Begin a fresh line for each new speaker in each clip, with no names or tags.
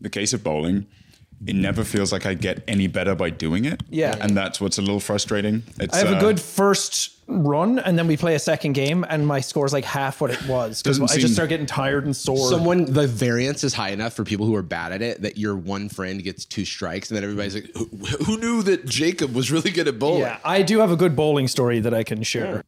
the case of bowling, it never feels like I get any better by doing it.
Yeah.
And that's what's a little frustrating. It's,
I have
uh,
a good first run, and then we play a second game, and my score's like half what it was because
Doesn't
I
seem-
just start getting tired and sore.
Someone, the variance is high enough for people who are bad at it that your one friend gets two strikes, and then everybody's like, "Who, who knew that Jacob was really good at bowling?"
yeah, I do have a good bowling story that I can share.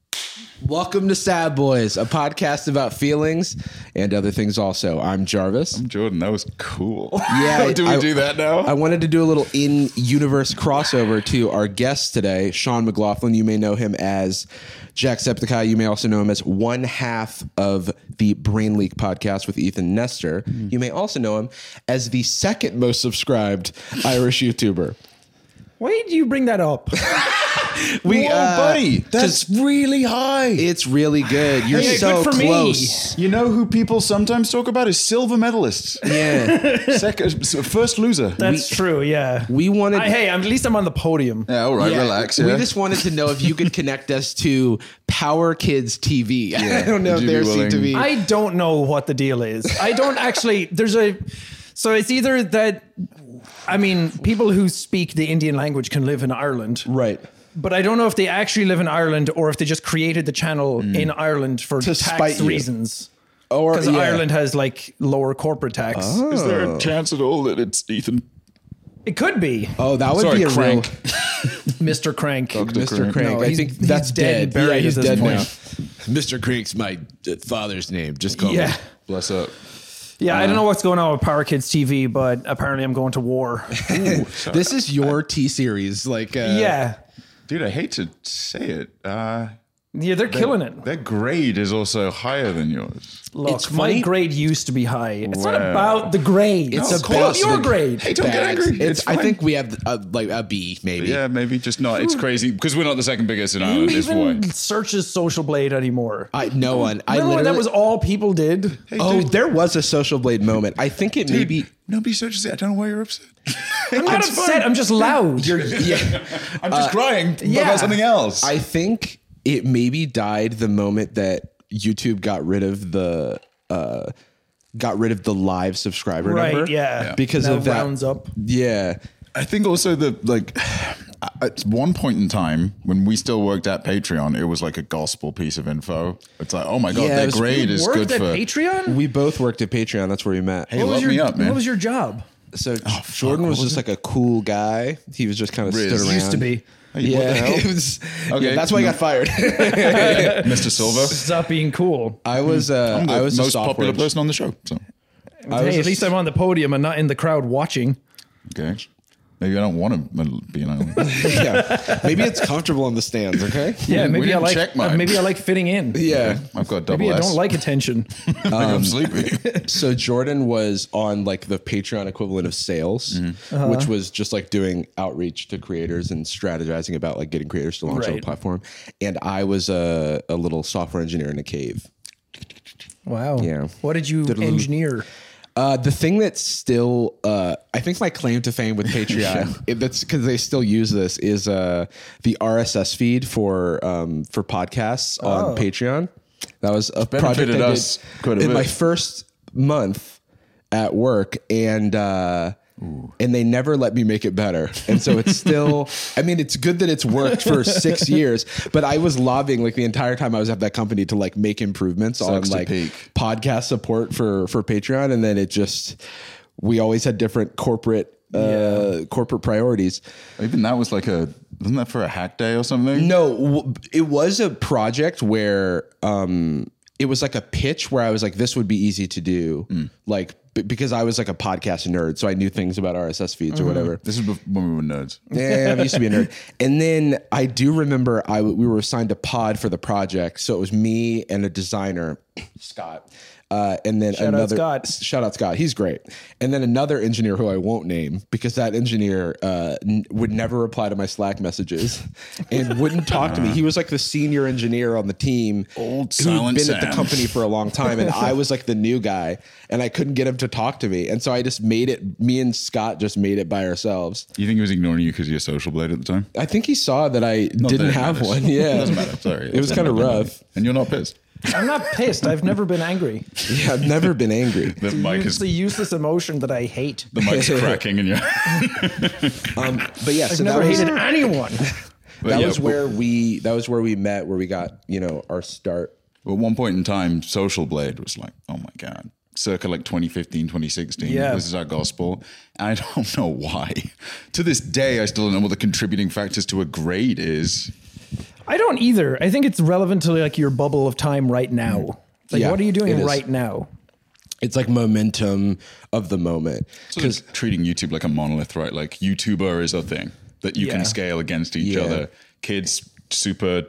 Welcome to Sad Boys, a podcast about feelings and other things. Also, I'm Jarvis.
Jordan, that was cool.
Yeah,
do we
I-
do that now?
I wanted to do a little in universe crossover to our guest today, Sean McLaughlin. You may know him as Jacksepticeye. You may also know him as one half of the Brain Leak podcast with Ethan Nestor. You may also know him as the second most subscribed Irish YouTuber.
Why did you bring that up?
We, uh,
that's really high.
It's really good. You're
Hey,
so
good for me.
close.
You know who people sometimes talk about is silver medalists.
Yeah.
Second, first loser.
That's true. Yeah.
We wanted
I, hey, I'm, at least I'm on the podium.
yeah, all right,
Yeah,
relax.
We
yeah.
just wanted to know if you could connect us to Power Kids TV. I don't
Would
know if
you be
there seem to
willing-
be.
I don't know what the deal is. I don't actually. There's a. So it's either that. I mean, people who speak the Indian language can live in Ireland,
right.
but I don't know if they actually live in Ireland or if they just created the channel in Ireland for
Hmm. spite
tax
you.
reasons.
Or
Because
yeah. Oh.
Ireland has like lower corporate tax.
Is there a chance at all that it's Ethan?
It could be
Oh, that would
Sorry,
be a
crank.
real
Mr. Crank.
Mr. Crank.
No,
I
he's-
think
he's
that's
dead
dead.
and buried
Yeah,
at
he's
this
dead
point.
now. Mr. Crank's my uh, father's name. Just call
Yeah.
me.
Bless up.
Yeah, I don't know what's going on with Power Kids TV, but apparently I'm going to war.
This is your T series, like uh,
yeah.
Dude, I hate to say it. Uh,
Yeah, they're killing it.
their grade is also higher than yours.
Look,
It's
my
funny-
grade used to be high. It's not
Wow.
about the grade. It's
No, of
about
course.
your
The-
grade.
Hey, don't get
bags.
angry.
It's,
It's
I
fine.
think we have uh like a B, maybe.
Yeah, maybe just not. It's crazy because we're not the second biggest in
Who
Ireland. It's why.
Hmm. even searches Social Blade anymore?
oh, I no one. I
Remember when that was
literally-
all people did?
Oh, there was a social blade moment. I think it may be.
Dude, nobody searches it. I don't know why you're upset.
I'm not upset. I'm just loud.
Yeah.
I'm just crying
yeah.
about something else.
I think it maybe died the moment that YouTube got rid of the uh got rid of the live subscriber
Right,
number.
yeah. Yeah.
Because
Now
of that
rounds up.
Yeah.
I think also the like at one point in time when we still worked at Patreon, it was like a gospel piece of info. It's like, oh my god,
Yeah, it
their
was-
grade is
Worked
good
at
for.
Patreon?
We both worked at Patreon. That's where we met.
Hey, Oh, love
your,
me up, man.
what was your job?
So Jordan was just like a cool guy. He was just kind of
Riz.
stood around.
Used to be.
Hey, what the
Yeah,
hell?
it was,
Okay,
yeah, that's why I
no.
got fired.
Mr. Silver?
Stop being cool.
I was uh,
I'm the
I was a
most
software
popular
engineer.
person on the show. So
was
hey, at
a-
least I'm on the podium and not in the crowd watching.
okay, maybe I don't want to be an island.
yeah. Maybe it's comfortable on the stands. Okay.
Yeah,
We
maybe I
didn't
like
check mine.
maybe I like fitting in.
Yeah.
I've got double
Maybe I
S.
don't like Um, attention.
Maybe I'm sleepy.
So Jordan was on like the Patreon equivalent of sales,
Mm-hmm.
which was just like doing outreach to creators and strategizing about like getting creators to launch on the
Right.
platform. And I was a, a little software engineer in a cave.
Wow.
Yeah.
What did you engineer?
Uh, the thing that's still, uh, I think my claim to fame with Patreon, it, that's because they still use this, is uh, the RSS feed for um, for podcasts on Patreon. That was a project I
Oh. benefited
did
us quite a
in
bit.
my first month at work, and uh, and they never let me make it better. And so it's still, I mean, it's good that it's worked for six years, but I was lobbying like the entire time I was at that company to like make improvements on
Sucks to
like
peak.
podcast support for for Patreon, and then it just we always had different corporate uh, corporate priorities.
Even that was like a wasn't that for a hack day or something?
No, w- it was a project where um, it was like a pitch where I was like, this would be easy to do, like b- because I was like a podcast nerd, so I knew things about RSS feeds or whatever.
This is bef- when we were nerds.
Yeah, I used to be a nerd. And then I do remember I we were assigned a pod for the project, so it was me and a designer, Scott, uh, and then
out
another
Scott.
Shout out Scott, he's great. And then another engineer who I won't name because that engineer uh, n- would never reply to my Slack messages and wouldn't talk to me. He was like the senior engineer on the team,
Old
who'd
Silent
been at the
Sam.
company for a long time, and I was like the new guy, and I couldn't get him to talk to me, and so I just made it. Me and Scott just made it by ourselves.
You think he was ignoring you because you're a social blade at the time?
I think he saw that I
Not
didn't
that it
have
matters.
one. Yeah.
Doesn't matter. Sorry.
It was kind of rough.
And you're not pissed.
I'm not pissed. I've never been angry.
Yeah, I've never been angry.
The mic
It's
is
the useless emotion that I hate.
the mic's cracking in your.
Um, but yeah,
I've
so that
never
was
hated anyone.
that
yeah,
was
but-
where we that was where we met, where we got you know our start.
At one point in time, Social Blade was like, oh my God, circa like 2015, 2016.
Yeah.
This is our gospel. I don't know why. To this day, I still don't know what the contributing factors to a grade is.
I don't either. I think it's relevant to like your bubble of time right now. Like,
Yeah,
what are you
it
doing
is.
right now?
It's like momentum of the moment
Because treating YouTube like a monolith, right? Like YouTuber is a thing that you
Yeah.
can scale against each
Yeah.
other. Kids, super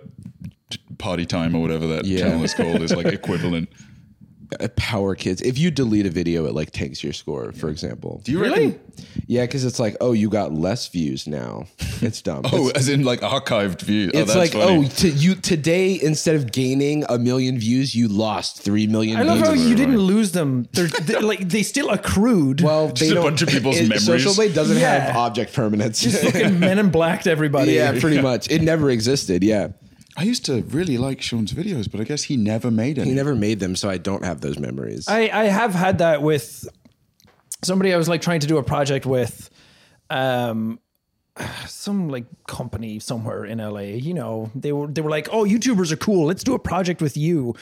t- party time or whatever that
Yeah.
channel is called is like equivalent.
uh, power kids. If you delete a video, it like tanks your score, for example.
Do you
Really?
reckon?
Yeah, because it's like, oh, you got less views now. It's dumb.
Oh,
it's,
as in like archived view. Oh,
it's
that's
like,
funny.
oh, to you today instead of gaining a million views, you lost three million.
I love
views.
how you
right.
didn't lose them. They're, they like they still accrued.
well,
Just a bunch of people's memories.
Social blade doesn't have
Yeah.
object permanence.
fucking men in black to everybody.
yeah, pretty much. It never existed. Yeah,
I used to really like Sean's videos, but I guess he never made any.
he never made them, so I don't have those memories.
I, I have had that with somebody I was like trying to do a project with, um, some like company somewhere in LA. You know, they were they were like, "Oh, YouTubers are cool. Let's do a project with you,"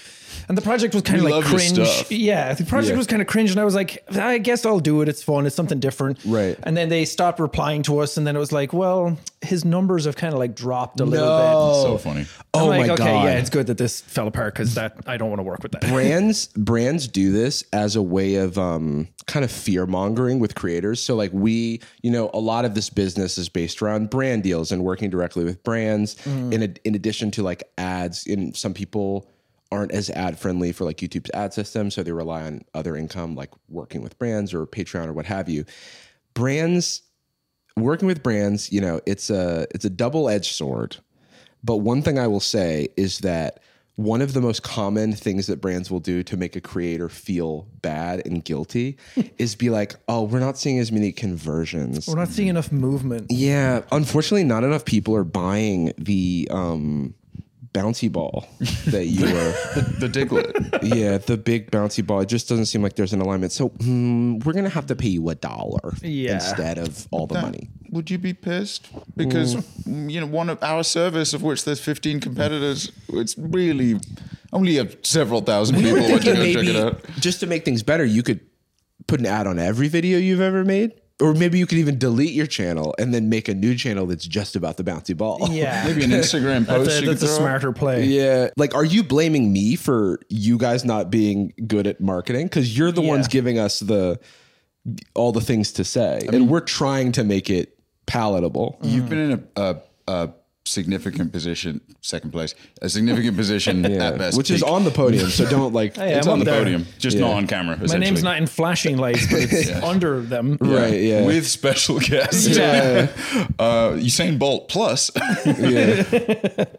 and the project was kind of
We
like
love your
cringe.
stuff.
Yeah, the project
Yeah.
was kind of cringe, and I was like, "I guess I'll do it. It's fun. It's something different."
Right.
And then they stopped replying to us, and then it was like, "Well, his numbers have kind of like dropped a little bit."
So funny.
I'm
oh
like,
my
okay,
god.
yeah, it's good that this fell apart because that I don't want to work with that.
brands brands do this as a way of um, kind of fear mongering with creators so like we you know a lot of this business is based around brand deals and working directly with brands in, ad in addition to like ads and some people aren't as ad friendly for like youtube's ad system so they rely on other income like working with brands or patreon or what have you brands working with brands, you know, it's a it's a double-edged sword. But one thing I will say is that one of the most common things that brands will do to make a creator feel bad and guilty is be like, "Oh, we're not seeing as many conversions."
We're not seeing enough movement.
Yeah, unfortunately, not enough people are buying the um, bouncy ball that you were.
The Diglett.
yeah, the big bouncy ball. It just doesn't seem like there's an alignment. So hmm, we're gonna have to pay you a dollar
Yeah.
instead of all the money.
Would you be pissed? Because mm, you know, one of our service, of which there's 15 competitors, it's really only a several thousand people
We're
want to
thinking
go check
maybe
it out.
just to make things better, you could put an ad on every video you've ever made, or maybe you could even delete your channel and then make a new channel that's just about the bouncy ball.
Yeah.
Maybe an Instagram post.
That's a,
you could
that's a
throw up.
smarter play.
Yeah. Like, are you blaming me for you guys not being good at marketing? Because you're the ones giving us the all the things to say, and we're trying to make it palatable.
Hmm.
You've been in a, a, a significant position, second place, a significant position at best,
Which is
peak.
on the podium, so don't like.
Hey,
It's
I'm
on
up
the
there.
podium, just not on camera.
My
essentially.
name's not in flashing lights, but it's under them.
Right, yeah.
With special guests.
Yeah.
uh, Usain Bolt plus.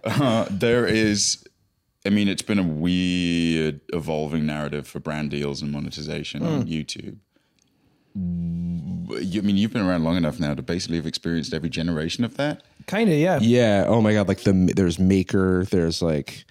Uh, there is, I mean, it's been a weird evolving narrative for brand deals and monetization on YouTube. You- I mean, you've been around long enough now to basically have experienced every generation of that.
Kind of, yeah.
Yeah. Oh my god. Like the there's Maker. There's like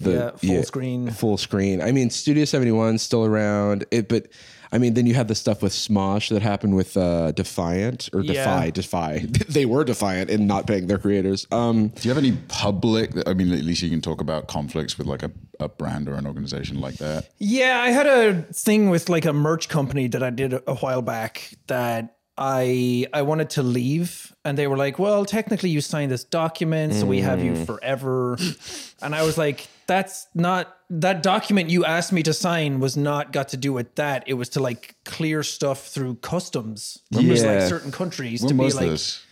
the
Yeah, full screen.
Full screen. I mean, Studio Seventy One still around. It, but I mean, then you had the stuff with Smosh that happened with uh, Defiant or
Yeah.
Defy. Defy. they were Defiant in not paying their creators. Um,
Do you have any public, I mean, at least you can talk about conflicts with like a, a brand or an organization like that?
Yeah, I had a thing with like a merch company that I did a a while back that I I wanted to leave and they were like, "Well, technically you signed this document, so we have you forever." and I was like, "That's not that document you asked me to sign was not got to do with that. It was to like clear stuff through customs, There's,
Yeah.
like certain countries
When
to
was
be like
this?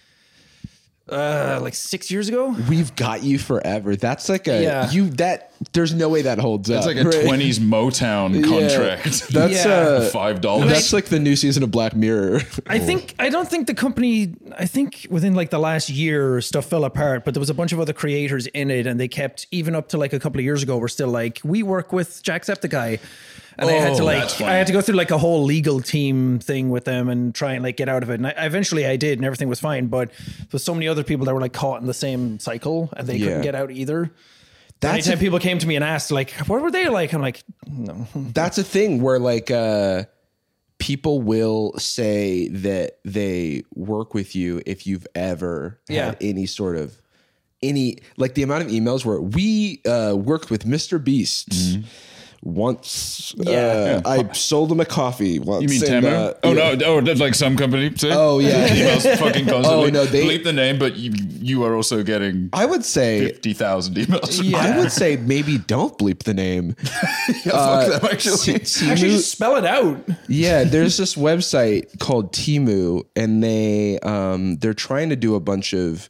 uh, like 6 years ago."
we've got you forever. That's like a
Yeah.
you that. There's no way that holds
It's
up.
like a
right?
20s Motown
Yeah.
contract.
That's
Yeah.
uh,
Five dollars.
That's like the new season of Black Mirror.
I think I don't think the company. I think within like the last year, stuff fell apart. But there was a bunch of other creators in it, and they kept even up to like a couple of years ago. We're still like we work with Jacksepticeye, and I had to
Oh,
like
that's
I had to go through like a whole legal team thing with them and try and like get out of it. And I, eventually, I did, and everything was fine. But there was so many other people that were like caught in the same cycle, and they
Yeah.
couldn't get out either.
That's
Anytime
a,
people came to me and asked, like, what were they like? I'm like, no.
that's a thing where like uh, people will say that they work with you if you've ever
Yeah.
had any sort of any like the amount of emails where we uh, worked with Mr. Beast. Once, yeah,
Mm-hmm. Yeah.
I sold him a coffee. Once
You mean
and,
Tamu?
uh,
oh
yeah.
no! Oh, that's like some company. See?
Oh, yeah.
emails fucking constantly.
Oh, no, they-
bleep the name, but you you are also getting
I would say
fifty thousand emails.
Yeah.
I would say maybe don't bleep the name.
Yeah,
Uh,
fuck them actually.
Timu-
Actually, just spell it out.
yeah, there's this website called Timu, and they um, they're trying to do a bunch of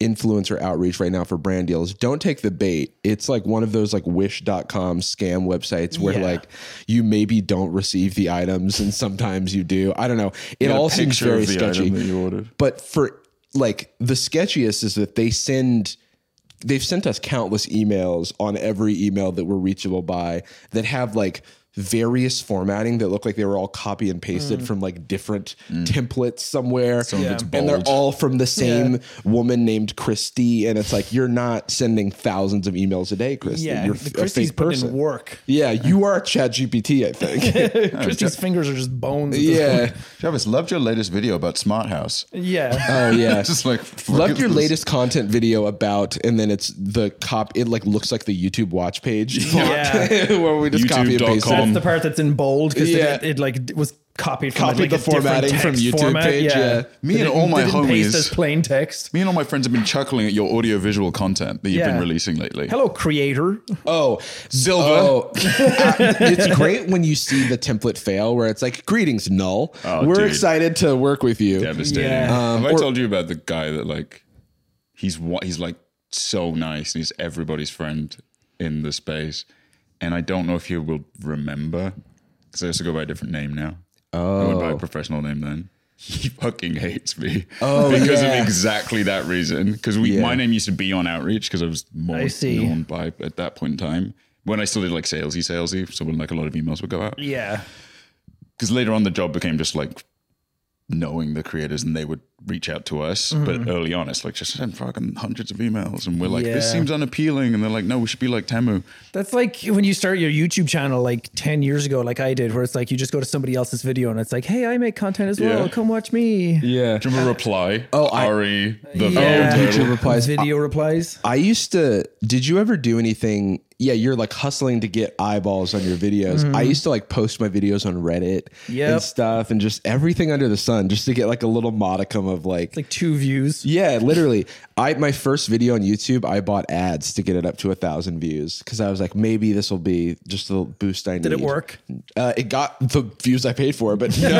influencer outreach right now for brand deals. Don't take the bait. It's like one of those like wish.com scam websites where
Yeah.
like you maybe don't receive the items and sometimes you do. I don't know. It
a
all seems
picture
very
of the
sketchy.
item that you ordered.
But for like the sketchiest is that they send they've sent us countless emails on every email that we're reachable by that have like various formatting that look like they were all copy and pasted
Mm.
from like different templates somewhere. Some
of it's
And they're
bold.
all from the same woman named Christy. And it's like, you're not sending thousands of emails a day, Christy.
Yeah,
you're
the
f-
Christie's
a fake
put
person.
in work.
Yeah, you are Chat GPT, I think.
Christie's fingers are just bones. At this
yeah.
Travis loved your latest video about Smart House.
point. yeah.
Oh yeah.
Just like fuck
Love
is
your
this?
latest content video about, and then it's the cop. It like looks like the YouTube watch page, font,
Yeah.
where we just copy and paste.
YouTube.com.
it.
That's the part that's in bold because
um, Yeah.
it, it like was copied from
Copied
like,
the
a different
formatting from
text
YouTube
format.
page, yeah.
Me
They
and all
didn't-
my
they didn't
homies-
paste as plain text.
Me and all my friends have been chuckling at your audiovisual content that you've
Yeah.
been releasing lately.
Hello, creator.
Oh,
Silver.
Oh, it's great when you see the template fail, where it's like, "Greetings, null.
Oh,
We're
dude.
excited to work with you." Um,
Devastating.
Yeah.
Have I
or-
told you about the guy that like he's what he's like so nice and he's everybody's friend in the space, and I don't know if he will remember because I also go by a different name now. Oh, I went by a professional name then. He fucking hates me oh, because
yeah.
of exactly that reason. Because we,
Yeah.
my name used to be on outreach because I was more
I see.
known by at that point in time when I still did like salesy, salesy. So when like a lot of emails would go out,
Yeah.
because later on the job became just like knowing the creators and they would reach out to us
Mm-hmm.
but early on it's like just send fucking hundreds of emails and we're like this
Yeah.
seems unappealing and they're like no we should be like Temu
That's like when you start your YouTube channel like 10 years ago, like I did, where it's like you just go to somebody else's video and it's like, hey, I make content as well.
Yeah.
Come watch me.
Yeah.
do you remember reply
Oh, I-
Ari the
Yeah.
oh,
YouTube replies.
Video replies.
I used to. Did you ever do anything? Yeah, you're like hustling to get eyeballs on your videos. I used to like post my videos on Reddit and
Yep.
stuff, and just everything under the sun, just to get like a little modicum of like.
Like two views.
yeah, literally. I my first video on YouTube, I bought ads to get it up to a thousand views because I was like, maybe this will be just the boost I need.
Did it work?
Uh, it got the views I paid for, but no.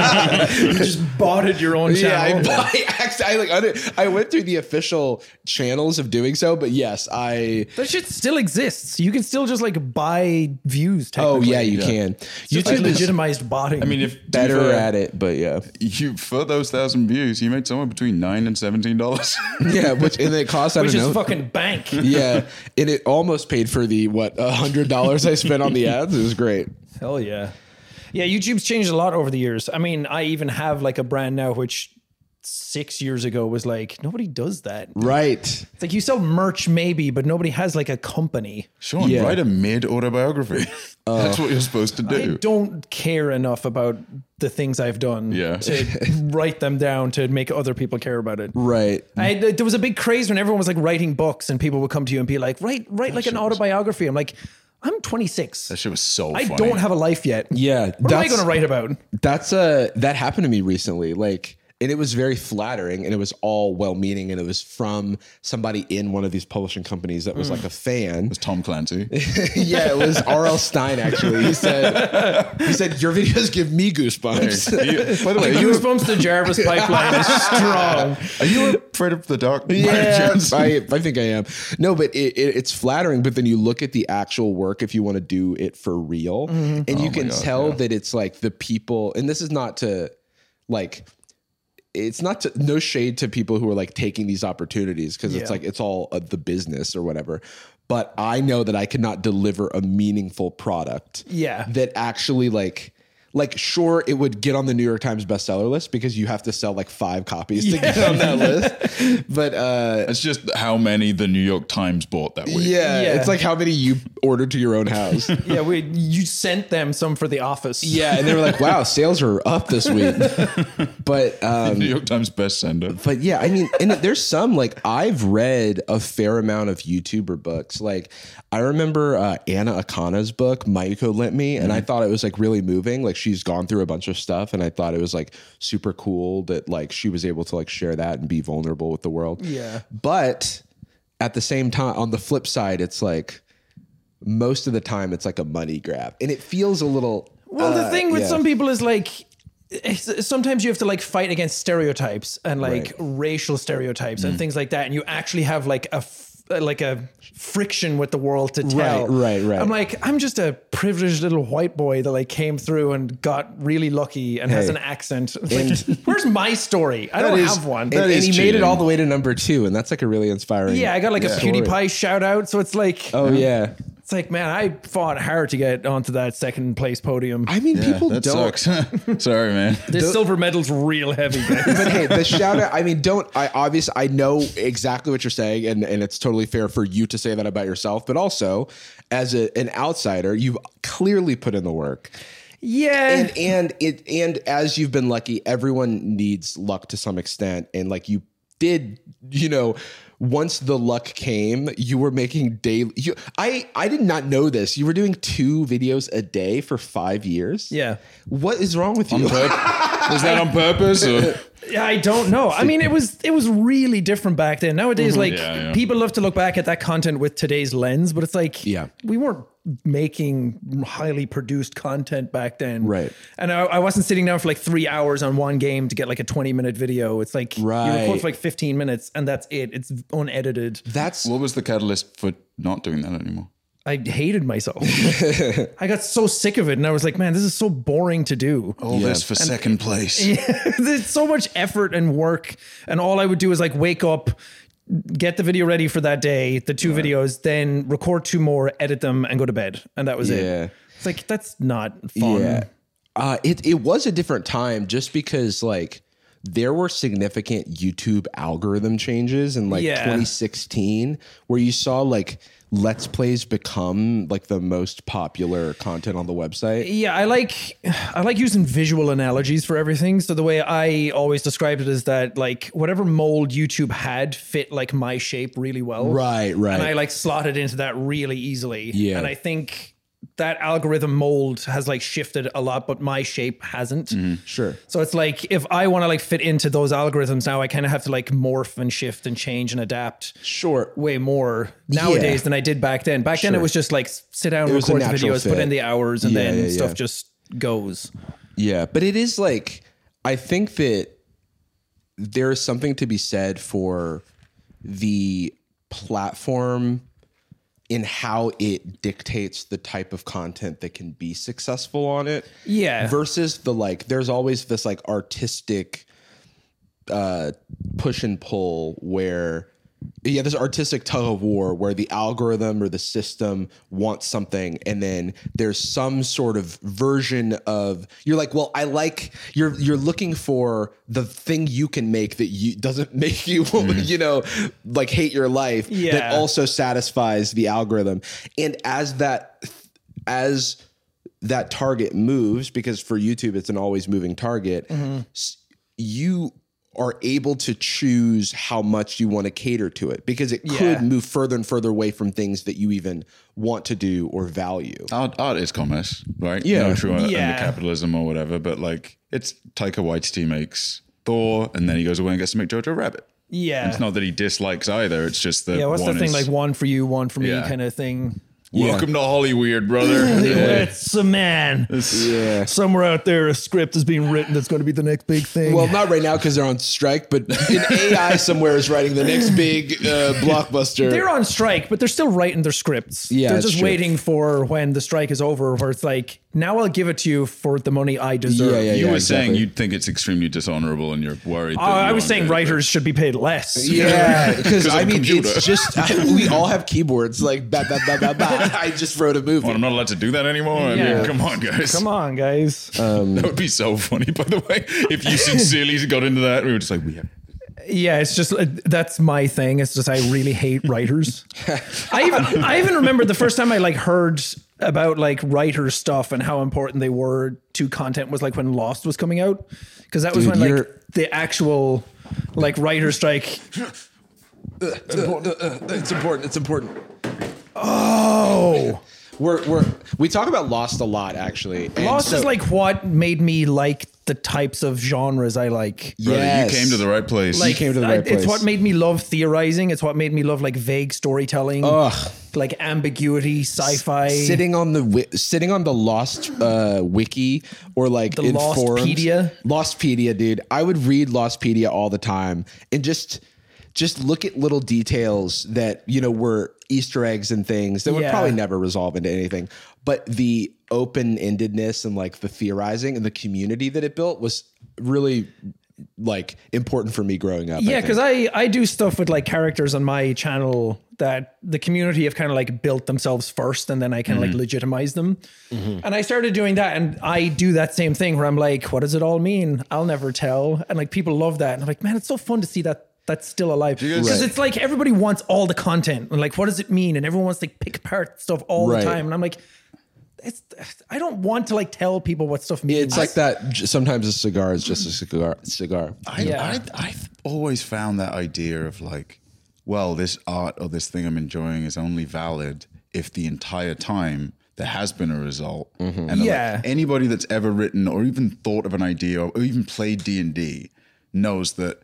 You just botted your own
Yeah, I,
channel.
I, actually, I like under, I went through the official channels of doing so, but yes, I
that shit still exists. You can still just like buy views.
Oh
technically.
yeah, you
yeah.
can.
It's like
YouTube is
legitimized botting.
I mean if
better
for,
at it, but yeah,
you for those thousand views you made somewhere between nine and seventeen dollars
yeah. Which and it costs I
which
don't
is
know.
fucking bank.
yeah, and it almost paid for the what a hundred dollars I spent on the ads. It was great.
Hell yeah. Yeah, YouTube's changed a lot over the years. I mean, I even have like a brand now which six years ago was like, nobody does that.
Right.
It's like you sell merch maybe, but nobody has like a company.
Sean
Yeah. Uh,
write a mid autobiography that's what you're supposed to
I
do
don't care enough about the things I've done
Yeah.
to write them down to make other people care about it.
Right.
I, there was a big craze when everyone was like writing books and people would come to you and be like, write, write like an autobiography. I'm like, I'm 26.
that shit was so
I
funny.
don't have a life yet.
Yeah.
What am I
that's
going to write about?
that's a that happened to me recently. Like. And it was very flattering and it was all well meaning and it was from somebody in one of these publishing companies that was like a fan.
Tom Clancy
yeah, it was R.L. Stein actually. He said he said, Your videos give me goosebumps.
Are you- by the way are you,
Goosebumps to Jarvis pipeline is strong.
are you afraid of the dark by
Yeah,
chance?
I, I think I am. No, but it, it, it's flattering. But then you look at the actual work if you want to do it for real, and you can
God,
tell that it's like the people. And this is not to like. It's not to, no shade to people who are like taking these opportunities because it's
Yeah.
like it's all of the business or whatever. But I know that I cannot deliver a meaningful product
Yeah.
that actually like like sure it would get on the New York Times bestseller list because you have to sell like five copies to get on that list. But uh
It's just how many the New York Times bought that week.
yeah,
Yeah.
it's like how many you ordered to your own house.
yeah, we you sent them some for the office.
yeah, and they were like, "Wow, sales are up this week." But um
New York Times bestsender.
but yeah, I mean, and there's some like I've read a fair amount of YouTuber books. Like I remember uh, Anna Akana's book, Mayuko lent me, and
Mm-hmm.
I thought it was like really moving. Like she's gone through a bunch of stuff, and I thought it was like super cool that like she was able to like share that and be vulnerable with the world.
Yeah.
But at the same time, on the flip side, it's like most of the time it's like a money grab, and it feels a little.
Well, the
uh,
thing with
yeah.
some people is like it's- sometimes you have to like fight against stereotypes and like
Right. Mm-hmm.
racial stereotypes and things like that, and you actually have like a f- uh, like a friction with the world to tell.
right, right.
I'm like, I'm just a privileged little white boy that like came through and got really lucky and has
Hey.
an accent. It's like, where's my story? I
That
don't
is-
have one.
and,
That
and
is
he made it
cheating.
all the way to number two, and that's like a really inspiring.
yeah, I got like a
story.
PewDiePie shout out, so it's like
Oh yeah.
it's like man, I fought hard to get onto that second place podium.
I mean, people
that
don't.
sucks. Sorry, man.
the silver medal's real heavy. guys.
But hey, the shout out. I mean, don't. I obviously I know exactly what you're saying, and and it's totally fair for you to say that about yourself. But also, as a, an outsider, you've clearly put in the work,
yeah,
and and it and as you've been lucky, everyone needs luck to some extent, and like you did, you know. Once the luck came, you were making daily. You, I I did not know this. You were doing two videos a day for five years.
Yeah.
What is wrong with you?
Purp- Was that on purpose? Or?
Yeah, I don't know. I mean, it was it was really different back then. Nowadays, like
Yeah, yeah.
people love to look back at that content with today's lens, but it's like,
Yeah.
we weren't making highly produced content back then,
Right.
And I, I wasn't sitting down for like three hours on one game to get like a twenty minute video. It's like you record
Right.
for like fifteen minutes, and that's it. It's unedited.
That's
What was the catalyst for not doing that anymore?
I hated myself. I got so sick of it, and I was like, man, this is so boring to do.
Oh.
All this for second place.
There's so much effort and work, and all I would do is like wake up, get the video ready for that day, the two videos, then record two more, edit them, and go to bed, and that was
Yeah.
it. It's like that's not fun.
Yeah. Uh, it, it was a different time just because like there were significant YouTube algorithm changes in like
Yeah.
2016 where you saw like let's plays become like the most popular content on the website.
Yeah, I like I like using visual analogies for everything. So the way I always described it is that like whatever mold YouTube had fit like my shape really well.
Right, right.
And I like slotted into that really easily.
Yeah.
And I think that algorithm mold has like shifted a lot, but my shape hasn't.
sure.
So it's like if I want to like fit into those algorithms now, I kind of have to like morph and shift and change and adapt
Sure.
way more nowadays than I did back then. Back then it was just like s- sit down,
was
record
a
the
natural
videos, put
fit.
in the hours, and
Yeah,
then
yeah, yeah.
stuff just goes.
Yeah, but it is like I think that there is something to be said for the platform in how it dictates the type of content that can be successful on it
Yeah.
versus the like there's always this like artistic uh push and pull where yeah this artistic tug of war where the algorithm or the system wants something and then there's some sort of version of you're like well i like you're you're looking for the thing you can make that you doesn't make you you know like hate your life
Yeah.
that also satisfies the algorithm and as that as that target moves because for YouTube it's an always moving target. s- You are able to choose how much you want to cater to it because it
Yeah.
could move further and further away from things that you even want to do or value.
Art, art is commerce, right?
Yeah.
No, true.
Yeah.
Under capitalism or whatever, but like it's Taika Waititi makes Thor, and then he goes away and gets to make Jojo Rabbit.
Yeah.
It's not that he dislikes either. It's just that
yeah, what's the
one
thing?
is,
like one for you, one for me
Yeah.
kind of thing.
welcome to Hollywood, brother. Yeah.
It's a man.
Yeah.
Somewhere out there, a script is being written that's going to be the next big thing.
Well, not right now because they're on strike, but an AI somewhere is writing the next big uh, blockbuster.
they're on strike, but they're still writing their scripts.
Yeah,
they're
that's
just
true.
waiting for when the strike is over, where it's like, now I'll give it to you for the money I deserve.
Yeah, yeah,
You
yeah,
were saying
exactly.
you'd think it's extremely dishonorable, and you're worried. That
Oh, I
you
was
aren't
saying
good at it.
writers should be paid less.
Yeah, because I
I'm
mean,
computer.
it's just we all have keyboards like ba ba ba ba ba. I just wrote a movie.
Well, I'm not allowed to do that anymore. I mean,
Yeah.
come on, guys.
Come on, guys.
That would be so funny, by the way. If you sincerely got into that, we were just like, we have.
Yeah, it's just uh, that's my thing. It's just I really hate writers. I even I even remember the first time I like heard about like writer stuff and how important they were to content was like when Lost was coming out because that was
Dude,
when
you're-
like the actual like writer strike.
Uh, It's important. It's important.
Oh,
We're, we're we talk about Lost a lot actually. and
Lost
so-
is like what made me like the types of genres I like.
Brother,
Yes.
you came to the right place.
Like,
came to the right
I- It's
place.
what made me love theorizing. It's what made me love like vague storytelling,
Ugh.
like ambiguity, sci-fi.
sitting on the wi- sitting on the Lost uh, wiki or like in forums.
Lostpedia?
Lostpedia, dude. I would read Lostpedia all the time and just just look at little details that you know were Easter eggs and things that would
Yeah.
probably never resolve into anything. But the open endedness and like the theorizing and the community that it built was really like important for me growing up. I
yeah
think.
because I, I do stuff with like characters on my channel that the community have kind of like built themselves first and then i kind of
Mm-hmm.
like legitimize them and i started doing that and i do that same thing where i'm like what does it all mean i'll never tell and like people love that and i'm like man it's so fun to see that that's still alive because
Right.
it's like everybody wants all the content and like what does it mean and everyone wants to like, pick apart stuff all the
Right.
time and i'm like it's i don't want to like tell people what stuff means
It's like that. j- Sometimes a cigar is just a cigar. Cigar.
I,
Yeah.
I, I've always found that idea of like, well, this art or this thing I'm enjoying is only valid if the entire time there has been a result. And like,
Mm-hmm. Yeah.
anybody that's ever written or even thought of an idea or even played D and D knows that.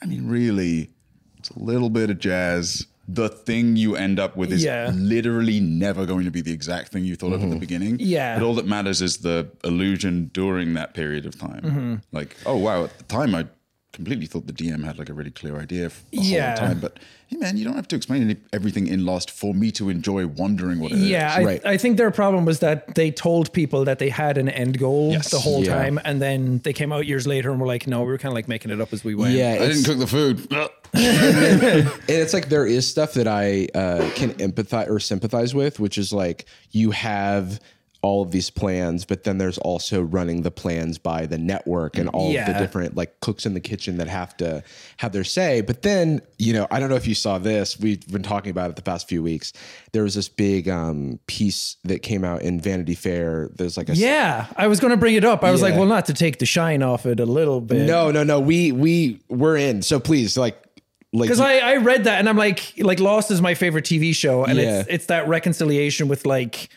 I mean, really, it's a little bit of jazz. The thing you end up with is
Yeah.
literally never going to be the exact thing you thought of at the beginning.
Mm-hmm. Yeah.
But all that matters is the illusion during that period of time.
Mm-hmm.
Like, oh wow, at the time I completely thought the DM had like a really clear idea for the
Yeah.
whole time. But hey man, you don't have to explain any, everything in Lost for me to enjoy wondering what it is.
Yeah, I,
Right.
I think their problem was that they told people that they had an end goal
Yes.
the whole
Yeah.
time, and then they came out years later and were like, "No, we were kind of like making it up as we went."
Yeah,
I
it's-
didn't cook the food.
and it's like there is stuff that I uh, can empathize or sympathize with, which is like you have all of these plans, but then there's also running the plans by the network and all of
Yeah.
the different like cooks in the kitchen that have to have their say. But then, you know, I don't know if you saw this, we've been talking about it the past few weeks. There was this big um, piece that came out in Vanity Fair. There's like a
yeah. I was going to bring it up. I was like,
Yeah.
"Well, not to take the shine off it a little bit."
no, no, no. We we we're in. So please, like, like
Because I, I read that and I'm like, like Lost is my favorite TV show, and it's
Yeah.
it's that reconciliation with like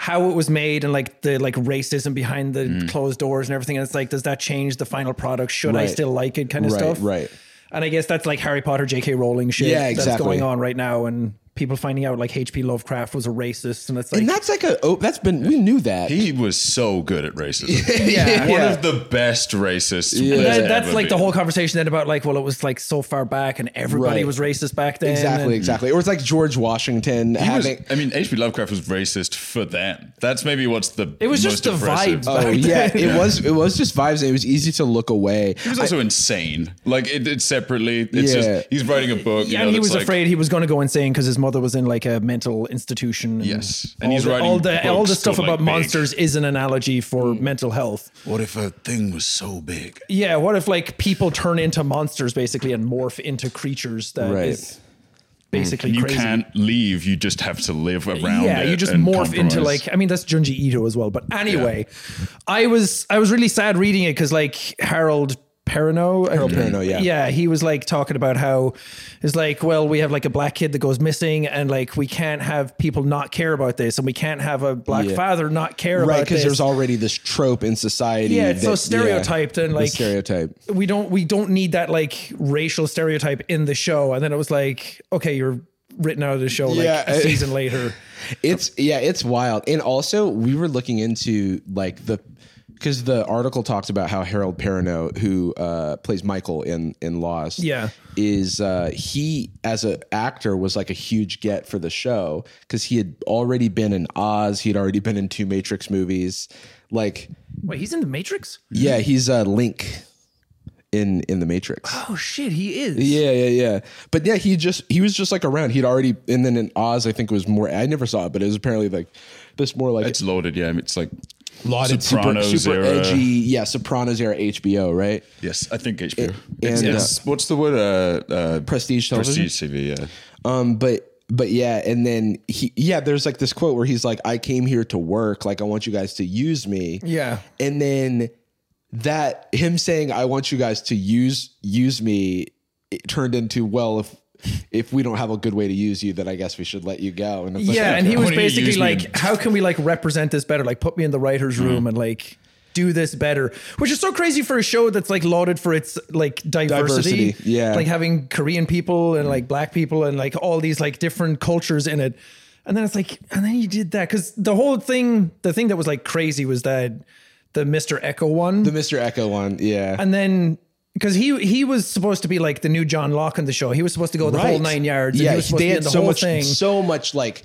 how it was made and like the like racism behind the
Mm.
closed doors and everything. And it's like, does that change the final product? Should I
Right.
still like it? Kind of
right,
stuff.
right.
And I guess that's like Harry Potter, J.K. Rowling shit
Yeah,
that's
exactly.
going on right now, and people finding out like H.P. Lovecraft was a racist, and it's like
And that's like a oh, that's been we knew that.
He was so good at racism.
yeah.
One
Yeah.
of the best racists.
Yeah.
there's
That- that's
ever
like the
been.
whole conversation then about like, well, it was like so far back, and everybody
Right.
was racist back then.
Exactly,
and-
exactly. Or it's like George Washington
He was-
having.
I mean, H.P. Lovecraft was racist for them. That's maybe what's the
It was just
most
the
oppressive.
vibes.
oh
back
yeah, it
then.
was it was just vibes. It was easy to look away.
He was also insane. Like it, it's separately. It's
Yeah.
just he's writing a book. you
Yeah,
know,
and he
that's
was
like-
afraid he was going to go insane because his mother was in like a mental institution. And
Yes.
and
And
all
he's
the,
writing
all the all the
books
stuff
called,
about
like, Mm. Big.
monsters is an analogy for mental health.
What if a thing was so big?
Yeah, what if like people turn into monsters basically and morph into creatures that is
Right.
basically
You
crazy.
can't leave. You just have to live around.
yeah,
it
you just
and
morph into
compromise.
like I mean that's Junji Ito as well. But anyway, I was I was really sad reading it because like Harold Perrineau, Harold
Perrineau, yeah.
yeah, he was like talking about how it's like, well, we have like a black kid that goes missing, and like we can't have people not care about this, and we can't have a black
Yeah.
father not care
Right,
about this.
because there's already this trope in society.
Yeah, it's so
that-
stereotyped and,
the
like-
stereotype.
we don't we don't need that like racial stereotype in the show. And then it was like, okay, you're written out of the show
Yeah.
like a season later.
It's yeah, it's wild. And also, we were looking into like the because the article talks about how Harold Perrineau, who uh, plays Michael in in Lost,
Yeah.
is uh, he as an actor was like a huge get for the show because he had already been in Oz, he had already been in two Matrix movies, like
Wait, he's in the Matrix?
yeah, he's uh, Link in in the Matrix.
Oh shit, he is.
Yeah, yeah, yeah. But yeah, he just he was just like around. He'd already and then in Oz, I think it was more. I never saw it, but it was apparently like this more like
It's loaded, yeah. It's like
lauded super,
Sopranos
super
era.
edgy. Yeah, Sopranos era HBO, right?
Yes, I think HBO.
and,
it's,
uh,
it's- what's the word? Uh, uh,
Prestige television.
prestige TV. Yeah,
Um, but but yeah, and then he yeah, there's like this quote where he's like, "I came here to work. Like I want you guys to use me."
Yeah.
and then that him saying i want you guys to use use me it turned into well if if we don't have a good way to use you then i guess we should let you go and it's like,
Yeah, and he
I
was
wanna
basically
use me
like,
and-
"How can we like represent this better? Like, put me in the
Hmm.
writers' room and like do this better," which is so crazy for a show that's like lauded for its like diversity.
Diversity, yeah.
like having Korean people and like black people and like all these like different cultures in it. And then it's like, and then you did that because the whole thing, the thing that was like crazy was that the Mister Echo one,
the mr echo one yeah
and then. Because he he was supposed to be like the new John Locke in the show. He was supposed to go the whole nine yards. and
yeah
he was supposed
they
to be in
had
the
so
whole
much
thing.
so much like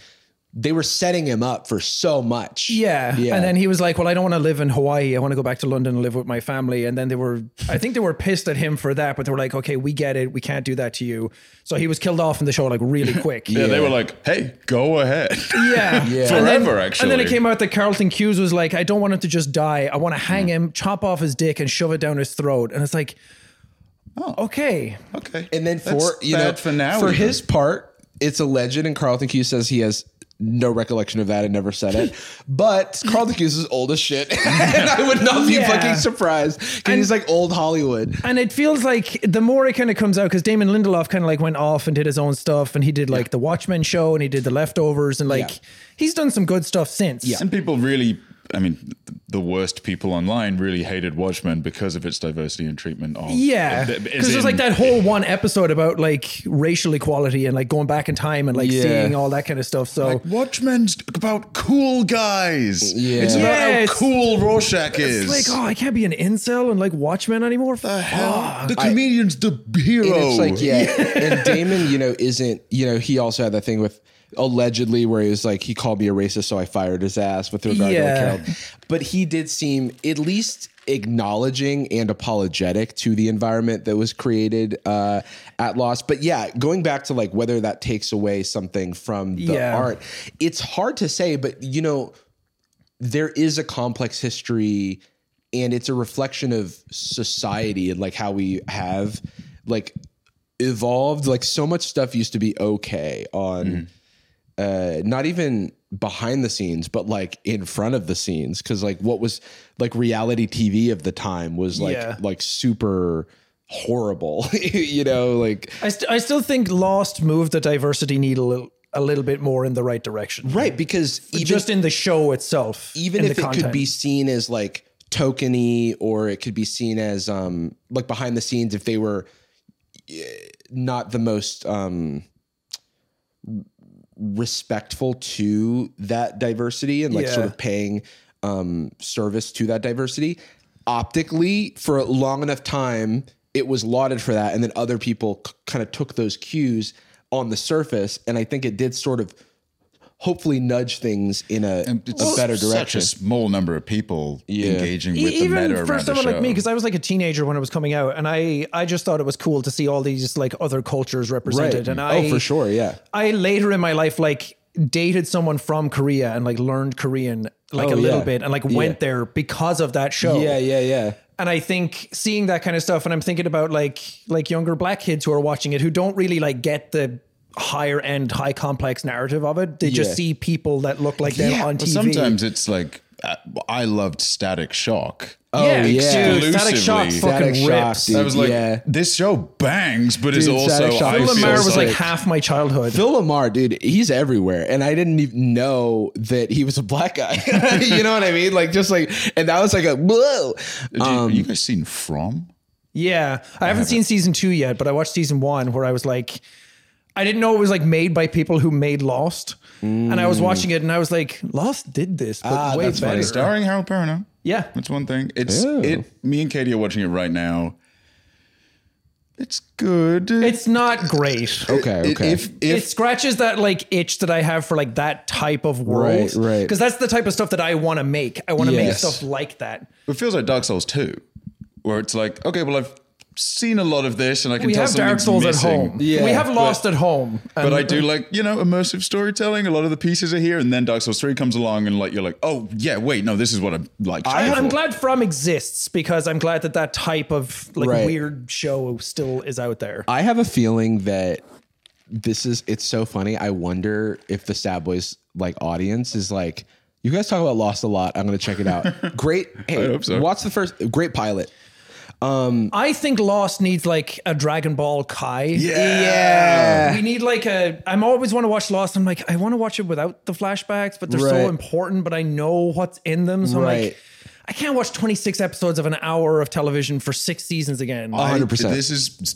they were setting him up for so much
Yeah.
yeah
And then he was like, Well, I don't want to live in Hawaii. I want to go back to London and live with my family. And then they were, I think they were pissed at him for that, but they were like, Okay, we get it. We can't do that to you. So he was killed off in the show like really quick.
yeah. They were like, "Hey, go ahead."
Yeah.
Forever,
and then,
actually.
And then it came out that Carlton Hughes was like, I don't want him to just die. I want to
Hmm.
hang him, chop off his dick, and shove it down his throat. And it's like,
Oh.
okay.
okay,
and then
That's
for you
bad
know
finale,
for
though.
his part it's a legend and carlton Q says he has no recollection of that and never said it but carlton Hughes is old as shit and i would not be
Yeah.
fucking surprised because he's like old hollywood
And it feels like the more it kind of comes out, because Damon Lindelof kind of like went off and did his own stuff, and he did like the Watchmen show, and he did the Leftovers, and like
Yeah.
he's done some good stuff since.
Some people really, I mean, th- the worst people online really hated Watchmen because of its diversity and treatment of
Yeah,
Th- as
because there's like
in-
that whole one episode about like racial equality and like going back in time and like
Yeah.
seeing all that kind of stuff. So
Like Watchmen's about cool guys.
Yeah.
It's about
Yeah,
how
it's-
cool Rorschach is.
it's like, oh, I can't be an incel and like Watchmen anymore.
the hell?
Fuck.
The comedian's the hero.
And it's like, yeah. and Damon, you know, isn't, you know, he also had that thing with allegedly where he was like, he called me a racist, so I fired his ass with regard
Yeah.
to like Harold. But he did seem at least acknowledging and apologetic to the environment that was created uh, at Lost. But yeah, going back to like whether that takes away something from the
Yeah.
art, it's hard to say, but you know, there is a complex history and it's a reflection of society and like how we have like evolved like so much stuff used to be okay on uh not even behind the scenes but like in front of the scenes cuz like what was like reality TV of the time was like
Yeah.
like super horrible you know like
I, st- I still think Lost moved the diversity needle a little bit more in the right direction,
right because even
just in the show itself,
even
in
if
the
it could
content.
be seen as like tokeny or it could be seen as um like behind the scenes if they were eh, not the most um respectful to that diversity and like sort
Yeah.
of paying um service to that diversity optically for a long enough time it was lauded for that and then other people c- kind of took those cues on the surface and i think it did sort of hopefully nudge things in a,
And it's
a better
Such
direction
a small number of people engaging with the
E-, even
meta around
for someone
the show.
like me because i was like a teenager when it was coming out and i i just thought it was cool to see all these like other cultures represented and i
oh for sure yeah
i later in my life like dated someone from korea and like learned korean like a
Oh,
little
yeah.
bit and like went there because of that show
yeah yeah yeah
and i think seeing that kind of stuff and i'm thinking about like like younger black kids who are watching it who don't really like get the higher end high complex narrative of it they
Yeah.
just see people that look like them on
But
tv
sometimes it's like, uh, I loved Static Shock.
Oh,
yeah,
yeah.
dude, Static Shock
Exclusively.
fucking
Static Shock,
rips.
dude.
I was like,
Yeah.
this show bangs, but is
Dude,
also.
Static Shock
I
Bill
feel
Lamar was like
like
half my childhood.
Bill Lamar, dude, he's everywhere, and I didn't even know that he was a black guy. you know what I mean? Like, just like, and that was like a whoa.
Did you,
Um,
you guys seen From?
yeah, I haven't seen season two yet, but I watched season one where I was like, I didn't know it was like made by people who made Lost, and I was watching it and I was like, Lost did this, but
Ah,
way
that's funny.
better.
Starring Harold Perrineau.
Yeah,
That's one thing. It's
Oh.
it. Me and Katie are watching it right now. It's good.
it's not great.
Okay,
It-
okay.
If
It
if
scratches that like itch that I have for like that type of world,
Right, right.
Because that's the type of stuff that I want to make. I want to make
Yes.
stuff like that.
it feels like Dark Souls two, where it's like okay, well I've
seen a lot of this, and I can
We
tell
have Dark
something's
Souls
missing.
at home.
Yeah,
we have
but-
Lost at home.
But
and-
I do like, you know, immersive storytelling. A lot of the pieces are here, and then Dark Souls 3 comes along, and like, you're like, oh, yeah, wait, no, this is what I'm like.
I,
here
I'm
for.
glad From exists because I'm glad that that type of like
Right.
weird show still is out there.
I have a feeling that this is it's so funny. I wonder if the Sad Boys like audience is like, you guys talk about Lost a lot. I'm gonna check it out. great. Hey,
hope so.
watch the first great pilot. Um,
I think Lost needs like a Dragon Ball Kai.
Yeah.
We need like a. I'm always want to watch Lost. I'm like, I want to watch it without the flashbacks, but they're
Right.
so important. But I know what's in them, so I'm
Right.
like, I can't watch 26 episodes of an hour of television for six seasons again.
I-
100%.
This is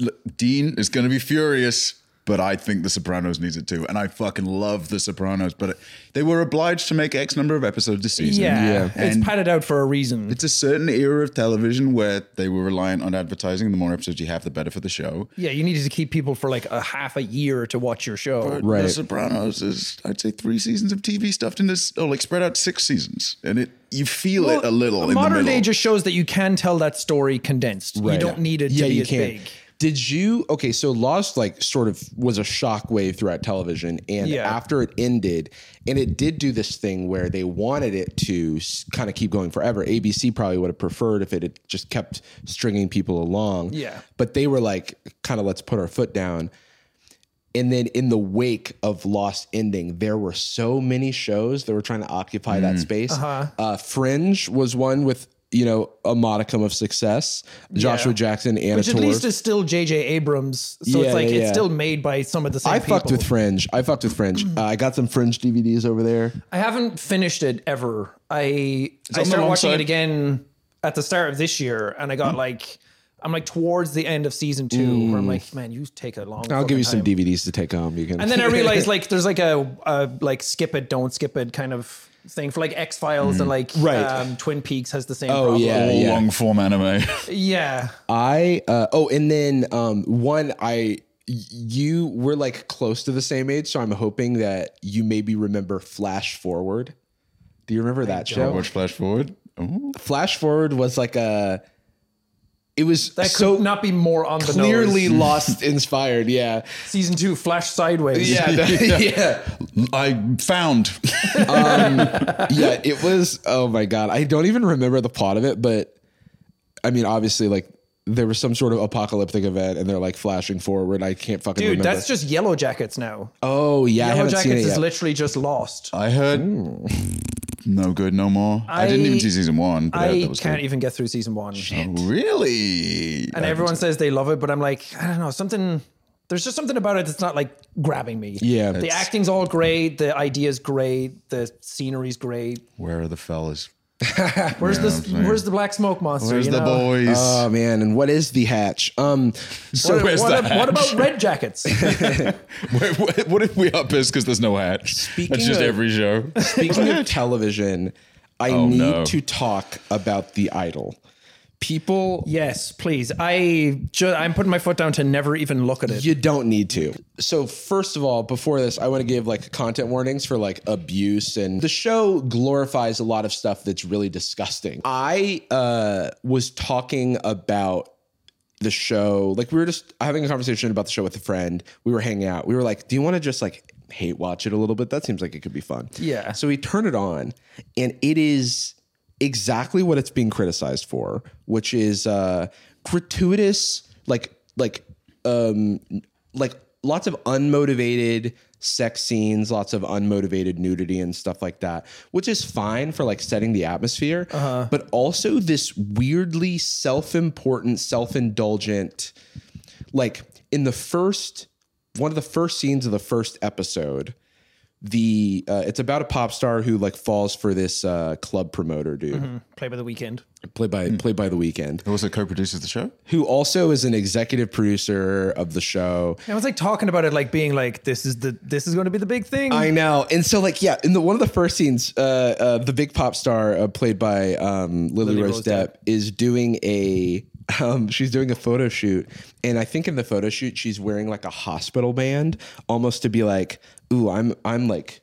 look, Dean is going to be furious, but I think The Sopranos needs it too, and I fucking love The Sopranos. But they were obliged to make X number of episodes a season.
yeah,
and
it's padded out for a reason.
it's a certain era of television where they were reliant on advertising. The more episodes you have, the better for the show.
Yeah, you needed to keep people for like a half a year to watch your show.
Right.
The Sopranos is, I'd say, three seasons of TV stuffed into, s- oh, like spread out six seasons, and it you feel it a little. in the
modern day
middle.
just shows that you can tell that story condensed. You
Right.
don't need it to be as
can.
big.
Did you okay? So Lost like sort of was a shockwave throughout television, and
Yeah.
after it ended, and it did do this thing where they wanted it to kind of keep going forever. ABC probably would have preferred if it had just kept stringing people along.
Yeah.
but they were like, kind of let's put our foot down. And then in the wake of Lost ending, there were so many shows that were trying to occupy that space.
Uh-huh.
uh Fringe was one with you know a modicum of success. Joshua Jackson, Anna
Which at
Torv.
least is still J.J. Abrams, so
Yeah,
it's like
yeah, yeah.
it's still made by some of the same
I
people. Mm.
fucked with Fringe. I fucked with Fringe. Uh, I got some Fringe DVDs over there.
I haven't finished it ever. I I
on the
started
long
watching
side.
it again at the start of this year, and I got
Mm.
like I'm like towards the end of season two, where I'm like, man, you take a long.
I'll give you some
fucking time."
DVDs to take home. You can.
And then I realized like there's like a, a like skip it, don't skip it kind of thing for like X Files and like
Mm. Right.
um, Twin Peaks has the same.
Oh,
problem.
yeah.
all long form anime.
yeah.
I uh, oh, and then um, one I y- you were like close to the same age, so I'm hoping that you maybe remember Flash Forward. Do you remember that show?
Watch flash forward. Oh,
Flash Forward was like a. It was
That
so
could not be more on the
clearly
nose.
Lost inspired. Yeah,
Season two, Flash Sideways.
yeah, yeah.
I found.
yeah, it was. Oh my god, I don't even remember the plot of it, but I mean, obviously, like there was some sort of apocalyptic event, and they're like flashing forward. I can't fucking
Dude,
remember.
that's just Yellow Jackets now.
oh yeah, I
Yellow
haven't seen it
Jackets is
yet.
literally just lost.
I heard no good, no more. I, didn't even see season one, but I, heard
I
that was
can't
good. Oh,
even get through season one.
Really?
And everyone says they love it, but I'm like, I don't know, something. There's just something about it that's not like grabbing me.
Yeah.
the
It's-
acting's all great, the idea's great, the scenery's great.
Where are the fellas?
Where's the Where's the black smoke monster?
Where's
you
the
know?
boys?
oh man, and what is the hatch? Um, so
What,
Where's
what-
the
what about red jackets?
Wait, what, what if we are pissed because there's no hatch?
Speaking
That's just
of-
every show.
Speaking of television, I need
no.
to talk about The Idol. People,
yes, please. I ju- I'm putting my foot down to never even look at it.
you don't need to. So, first of all, before this, I want to give like content warnings for like abuse, and the show glorifies a lot of stuff that's really disgusting. I uh, was talking about the show like we were just having a conversation about the show with a friend we were hanging out we were like do you want to just like hate watch it a little bit that seems like it could be fun
Yeah.
so we turn it on and it is exactly what it's being criticized for which is uh gratuitous like like um like lots of unmotivated sex scenes lots of unmotivated nudity and stuff like that which is fine for like setting the atmosphere but also this weirdly self-important self-indulgent like in the first one of the first scenes of the first episode the uh, it's about a pop star who like falls for this uh, club promoter dude
Play by the weekend.
played by played by the weekend
Who also co-produces the show?
who also is an executive producer of the show
I was like talking about it, like being like, this is the this is going to be the big thing.
I know. And so, like, yeah, in the one of the first scenes, uh, uh, the big pop star uh, played by um, Lily,
Rose
Rose, Depp is doing a um, she's doing a photo shoot, and I think in the photo shoot she's wearing like a hospital band, almost to be like, "Ooh, I'm I'm like."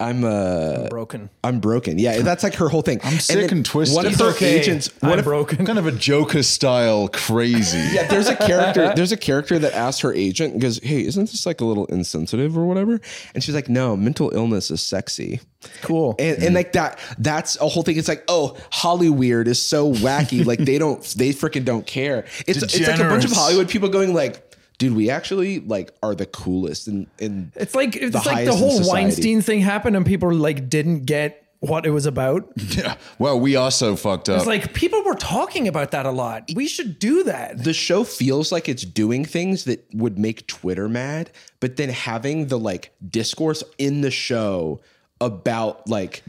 I'm uh
broken.
I'm broken. Yeah, that's like her whole thing. I'm
sick and twisted.
One of
It's
her
okay.
agents.
I'm
One of,
broken.
kind of a Joker style crazy.
yeah, there's a character. There's a character that asked her agent and goes, "Hey, isn't this like a little insensitive or whatever?" And she's like, "No, mental illness is sexy."
Cool.
And, and like that, that's a whole thing. It's like, oh, Hollyweird is so wacky. like they don't, they freaking don't care. It's it's like a bunch of
Degenerates.
Hollywood people going like, dude, we actually like are the coolest and and
It's like it's like
highest
the
in
whole
society.
Weinstein thing happened and people like didn't get what it was about. It's
Yeah. Well, we are so fucked up.
like people were talking about that a lot. We should do that.
the show feels like it's doing things that would make Twitter mad, but then having the like discourse in the show about like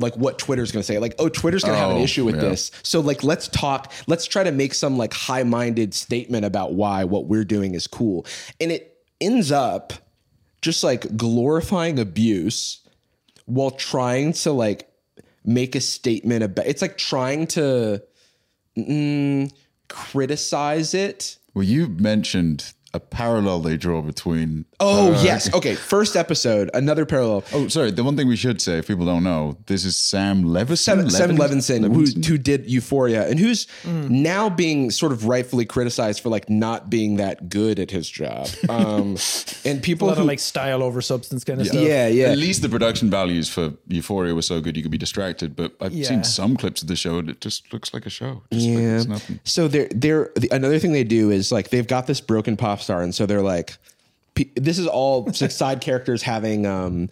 like what Twitter's going to say, like oh Twitter's going to have an
Oh,
issue with
yeah.
this, so like let's talk, let's try to make some like high minded statement about why what we're doing is cool, and it ends up just like glorifying abuse while trying to like make a statement about it's like trying to mm, criticize it
well, you mentioned a parallel they draw between.
oh yes okay first episode another parallel
Oh, sorry. The one thing we should say, if people don't know, this is Sam Levinson.
Sam, Sam
Levinson?
Levinson, Who, who did Euphoria and who's now being sort of rightfully criticized for like not being that good at his job um and
a
people
lot
who,
of like style over substance kind of stuff.
yeah yeah
At least the production values for Euphoria were so good you could be distracted. But I've
Yeah.
seen some clips of the show and it just looks like a show. Just like
Yeah.
it's nothing.
So they're they're the, another thing they do is like they've got this broken pop star, and so they're like, pe- this is all six side characters having um,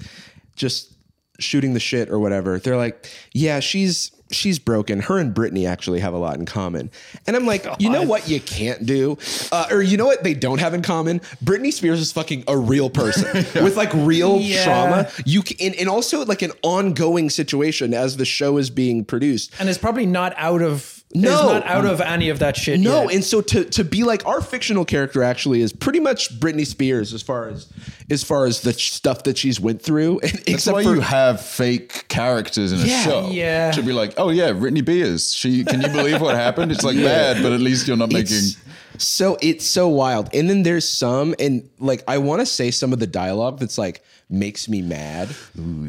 just shooting the shit or whatever. They're like, yeah, she's she's broken. Her and Britney actually have a lot in common, and I'm like, you know what, you can't do, uh, or you know what, they don't have in common. Britney Spears is fucking a real person with like real
Yeah.
trauma. You can, and, and also like an ongoing situation as the show is being produced.
And it's probably not out of
No.
it's not out of any of that shit.
No,
yet.
and so to to be like our fictional character actually is pretty much Britney Spears as far as as far as the sh- stuff that she's went through, and
That's why
except for
you have fake characters in a
Yeah.
show.
Yeah.
Should be like, oh yeah, Brittany Beers. She can you believe what happened? It's like bad, but at least you're not making
it's, so it's so wild. And then there's some and like I want to say some of the dialogue that's like makes me mad,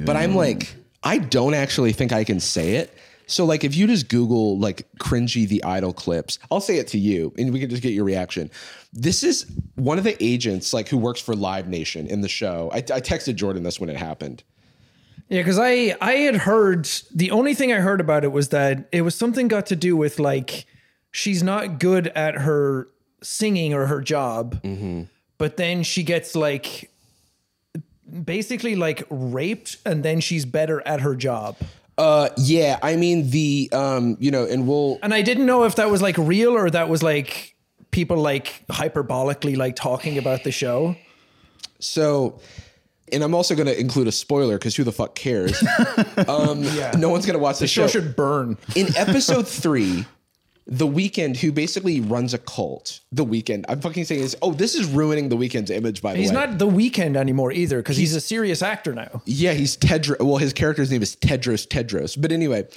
but I'm like I don't actually think I can say it. So like if you just Google like cringy the idol clips, I'll say it to you and we can just get your reaction. This is one of the agents like who works for Live Nation in the show. I, I texted Jordan this when it happened.
Yeah, because I I had heard the only thing I heard about it was that it was something got to do with like she's not good at her singing or her job, but then she gets like basically like raped, and then she's better at her job.
Uh yeah, I mean the um you know and we'll
And I didn't know if that was like real or that was like people like hyperbolically like talking about the show.
So, and I'm also going to include a spoiler because who the fuck cares? um, No one's going to watch the,
Show
show.
should burn.
In episode three, the weekend who basically runs a cult. The weekend. I'm fucking saying this. Oh, this is ruining the weekend's image. By the
He's
way,
not the weekend anymore either because he's a serious actor now.
Yeah, he's Tedros. Well, his character's name is Tedros Tedros. But anyway,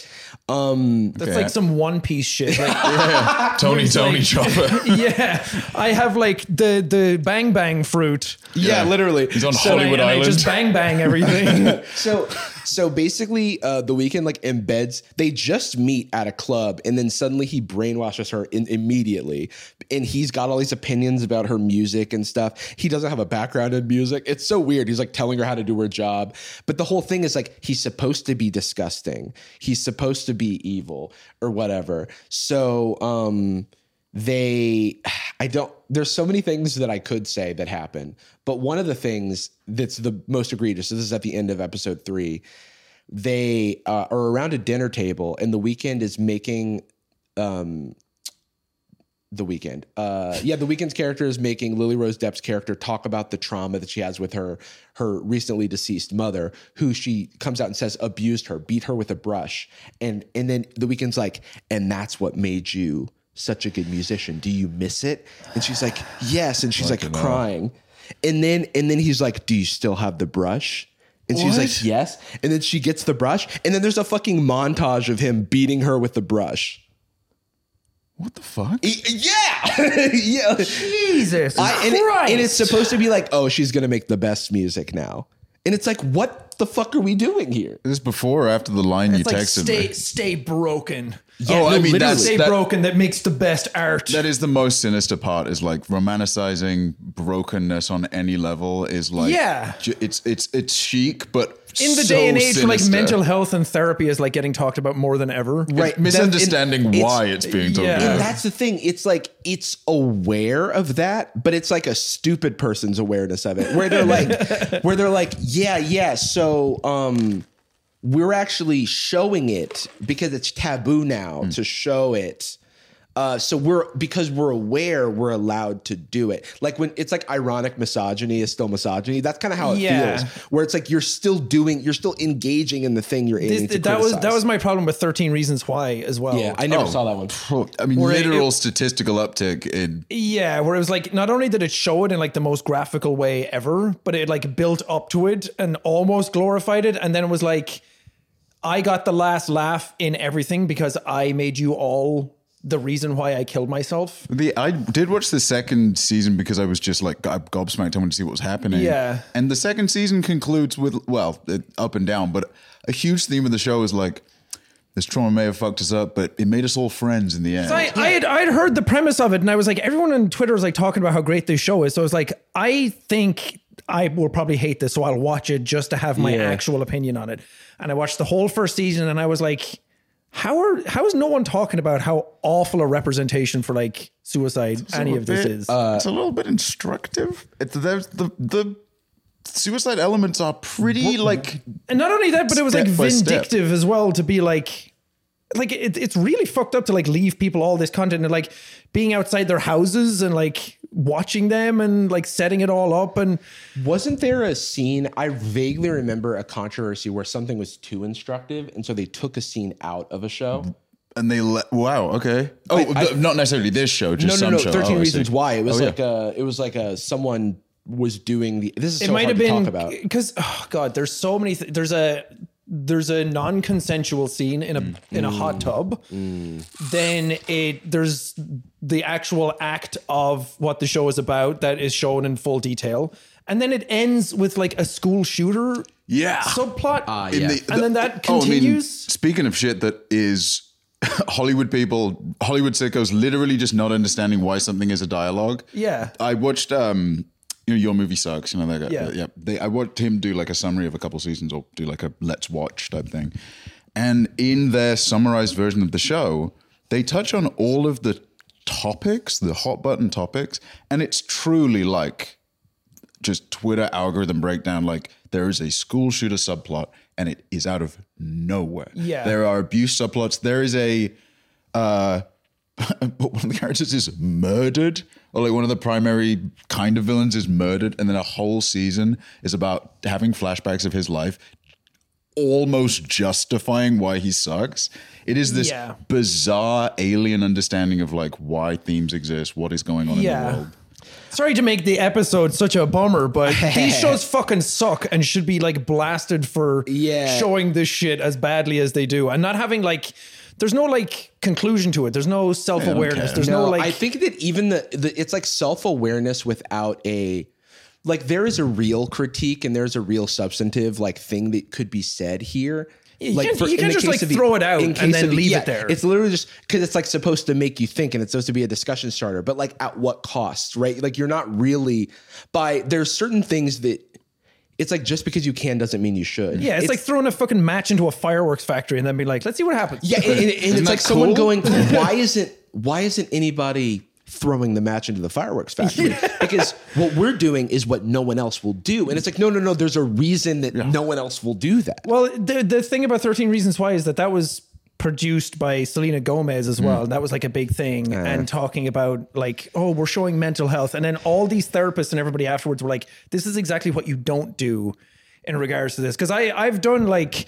um,
That's like some One Piece shit. Like,
Tony Tony Chopper.
yeah, I have like the the bang bang fruit.
yeah,
Yeah.
literally,
He's on
And I-
Hollywood
and I
Island.
just bang bang everything.
so so basically uh the weekend like embeds they just meet at a club and then suddenly he brainwashes her in, immediately and he's got all these opinions about her music and stuff he doesn't have a background in music it's so weird he's like telling her how to do her job but the whole thing is like he's supposed to be disgusting he's supposed to be evil or whatever so um they i don't there's so many things that i could say that happen but one of the things that's the most egregious so this is at the end of episode three they uh, are around a dinner table and the weekend is making um the weekend uh yeah the weekend's character is making lily rose depp's character talk about the trauma that she has with her her recently deceased mother who she comes out and says abused her beat her with a brush and and then the weekend's like and that's what made you such a good musician do you miss it and she's like yes and she's like crying and then and then he's like do you still have the brush and she's like,
What?
yes. And then she gets the brush. And then there's a fucking montage of him beating her with the brush.
what the fuck?
Y- Yeah. yeah.
Jesus
I- and, it- and it's supposed to be like, oh, she's going to make the best music now. And it's like, what the fuck are we doing here?
This is before or after the line you
It's like
texted
stay
me?
stay broken.
oh, I mean,
literally.
that's,
Stay
that,
broken that makes the best art.
that is the most sinister part is like romanticizing brokenness on any level is like,
Yeah.
ju- it's, it's, it's chic, but
in the
so
day and age where like
sinister.
mental health and therapy is like getting talked about more than ever.
Right. That-
misunderstanding
and it's-
why it's, being talked
yeah.
about.
And that's the thing. It's like it's aware of that, but it's like a stupid person's awareness of it. Where they're like where they're like, yeah, yeah, so um we're actually showing it because it's taboo
Hmm.
now to show it. Uh, so we're because we're aware we're allowed to do it. Like when it's like ironic misogyny is still misogyny. That's kind of how it
Yeah.
feels. Where it's like you're still doing, you're still engaging in the thing you're aiming
This-
to
that was that
criticize.
was Oh. my problem with 13 Reasons Why as well.
yeah. I never saw that one.
I mean,
it-
literal statistical uptick in
Yeah, where it was like not only did it show it in like the most graphical way ever, but it like built up to it and almost glorified it, and then it was like, I got the last laugh in everything because I made you all the reason why I killed myself.
The I did watch the second season because I was just like go- gobsmacked. I wanted to see what was happening.
Yeah.
And the second season concludes with well, it- up and down, but a huge theme of the show is like this trauma may have fucked us up, but it made us all friends in the end.
I, I had I'd heard the premise of it, and I was like, everyone on Twitter was like talking about how great this show is. So I was like, I think I will probably hate this, so I'll watch it just to have my actual opinion on it. And I watched the whole first season, and I was like, how are how is no one talking about how awful a representation for like suicide any
A
of this
bit-
is?
it's a
Uh,
little bit instructive. It's, there's the the suicide elements are pretty like
and not only that, but it was like
step by step.
vindictive as well to be like. Like it, it's really fucked up to like leave people all this content and like being outside their houses and like watching them and like setting it all up and
Wasn't there a scene? I vaguely remember a controversy where something was too instructive, and so they took a scene out of a show.
Mm-hmm. and they let wow okay oh the- not necessarily this show just
No, no,
some
no.
show
Thirteen
Oh, I see.
Reasons Why. It was
Oh,
like uh it was like a someone was doing the. This is so
it might
hard
have
to
been
talk about.
because oh god there's so many th- there's a there's a non-consensual scene in a in a hot tub then it there's the actual act of what the show is about that is shown in full detail and then it ends with like a school shooter
yeah
subplot
In
yeah.
the-
and then that
oh, I mean,
continues
speaking of shit that is Hollywood people, Hollywood sickos, literally just not understanding why something is a dialogue.
Yeah.
I watched um, you know, your movie sucks. You know that guy.
Yeah.
Yeah, They, I watched him do like a summary of a couple seasons or do like a let's watch type thing. And in their summarized version of the show, they touch on all of the topics, the hot button topics, and it's truly like just Twitter algorithm breakdown. Like there is a school shooter subplot, and it is out of nowhere.
Yeah.
there are abuse subplots. There is a, uh, but one of the characters is murdered, or like one of the primary kind of villains is murdered, and then a whole season is about having flashbacks of his life. Almost justifying why he sucks. It is this
Yeah.
bizarre alien understanding of like why themes exist, what is going on in
Yeah.
the world.
Sorry to make the episode such a bummer, but these shows fucking suck and should be like blasted for
Yeah.
showing this shit as badly as they do and not having like there's no like conclusion to it. There's no self awareness.
care.
There's no,
No,
like
I think that even the, the it's like self awareness without a like there is a real critique and there's a real substantive like thing that could be said here.
you can't- you can't
in the
just,
case
like,
of the-
throw it out
in
and
case
then
of the-
leave it
yeah,
there.
It's literally just because it's like supposed to make you think and it's supposed to be a discussion starter, but like at what cost, right? Like you're not really by there's certain things that it's like just because you can doesn't mean you should.
yeah, it's, like throwing a fucking match into a fireworks factory and then be like, let's see what happens.
Yeah, and, and- and it's
that
like someone
cool?
going, "Why isn't why isn't anybody throwing the match into the fireworks factory?" Because what we're doing is what no one else will do, and it's like, no, no, no. There's a reason that no one else will do that.
Well, the the thing about Thirteen Reasons Why is that that was produced by Selena Gomez as well.
Hmm.
That was like a big thing, and talking about like, oh, we're showing mental health, and then all these therapists and everybody afterwards were like, this is exactly what you don't do in regards to this, because I I've done like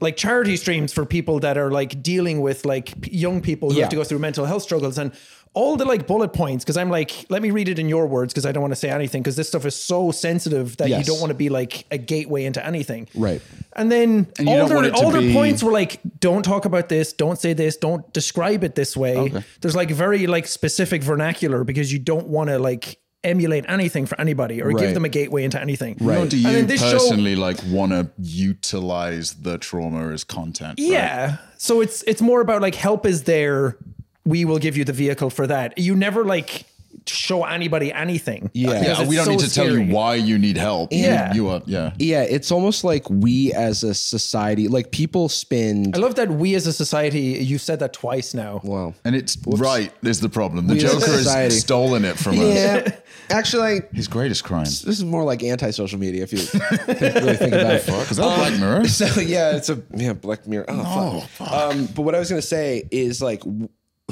like charity streams for people that are like dealing with like p- young people who
Yeah.
have to go through mental health struggles and all the like bullet points because i'm like let me read it in your words because i don't want to say anything because this stuff is so sensitive that you
Yes.
don't want to be like a gateway into anything
Right.
and then
you
all
don't
their,
want it to
all their
be-
points were like, don't talk about this, don't say this, don't describe it this way. There's like very like specific vernacular because you don't want to like emulate anything for anybody or
Right.
give them a gateway into anything.
Nor do
And
you
then this show-
personally like want to utilize the trauma as content. right?
Yeah. So it's it's more about like help is there. We will give you the vehicle for that. You never like show anybody anything.
Yeah.
Because
Yeah,
it's
we don't
so
need to tell
scary.
you why you need help. You-
Yeah.
You, are, yeah.
Yeah, it's almost like we as a society, like people spend.
I love that we as a society. You said that twice now.
well,
And it's right is the problem. The
as a
Joker
society.
has stolen it from us.
yeah. Actually,
His greatest crime.
this is more like anti-social media if you think, really think about it.
Because that Black Mirror.
So yeah, it's a yeah Black Mirror. Oh, fuck. Um, but what I was gonna say is like w-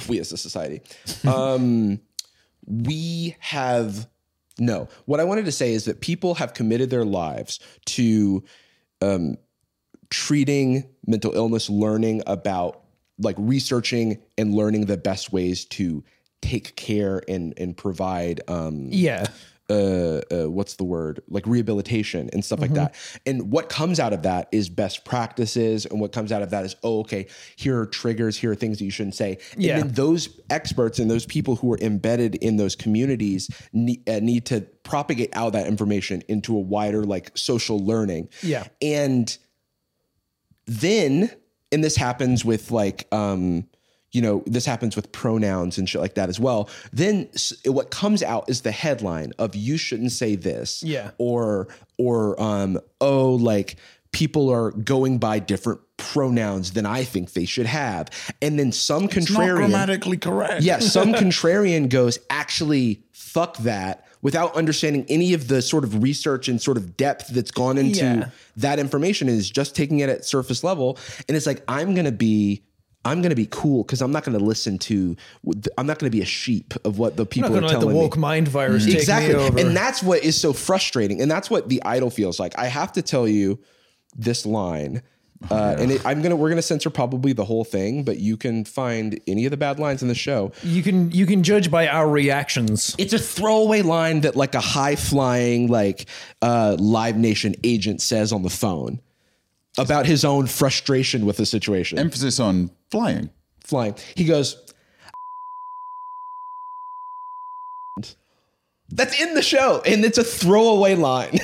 we as a society, um, we have no. What I wanted to say is that people have committed their lives to um, treating mental illness, learning about like researching and learning the best ways to take care and and provide um,
Yeah.
uh, uh, what's the word like rehabilitation and stuff
Mm-hmm.
like that and what comes out of that is best practices and what comes out of that is oh okay here are triggers here are things that you shouldn't say
Yeah.
and then those experts and those people who are embedded in those communities need, uh, need to propagate out that information into a wider like social learning
Yeah.
and then and this happens with like um you know this happens with pronouns and shit like that as well then s- what comes out is the headline of you shouldn't say this
Yeah.
or or um oh like people are going by different pronouns than i think they should have and then some
Not
contrarian
grammatically correct.
yeah, some contrarian goes, actually, fuck that, without understanding any of the sort of research and sort of depth that's gone into
Yeah.
that information and is just taking it at surface level. And it's like, I'm gonna be. I'm gonna be cool because I'm not gonna listen to. I'm not gonna be a sheep of what the
I'm
people
not
are
gonna let the
telling me
woke mind
Mm-hmm.
virus take
exactly
me over.
and that's what is so frustrating and that's what the idol feels like i have to tell you this line
Oh,
uh, and it, i'm gonna we're gonna censor probably the whole thing but you can find any of the bad lines in the show
you can you can judge by our reactions.
it's a throwaway line that like a high flying like uh, live nation agent says on the phone about his own frustration with the situation
Emphasis on flying.
flying he goes that's in the show and it's a throwaway line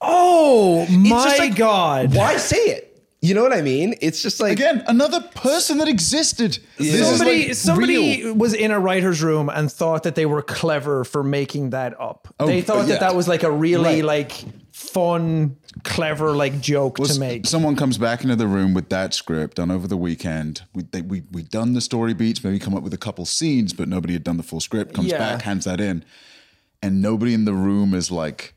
Oh
It's
my
just like,
god!
Why say it? You know what I mean? It's just like
Again, another person that existed. This is,
Somebody,
like,
somebody
real.
was in a writer's room and thought that they were clever for making that up. they thought
Oh, yeah.
that that was like a really
Right.
like fun, clever like joke to
Well, s-
make.
Someone comes back into the room with that script done over the weekend. We they, we we done the story beats, maybe come up with a couple scenes, but nobody had done the full script. Comes
Yeah.
back, hands that in, and nobody in the room is like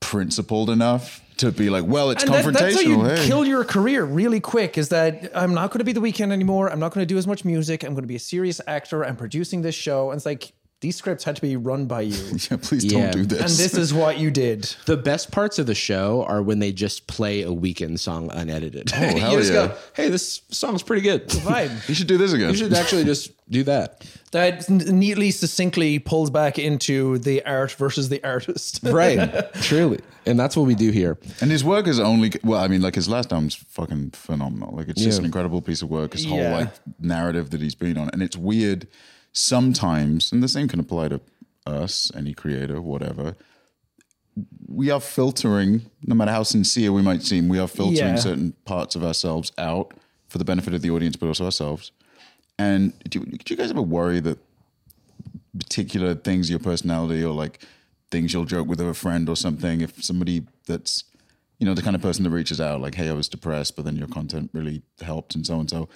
principled enough to be like, well, it's
and that,
confrontational.
that's how you
hey.
kill your career really quick. Is that I'm not going to be the weekend anymore. I'm not going to do as much music. I'm going to be a serious actor. I'm producing this show, and it's like these scripts had to be run by you, and
Yeah, please
Yeah.
don't do this.
this is what you did.
the best parts of the show are when they just play a weekend song unedited. Oh,
hell yeah.
hey, this song's pretty good.
Fine.
you should do this again.
You should actually just do that.
That n- neatly, succinctly pulls back into the art versus the artist.
Right. Truly. And that's what we do here.
And his work is only well, I mean, like his last album's fucking phenomenal. Like it's just
Yeah.
an incredible piece of work. His whole
Yeah.
like narrative that he's been on, and it's weird sometimes. And the same can apply to us, any creator, whatever. We are filtering, no matter how sincere we might seem, we are filtering
Yeah.
certain parts of ourselves out for the benefit of the audience, but also ourselves. And do, do you guys ever worry that particular things, your personality, or like things you'll joke with a friend or something. If somebody that's, you know, the kind of person that reaches out, like, hey, I was depressed, but then your content really helped and so and so.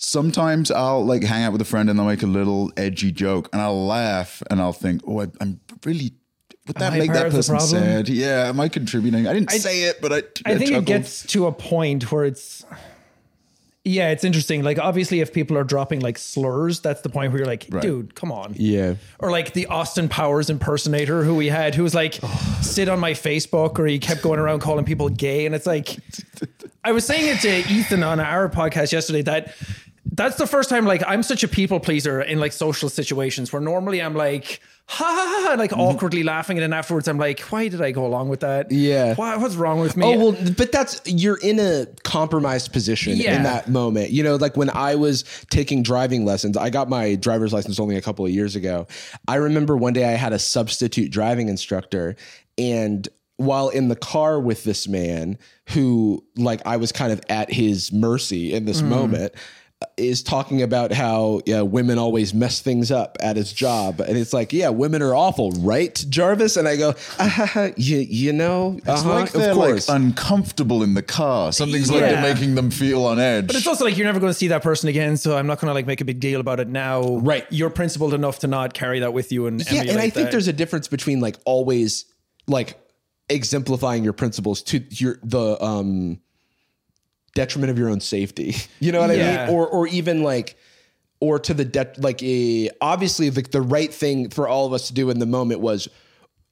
Sometimes I'll like hang out with a friend and they'll make a little edgy joke and I'll laugh and I'll think, oh, I, I'm really. Would that
I
make
part
that
of the
person
problem?
sad? Yeah, am I contributing? I didn't say it, but I.
I think
chuckled.
it gets to a point where it's yeah, it's interesting. Like obviously if people are dropping like slurs, that's the point where you're like, dude, come on.
Yeah.
Or like the Austin Powers impersonator who we had who was like sit on my Facebook or he kept going around calling people gay and it's like I was saying it to Ethan on our podcast yesterday that that's the first time like I'm such a people pleaser in like social situations where normally I'm like ha ha ha, ha, like awkwardly laughing, and then afterwards I'm like, why did I go along with that?
Yeah.
Why, what's wrong with me?
Oh well, but that's you're in a compromised position
Yeah.
in that moment. You know, like when I was taking driving lessons, I got my driver's license only a couple of years ago. I remember one day I had a substitute driving instructor, and while in the car with this man, who like I was kind of at his mercy in
Mm.
this moment. uh, Is talking about how yeah, women always mess things up at his job, and it's like, yeah, women are awful, right, Jarvis? And I go, uh, you, you know,
It's
uh-huh,
like they're like uncomfortable in the car. Something's like
Yeah.
they're making them feel on edge.
But it's also like you're never going to see that person again, so I'm not going to like make a big deal about it now.
Right.
You're principled enough to not carry that with you and
yeah, and
emulate
I think
that.
there's a difference between like always like exemplifying your principles to your the um detriment of your own safety. You know what I
Yeah.
mean? Or or even like or to the det like eh, obviously the the right thing for all of us to do in the moment was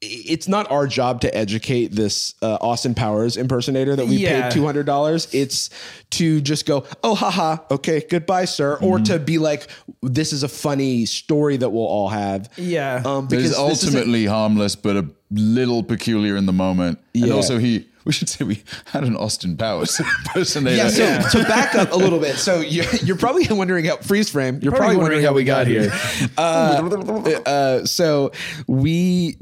it's not our job to educate this uh, Austin Powers impersonator that we
Yeah.
paid two hundred dollars. It's to just go, oh, haha, okay, goodbye, sir,
Mm-hmm.
or to be like, this is a funny story that we'll all have.
Yeah.
um,
It
because
is
this isn't-
ultimately harmless, but a little peculiar in the moment. And
Yeah.
also, he we should say we had an Austin Powers impersonator.
Yeah, so to back up a little bit, so you're, you're probably wondering how freeze frame. You're probably, wondering, how we got here. Uh, uh, so we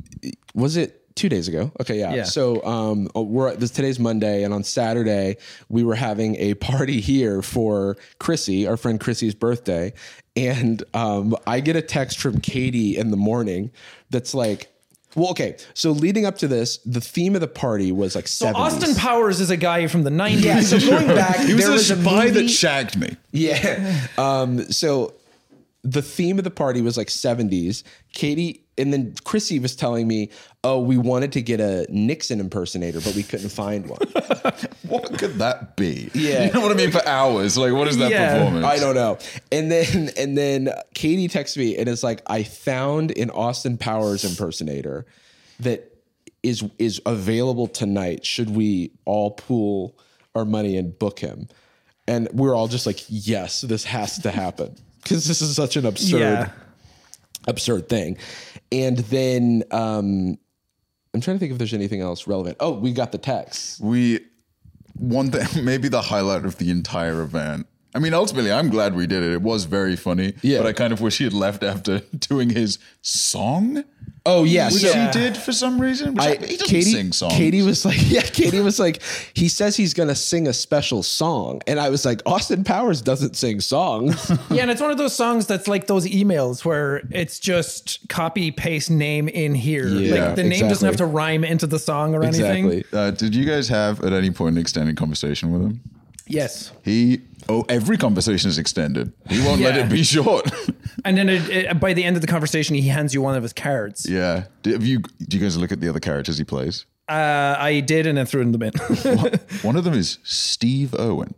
was it two days ago? Okay, yeah.
Yeah.
So um, we're this today's Monday, and on Saturday we were having a party here for Chrissy, our friend Chrissy's birthday, and um, I get a text from Katie in the morning that's like. Well, okay. So leading up to this, the theme of the party was like
so
70s.
Austin Powers is a guy from the 90s.
Yeah, so going back,
he was
there
a
was a
spy
movie-
that shagged me.
yeah. Um, so the theme of the party was like 70s. Katie and then Chrissy was telling me, oh, we wanted to get a Nixon impersonator, but we couldn't find one.
What could that be?
Yeah.
you know what I mean. For hours, like what is that
Yeah.
performance?
I don't know. And then and then Katie texts me and it's like, I found an Austin Powers impersonator that is is available tonight. Should we all pool our money and book him? And we're all just like, yes, this has to happen. Because this is such an absurd
Yeah.
absurd thing. And then um I'm trying to think if there's anything else relevant. Oh, we got the text.
We one thing, maybe the highlight of the entire event. I mean, ultimately, I'm glad we did it. It was very funny.
Yeah.
but I kind of wish he had left after doing his song,
Oh yeah,
which
so-
he
Yeah.
did for some reason. Which I,
I-
he doesn't
Katie,
sing songs.
Katie was like, yeah, Katie was like, he says he's gonna sing a special song, and I was like, Austin Powers doesn't sing songs.
Yeah, and it's one of those songs that's like those emails where it's just copy paste name in here.
Yeah,
like the name doesn't
exactly.
have to rhyme into the song or anything.
Uh, did you guys have at any point an extended conversation with him?
Yes.
He oh, every conversation is extended. He won't let
Yeah.
it be short.
And then it, it- by the end of the conversation, he hands you one of his cards.
yeah. Do, have you? Do you guys look at the other characters he plays?
Uh, I did, and then threw it in the bin.
One of them is Steve Owen.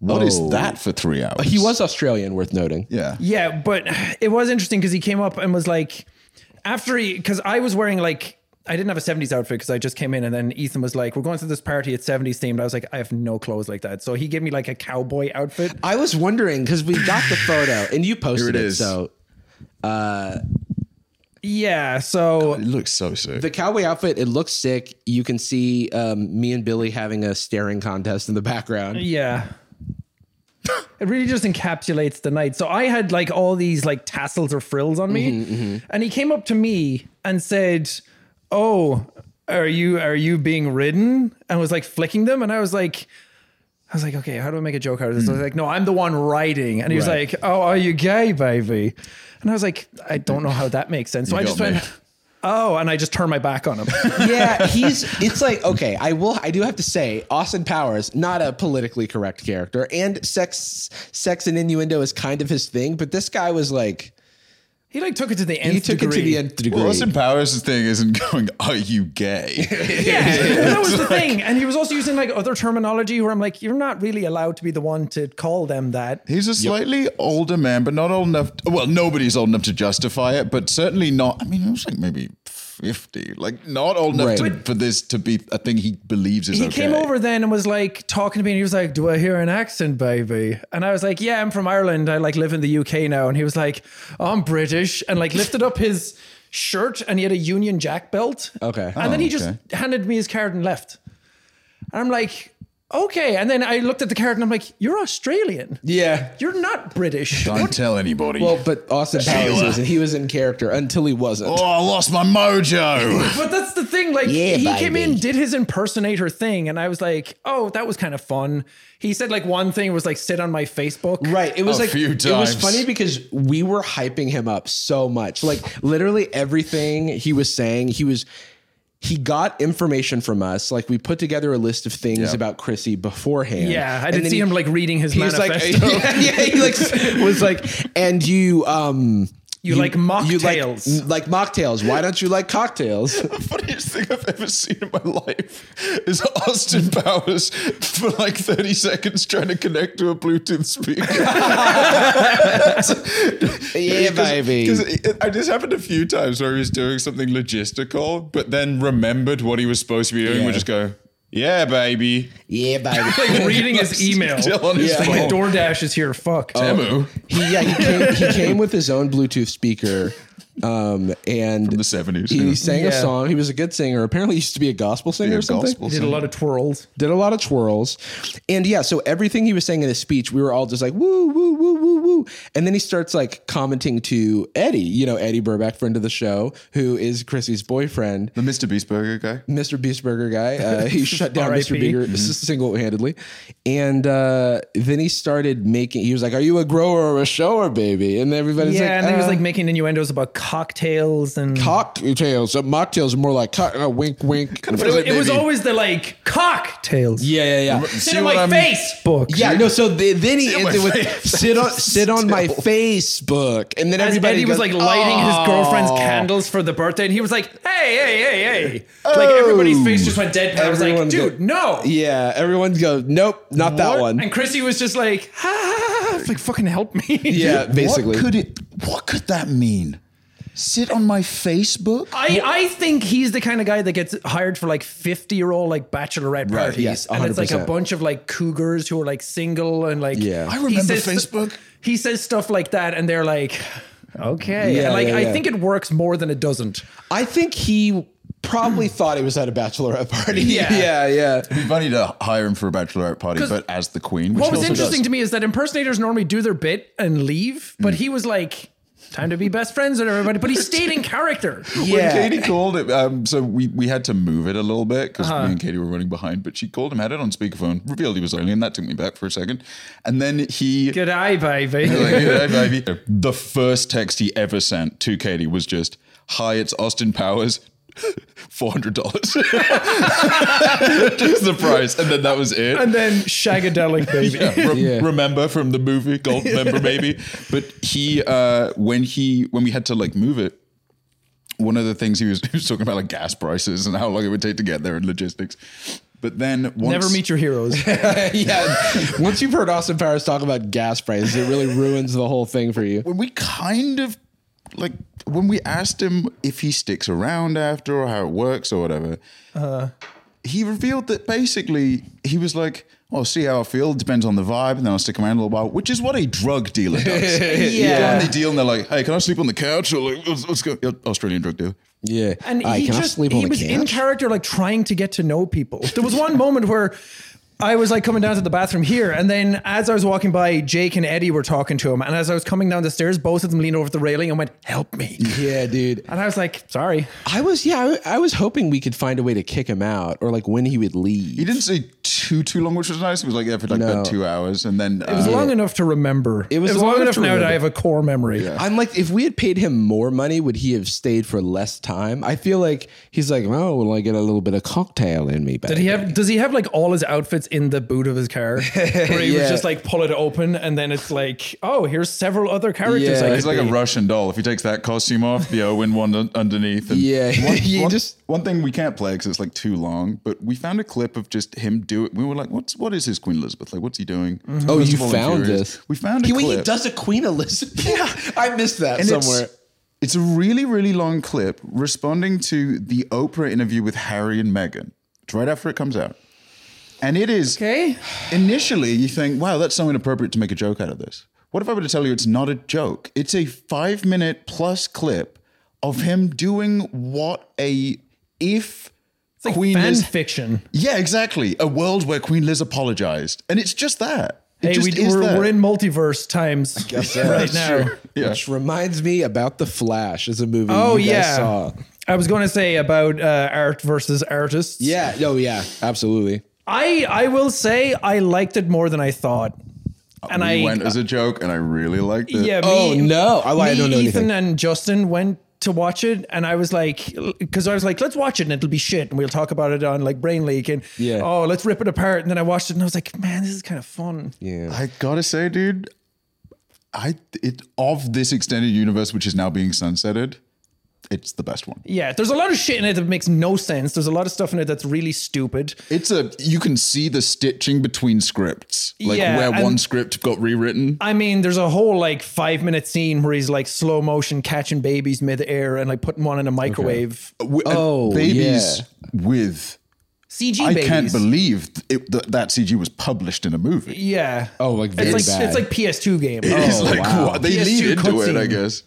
What is
Oh.
that for three hours?
He was Australian, worth noting.
Yeah.
Yeah, but it was interesting because he came up and was like, after he, because I was wearing like, I didn't have a 70s outfit because I just came in and then Ethan was like, we're going to this party, it's 70s themed. I was like, I have no clothes like that. So he gave me like a cowboy outfit.
I was wondering because we got the photo and you posted
Here
it,
it is.
so
Yeah, so
It looks so sick.
the cowboy outfit it looks sick. You can see um, me and Billy having a staring contest in the background.
yeah. It really just encapsulates the night. So I had like all these like tassels or frills on me,
Mm-hmm,
and he came up to me and said, "Oh, are you are you being ridden?" And was like flicking them, and I was like, I was like, "Okay, how do I make a joke out of this?" I was like, "No, I'm the one riding," and he was
Mm. Right.
like, "Oh, are you gay, baby?" And I was like, "I don't know how that makes sense." So I
got
just
me.
went, "Oh," and I just turned my back on him.
yeah, he's. It's like okay, I will. I do have to say, Austin Powers not a politically correct character, and sex, sex and innuendo is kind of his thing. But this guy was like,
he like took it to the end.
he took it to the nth degree.
Well, Austin Powers' thing isn't going, are you gay?
Yeah, that was the thing. And he was also using like other terminology where I'm like, you're not really allowed to be the one to call them that.
He's a slightly older man, but not old enough. well, nobody's old enough to justify it, but certainly not. I mean, he was like maybe 50, like not old enough
Right.
to,
But-
for this to be a thing he believes is
He
okay.
came over then and was like talking to me and he was like, Do I hear an accent, baby? And I was like, Yeah, I'm from Ireland. I like live in the UK now. And he was like, I'm British and like lifted up his shirt and he had a Union Jack belt.
Okay.
And then he
okay.
just handed me his card and left. And I'm like, okay. And then I looked at the card and I'm like, you're Australian.
Yeah.
You're not British.
Don't tell anybody.
Well, but Austin Powers is, and he was in character until he wasn't.
oh, I lost my mojo.
But that's the thing. Like
Yeah,
he came
baby.
in, did his impersonator thing, and I was like, "Oh, that was kind of fun." He said like one thing was like, "Sit on my Facebook."
Right. It was
A
like
few
it was
times.
funny because we were hyping him up so much. Like literally everything he was saying, he was he got information from us. Like we put together a list of things
Yeah.
about Chrissy beforehand.
Yeah, I
And
did
then
see
he-
him like reading his
he was like,
manifesto.
yeah, yeah, he like s- was like, and you, um,
You like mocktails.
you like, like mocktails. Why don't you like cocktails?
the funniest thing I've ever seen in my life is Austin Powers for like 30 seconds trying to connect to a Bluetooth speaker.
yeah, baby.
Because I just happened a few times where he was doing something logistical, but then remembered what he was supposed to be doing. and Would
Yeah.
just go, "Yeah, baby."
Yeah, baby.
like reading his email.
Still on his
Yeah.
Like
phone. Oh.
DoorDash is here. Fuck.
Oh.
Demo
He, yeah, he came, he came with his own Bluetooth speaker. Um, and
from the 70s.
He
yeah.
sang
Yeah.
a song. He was a good singer. Apparently, he used to be a gospel singer or something.
Gospel
Did a
song.
lot of twirls.
Did a lot of twirls, and yeah. So everything he was saying in his speech, we were all just like woo woo woo woo woo. And then he starts like commenting to Eddie, you know, Eddie Burback, friend of the show, who is Chrissy's boyfriend.
the Mr. Beast Burger guy.
Mr. Beastburger guy. Uh, he shut down
R.I.P..
Mr. Beaker
Mm-hmm.
single handedly. And uh, then he started making, he was like, Are you a grower or a shower, baby? And everybody's
Yeah,
like,
and he was
"Uh,
like making innuendos about cocktails and.
Cocktails, uh, mocktails are more like cock- uh, wink, wink.
But it, it was
Maybe.
always the like cocktails.
yeah, yeah, yeah.
Sit
See
on
what
my
I mean?
Facebook.
Yeah, no. So the, then he
on my
ended with
face.
sit on sit on my Facebook, and then
As
everybody
Eddie was like
goes,
lighting
"Aw."
his girlfriend's candles for the birthday, and he was like, "Hey, hey, hey, hey!" Like everybody's face just went deadpan. I was like,
Oh. Everyone
"Dude,
go-
no!"
"Oh, Yeah, everyone goes, nope, not that one.
And Chrissy was just like, "Ah!" It's like fucking help me.
Yeah, basically.
What could it? What could that mean? Sit on my Facebook?
I, I think he's the kind of guy that gets hired for like 50 year old like bachelorette parties.
yes,
and it's like a
100%.
bunch of like cougars who are like single and like,
Yeah. I
he
remember
says stu-
Facebook.
he says stuff like that and they're like, okay.
Yeah,
and like,
yeah,
I
yeah.
think it works more than it doesn't.
I think he probably thought he was at a bachelorette party.
Yeah.
yeah, yeah.
It'd be funny to hire him for a bachelorette party, but as the queen. Which
What was
he also
interesting
does.
to me is that impersonators normally do their bit and leave,
Mm.
but he was like, time to be best friends with everybody, but he stayed in character.
Yeah.
When Katie called it, um, so we, we had to move it a little bit because
Uh-huh.
me and Katie were running behind. But she called him, had it on speakerphone, revealed he was only, and that took me back for a second. And then he,
Good eye, baby.
like, "G'day, baby." the first text he ever sent to Katie was just, "Hi, it's Austin Powers." Four hundred dollars, just the price, and then that was it.
and then shagadelic baby.
yeah, re-
Yeah.
remember from the movie gold member maybe but he uh when he when we had to like move it one of the things he was, he was talking about like gas prices and how long it would take to get there and logistics but then once,
Never meet your heroes.
yeah. Once you've heard Austin Powers talk about gas prices, it really ruins the whole thing for you.
when we kind of like when we asked him if he sticks around after or how it works or whatever he revealed that basically he was like oh see how i feel depends on the vibe and then i'll stick around a little while which is what a drug dealer does
Yeah.
And they deal and they're like, hey, can I sleep on the couch? Or like, let's, let's go. Yeah, Australian drug dealer.
Yeah.
And
Aye,
he
can I
just
sleep on
he
the
was in
couch?
character, like trying to get to know people. There was one moment where I was like coming down to the bathroom here, and then as I was walking by, Jake and Eddie were talking to him, and as I was coming down the stairs, both of them leaned over the railing and went, "Help me."
yeah, dude.
And I was like, sorry.
I was yeah, I, I was hoping we could find a way to kick him out or like when he would
He
leave.
didn't say too, too long, which was nice. It was like there for like about
No.
two hours. And then
It was
uh,
long enough to remember. It
was
long, enough
long enough to
now that I have
remember.
a core memory.
I'm like, if we had paid him more money, would he have stayed for less time? I feel like he's like, oh, well, I get a little bit of cocktail in me.
Did he have? Does he have like all his outfits in the boot of his car? Where he was
Yeah.
just like pull it open, and then it's like, oh, here's several other characters.
Yeah.
I
he's
could
like a
be.
Russian doll. If he takes that costume off, the Owen one un- underneath. And
Yeah,
One,
he
one-
just-
one thing we can't play because it's like too long, but we found a clip of just him do it. We were like, what's, what is his Queen Elizabeth? Like, what's he doing?
Oh,
First
you
of all, I'm
found
curious.
this.
We found a
he, wait,
clip.
he does a Queen Elizabeth. yeah, I missed that
And it's-
somewhere.
It's, a really, really long clip responding to the Oprah interview with Harry and Meghan. It's right after it comes out. And it is
Okay.
initially you think, wow, that's so inappropriate to make a joke out of this. What if I were to tell you it's not a joke? It's a five minute plus clip of him doing what a if
like
Queen
fan
Liz.
fiction.
Yeah, exactly. A world where Queen Liz apologized, and it's just that. It
Hey,
just
we,
is
we're,
that.
we're in multiverse times right now.
Yeah.
Which reminds me about The Flash as a movie
Oh
you guys
yeah,
saw.
I was going to say about uh, art versus artists.
Yeah, oh yeah, absolutely.
I I will say I liked it more than I thought, and
we
I
went as a joke, and I really liked it.
yeah.
Oh,
me,
no. I lied, I
me,
don't know
Ethan
anything.
and Justin went to watch it, and I was like, because I was like, let's watch it, and it'll be shit, and we'll talk about it on like Brain Leak, and
Yeah.
oh, let's rip it apart. And then I watched it, and I was like, man, this is kind of fun.
Yeah.
I gotta say, dude, I it of this extended universe, which is now being sunsetted, it's the best one.
Yeah, there's a lot of shit in it that makes no sense. There's a lot of stuff in it that's really stupid.
It's a you can see the stitching between scripts, like
Yeah,
where
and-
one script got rewritten.
I mean, there's a whole like five minute scene where he's like slow motion catching babies midair and like putting one in a microwave.
Wi- and
Oh,
babies with
CG
I
babies.
can't believe it, that that CG was published in a movie.
Yeah.
Oh, like very
it's like
bad.
it's like PS2 game. Oh.
it's like
Oh, wow.
what- they
PS2
lead into it, I
cutscene.
guess.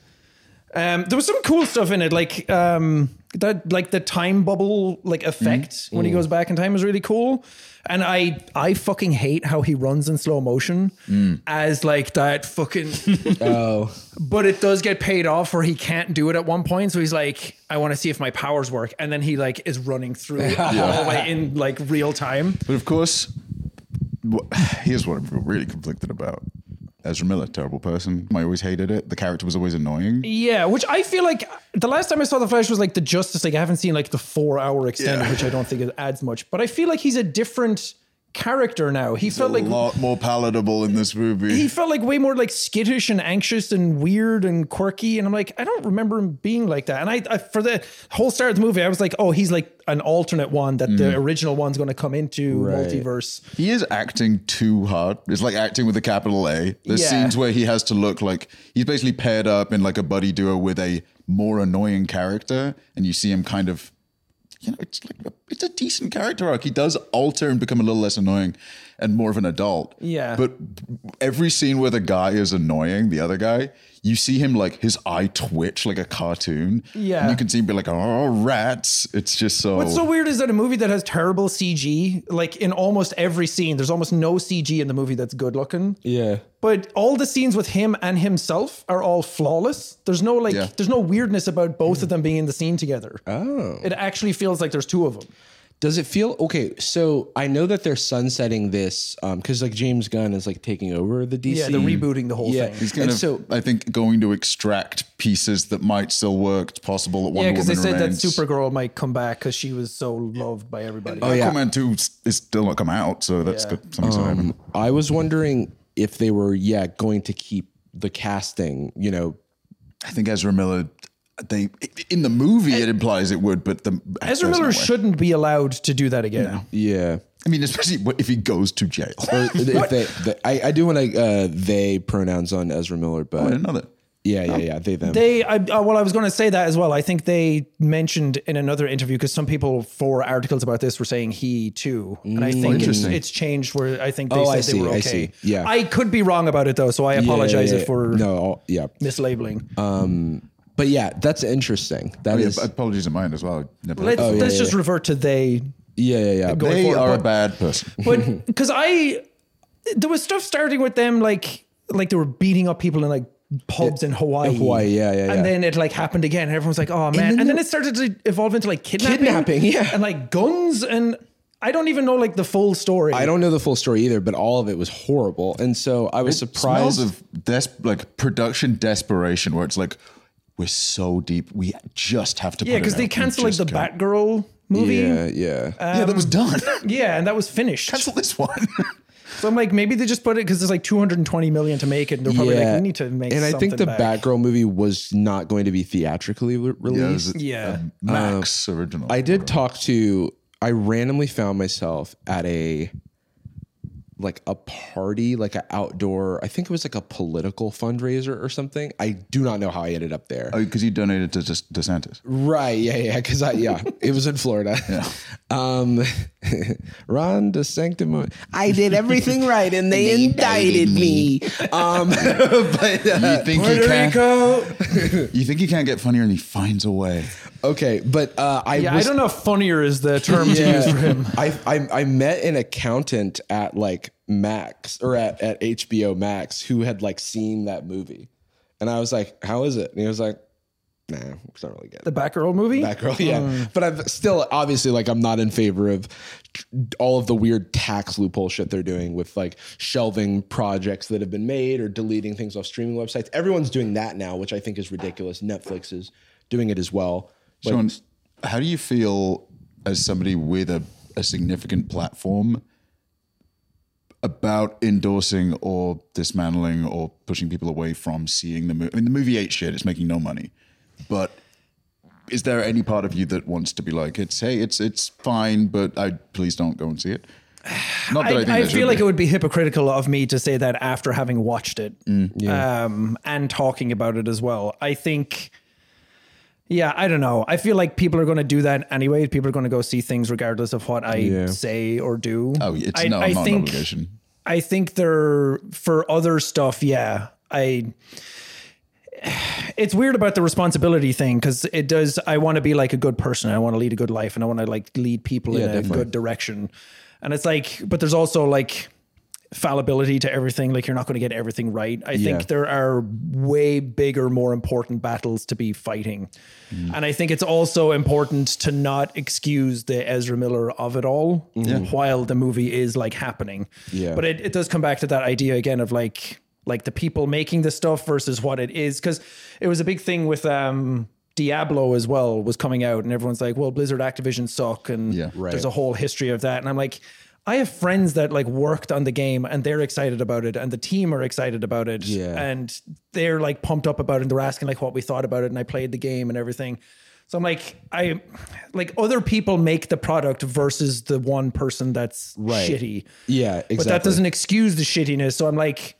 Um, there was some cool stuff in it, like um, that, like the time bubble like effect when he goes back in time is really cool. And I, I fucking hate how he runs in slow motion as like that fucking.
oh.
but it does get paid off where he can't do it at one point. So he's like, I want to see if my powers work, and then he like is running through it all the way in like real time.
But of course, wh- here's what I'm really conflicted about. Ezra Miller, terrible person. I always hated it. The character was always annoying.
Yeah, which I feel like the last time I saw the Flash was like the Justice League. I haven't seen like the four hour extended,
Yeah.
which I don't think it adds much. But I feel like he's a different character now. He felt like
a lot more palatable in this
he
movie.
felt like way more like skittish and anxious and weird and quirky. And I'm like, I don't remember him being like that. And I, I for the whole start of the movie, I was like, oh, he's like an alternate one that
Mm-hmm.
the original one's going to come into multiverse.
He is acting too hard. It's like acting with a capital A. There's
Yeah.
scenes where he has to look like he's basically paired up in like a buddy duo with a more annoying character, and you see him kind of, you know, it's like a, it's a decent character arc. He does alter and become a little less annoying and more of an adult.
Yeah.
But every scene where the guy is annoying the other guy, you see him like his eye twitch like a cartoon.
Yeah.
And you can see him be like, oh rats. It's just so.
What's so weird is that a movie that has terrible CG, like in almost every scene, there's almost no CG in the movie that's good looking.
Yeah.
But all the scenes with him and himself are all flawless. There's no like,
Yeah.
there's no weirdness about both of them being in the scene together.
Oh.
It actually feels like there's two of them.
Does it feel okay? So I know that they're sunsetting this because like James Gunn is like taking over the DC.
Yeah, they're rebooting the whole
Yeah.
thing.
He's kind
And
of,
so-
I think, going to extract pieces that might still work. It's possible that Wonder
Yeah,
Woman
because they said
remains. Oh,
that Supergirl might come back because she was so loved by everybody.
yeah.
Aquaman two s- is still not come out, so that's
Yeah.
good. Something's gonna happen.
I was wondering if they were yeah going to keep the casting. You know,
I think Ezra Miller. They in the movie it implies it would, but the
Ezra
there's no
Miller
way.
shouldn't be allowed to do that again.
yeah.
I mean, especially if he goes to jail.
Or if Uh, they, the, I, I do want to uh, they pronouns on Ezra Miller, but
Another.
yeah, yeah, yeah, they them.
Oh, They, I, uh, well, I was going to say that as well. I think they mentioned in another interview because some people for articles about this were saying he too, and I think it's,
interesting.
it's changed where I think they
Mm, Oh,
said
I
they
see,
were okay.
I see. Yeah.
I could be wrong about it though, so I
Yeah,
apologize
yeah, yeah.
for
no, Uh, all- yeah,
mislabeling.
but yeah, that's interesting. That Oh,
Yeah,
is,
apologies are mine as well. I Never
let's
oh, yeah,
let's
yeah,
just revert to they,
yeah, yeah, yeah.
Go-
they
forward,
are a
but-
bad person.
but because I there was stuff starting with them like like they were beating up people in like pubs in Hawaii.
Hawaii, yeah, yeah, yeah.
And then it like happened again. And everyone was like, oh man. And then,
then
it started to evolve into like kidnapping.
Kidnapping, yeah.
And like guns and I don't even know like the full story.
I don't know the full story either, but all of it was horrible, and so I was surprised.
Smells of des- like production desperation, where it's like we're so deep, we just have to.
Yeah, because they canceled like the Batgirl movie.
yeah,
Yeah.
yeah.
Uh,
Yeah, that was done.
and that was finished.
Cancel this one.
So I'm like, maybe they just put it because there's like 220 million to make it, and they're probably like,
Yeah.
we need to make.
And I think the
something back.
Batgirl movie was not going to be theatrically re- released.
Yeah.
um, Uh, Max original.
I did talk to. I randomly found myself at a like a party, like an outdoor. I think it was like a political fundraiser or something. I do not know how I ended up there.
Oh, because you donated to just DeSantis.
Right. Yeah. Yeah. Because I, yeah, it was in Florida. Um, Ron de Sanctum. I did everything right and they, indicted me. Um, but, uh,
You think he can? You think he can't get funnier, and he finds a way.
okay. But, uh, I
Yeah,
was,
I don't know if funnier is the term to use for him.
I, I, I met an accountant at like Max or at, at HBO Max who had like seen that movie. And I was like, how is it? And he was like, nah, it's not really good.
The Batgirl movie?
Batgirl, yeah.
Mm.
but I'm still obviously like I'm not in favor of all of the weird tax loophole shit they're doing with like shelving projects that have been made or deleting things off streaming websites. Everyone's doing that now, which I think is ridiculous. Netflix is doing it as well. Like,
Sean, how do you feel as somebody with a, a significant platform about endorsing or dismantling or pushing people away from seeing the movie? I mean, the movie ate shit; it's making no money. But is there any part of you that wants to be like, "It's hey, it's it's fine, but I please don't go and see it"? Not that I,
I,
think
I,
there should
feel like
be.
it would be hypocritical of me to say that after having watched it
Mm,
um, and talking about it as well. I think, yeah, I don't know. I feel like people are going to do that anyway. People are going to go see things regardless of what I say or do.
Oh, it's
I-
no,
I
not an
think-
obligation.
I think they're for other stuff. Yeah, I. It's weird about the responsibility thing because it does. I want to be like a good person. I want to lead a good life, and I want to like lead people in a good direction. And it's like, but there's also like fallibility to everything. Like you're not going to get everything right. I think there are way bigger, more important battles to be fighting.
Mm-hmm.
And I think it's also important to not excuse the Ezra Miller of it all while the movie is like happening.
Yeah.
But it, it does come back to that idea again of like like the people making the stuff versus what it is. Cause it was a big thing with um Diablo as well was coming out and everyone's like, well, Blizzard Activision suck and
Yeah. Right.
there's a whole history of that. And I'm like, I have friends that like worked on the game and they're excited about it and the team are excited about it.
Yeah.
And they're like pumped up about it and they're asking like what we thought about it and I played the game and everything. So I'm like, I like other people make the product versus the one person that's
Right.
shitty.
yeah, exactly.
But that doesn't excuse the shittiness. So I'm like,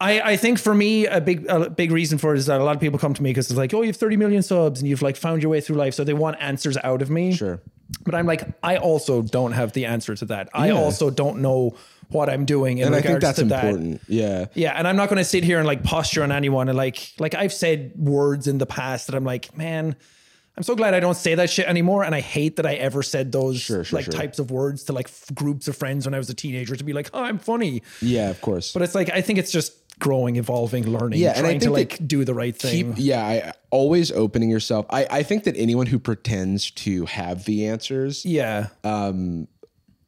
I, I think for me a big a big reason for it is that a lot of people come to me because it's like, oh, you have 30 million subs and you've like found your way through life, so they want answers out of me.
Sure.
But I'm like, I also don't have the answer to that. I also don't know what I'm doing in
and I
regards
think that's
to that.
important. Yeah.
Yeah, and I'm not going to sit here and like posture on anyone and like like I've said words in the past that I'm like, man, I'm so glad I don't say that shit anymore, and I hate that I ever said those
sure,
like
sure.
types of words to like f- groups of friends when I was a teenager to be like, oh, I'm funny,
Yeah, of course.
but uh, it's like I think it's just growing, evolving, learning,
Yeah, and I
trying to
think
like
that
do the right thing.
keep yeah I, always opening yourself I, I think that anyone who pretends to have the answers
yeah,
Uh,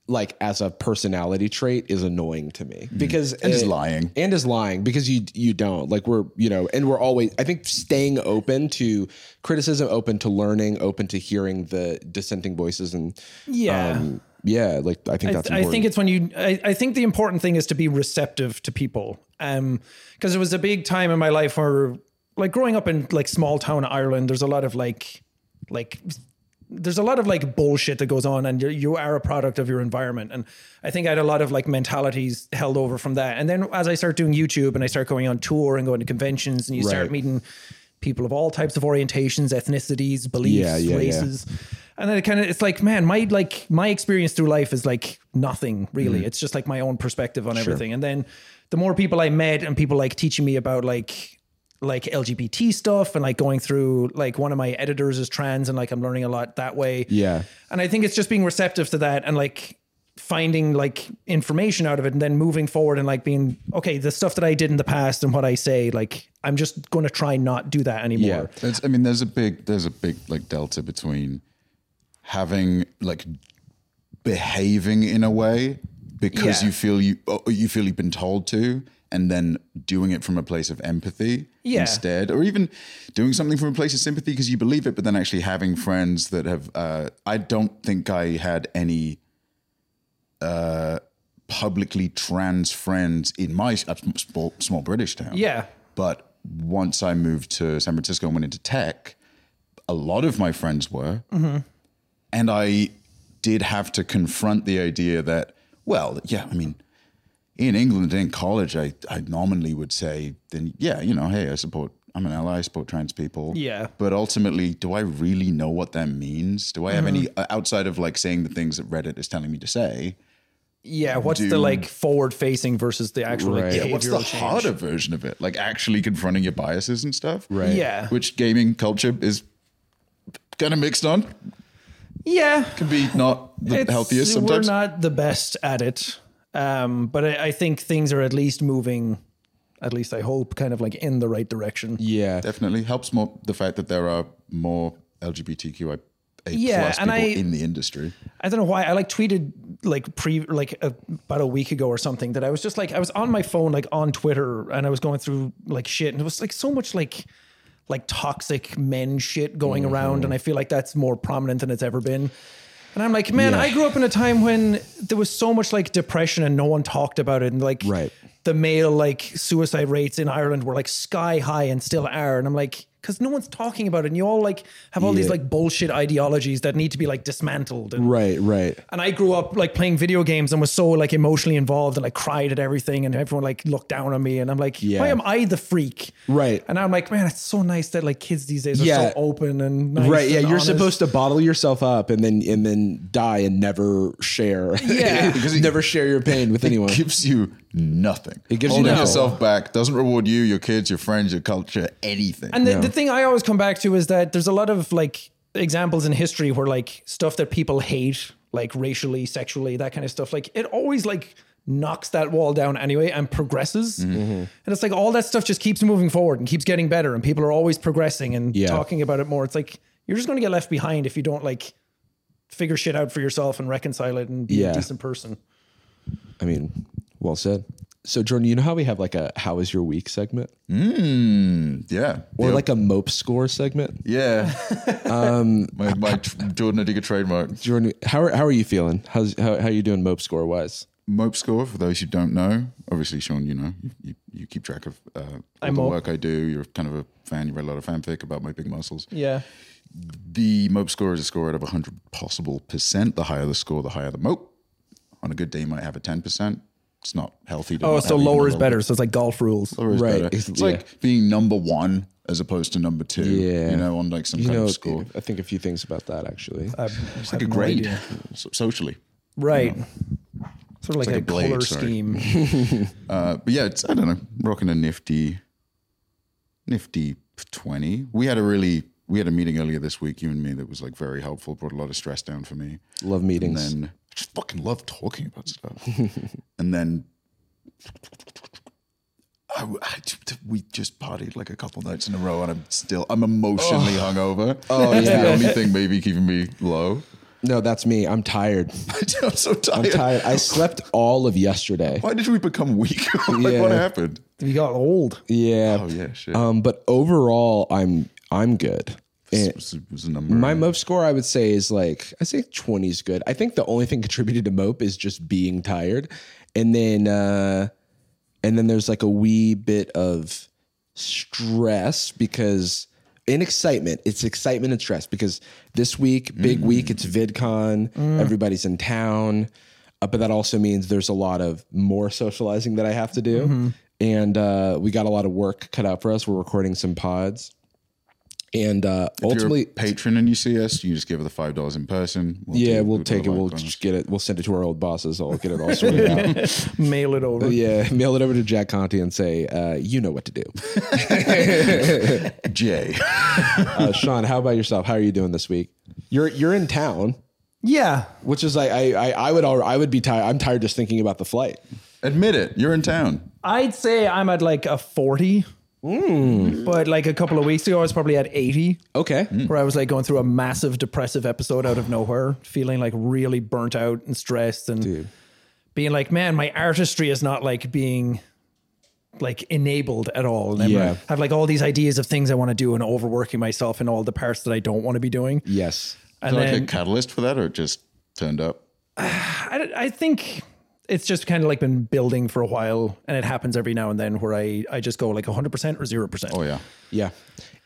like as a personality trait is annoying to me because
Mm-hmm. And is
it-
lying.
and is lying because you you don't like we're you know and we're always I think staying open to criticism open to learning open to hearing the dissenting voices and
yeah.
um, yeah like I think that's
I
important.
think it's when you. I, I think the important thing is to be receptive to people. Um, because it was a big time in my life where, like, growing up in like small town Ireland, there's a lot of like, like, there's a lot of like bullshit that goes on, and you're, you are a product of your environment. And I think I had a lot of like mentalities held over from that. And then as I start doing YouTube and I start going on tour and going to conventions, and you start
Right.
meeting people of all types of orientations, ethnicities, beliefs,
Yeah, yeah, yeah.
races is- and then it kind of it's like man my like my experience through life is like nothing really it's just like my own perspective on everything and then the more people i met and people like teaching me about like like lgbt stuff and like going through like one of my editors is trans and like i'm learning a lot that way
yeah
and i think it's just being receptive to that and like finding like information out of it and then moving forward and like being okay the stuff that i did in the past and what i say like i'm just going to try not do that anymore
Yeah.
That's, I mean, there's a big, there's a big like delta between having like behaving in a way because
Yeah.
you feel you oh, you feel you've been told to, and then doing it from a place of empathy
Yeah.
instead, or even doing something from a place of sympathy because you believe it, but then actually having friends that have. Uh, I don't think I had any uh, publicly trans friends in my s- uh, small, small British town.
yeah
But once I moved to San Francisco and went into tech, a lot of my friends were.
Mm-hmm.
And I did have to confront the idea that, well, yeah, I mean, in England in college, I, I nominally would say, then yeah, you know, hey, I support, I'm an ally, I support trans people.
Yeah.
But ultimately, do I really know what that means? Do I have any,
Mm-hmm.
uh, outside of like saying the things that Reddit is telling me to say?
Yeah, what's the
Dude.
like forward facing versus the actual like,
Right.
behavioral
Yeah,
Yeah, what's the
change?
harder version of it? Like actually confronting your biases and stuff?
Right.
Yeah,
Which gaming culture is kind of mixed on,
yeah,
can be not the
It's-
healthiest sometimes.
We're not the best at it, um, but I, I think things are at least moving. At least I hope, kind of like in the right direction.
Yeah.
Definitely helps more the fact that there are more LGBTQI
Yeah,
plus
and
people
I-
in the industry.
I don't know why I like tweeted like pre like a, about a week ago or something that I was just like I was on my phone like on Twitter and I was going through like shit and it was like so much like like toxic men shit going
Mm-hmm.
around and I feel like that's more prominent than it's ever been. And I'm like, man, I grew up in a time when there was so much like depression and no one talked about it and like
Right.
the male like suicide rates in Ireland were like sky high and still are and I'm like because no one's talking about it and you all like have all these
Yeah.
like bullshit ideologies that need to be like dismantled and
Right. Right.
and I grew up like playing video games and was so like emotionally involved and like cried at everything and everyone like looked down on me and I'm like,
Yeah.
why am I the freak?
Right.
And I'm like, man, it's so nice that like kids these days are
Yeah.
so open and nice
right yeah
and
you're
honest.
supposed to bottle yourself up and then and then die and never share
Yeah.
because you never share your pain with anyone
Gives you nothing. It
gives you
Holding
nothing.
yourself back doesn't reward you, your kids, your friends, your culture, anything.
And the, the thing I always come back to is that there's a lot of like examples in history where like stuff that people hate, like racially, sexually, that kind of stuff, like it always like knocks that wall down anyway and progresses. And it's like all that stuff just keeps moving forward and keeps getting better and people are always progressing and
Yeah.
talking about it more. It's like you're just going to get left behind if you don't like figure shit out for yourself and reconcile it and be
Yeah.
a decent person.
i mean well said so jordan you know how we have like a how was your week segment
Mm, yeah.
or
Yep.
like a mope score segment
yeah. um, my my tr- Jordan Adiga trademark.
jordan how are, how are you feeling how's how, how you doing mope score wise
Mope Score, for those who don't know, obviously, Sean, you know, you- you, you keep track of uh, all the
Mope.
work I do. You're kind of a fan. You read a lot of fanfic about my big muscles.
Yeah.
The mope score is a score out of 100 possible percent. The higher the score, the higher the mope. On a good day, you might have a 10%. It's not healthy. To
Oh,
not
so
have even
lower
a
is
little
better. So it's like golf rules.
bit. Lower is
Right.
better.
It's-
It's,
yeah.
like being number one as opposed to number two,
Yeah.
you know, on like some
you
kind
know
of score.
i think a few things about that actually
It's like a grade so- socially.
Right. Sort of like,
like
a,
a blade,
color
sorry.
scheme.
Uh, but yeah, it's, I don't know, rocking a nifty, nifty 20. We had a really, we had a meeting earlier this week, you and me, that was like very helpful, brought a lot of stress down for me.
love
and
meetings
then I just fucking love talking about stuff. and then I, w- I j- t- we just partied like a couple nights in a row, and I'm still I'm emotionally hungover. Oh, it's the only thing maybe keeping me low.
no that's me i'm tired
I'm so
i'm
tired.
tired i slept all of yesterday
Why did we become weak? like,
Yeah.
What happened?
You got old.
yeah
Oh yeah, shit.
um but overall i'm i'm good
This
And-
was, this was a number.
My mope score, I would say, is like I say twenty is good. I think the only thing contributed to mope is just being tired, and then uh, and then there's like a wee bit of stress because in excitement, it's excitement and stress because this week, big
Mm.
week, it's VidCon, everybody's in town, uh, but that also means there's a lot of more socializing that I have to do,
Mm-hmm.
and uh, we got a lot of work cut out for us. We're recording some pods. And uh,
if you're
ultimately,
a patron and you see us, you just give her the five dollars in person. We'll
yeah,
do-
we'll
do
take it.
the
We'll
likewise.
just get it. We'll send it to our old bosses. I'll get it all sorted out.
Mail it over.
Yeah, mail it over to Jack Conti and say, uh, you know what to do.
Jay.
Uh, Sean, how about yourself? How are you doing this week? You're you're in town,
Yeah.
which is like I I, I would al- I would be tired. I'm tired just thinking about the flight.
Admit it. You're in town.
I'd say I'm at like a 40. But like a couple of weeks ago, I was probably at 80,
Okay,
where I was like going through a massive depressive episode out of nowhere, feeling like really burnt out and stressed and
Dude.
being like, man, my artistry is not like being like enabled at all. And I'm
Yeah.
like- I have like all these ideas of things I want to do and overworking myself in all the parts that I don't want to be doing.
yes,
Is
And
there like
then
a catalyst for that, or it just turned up?
I, I think it's just kind of like been building for a while and it happens every now and then where I, I just go like 100% or 0%.
Oh yeah.
yeah.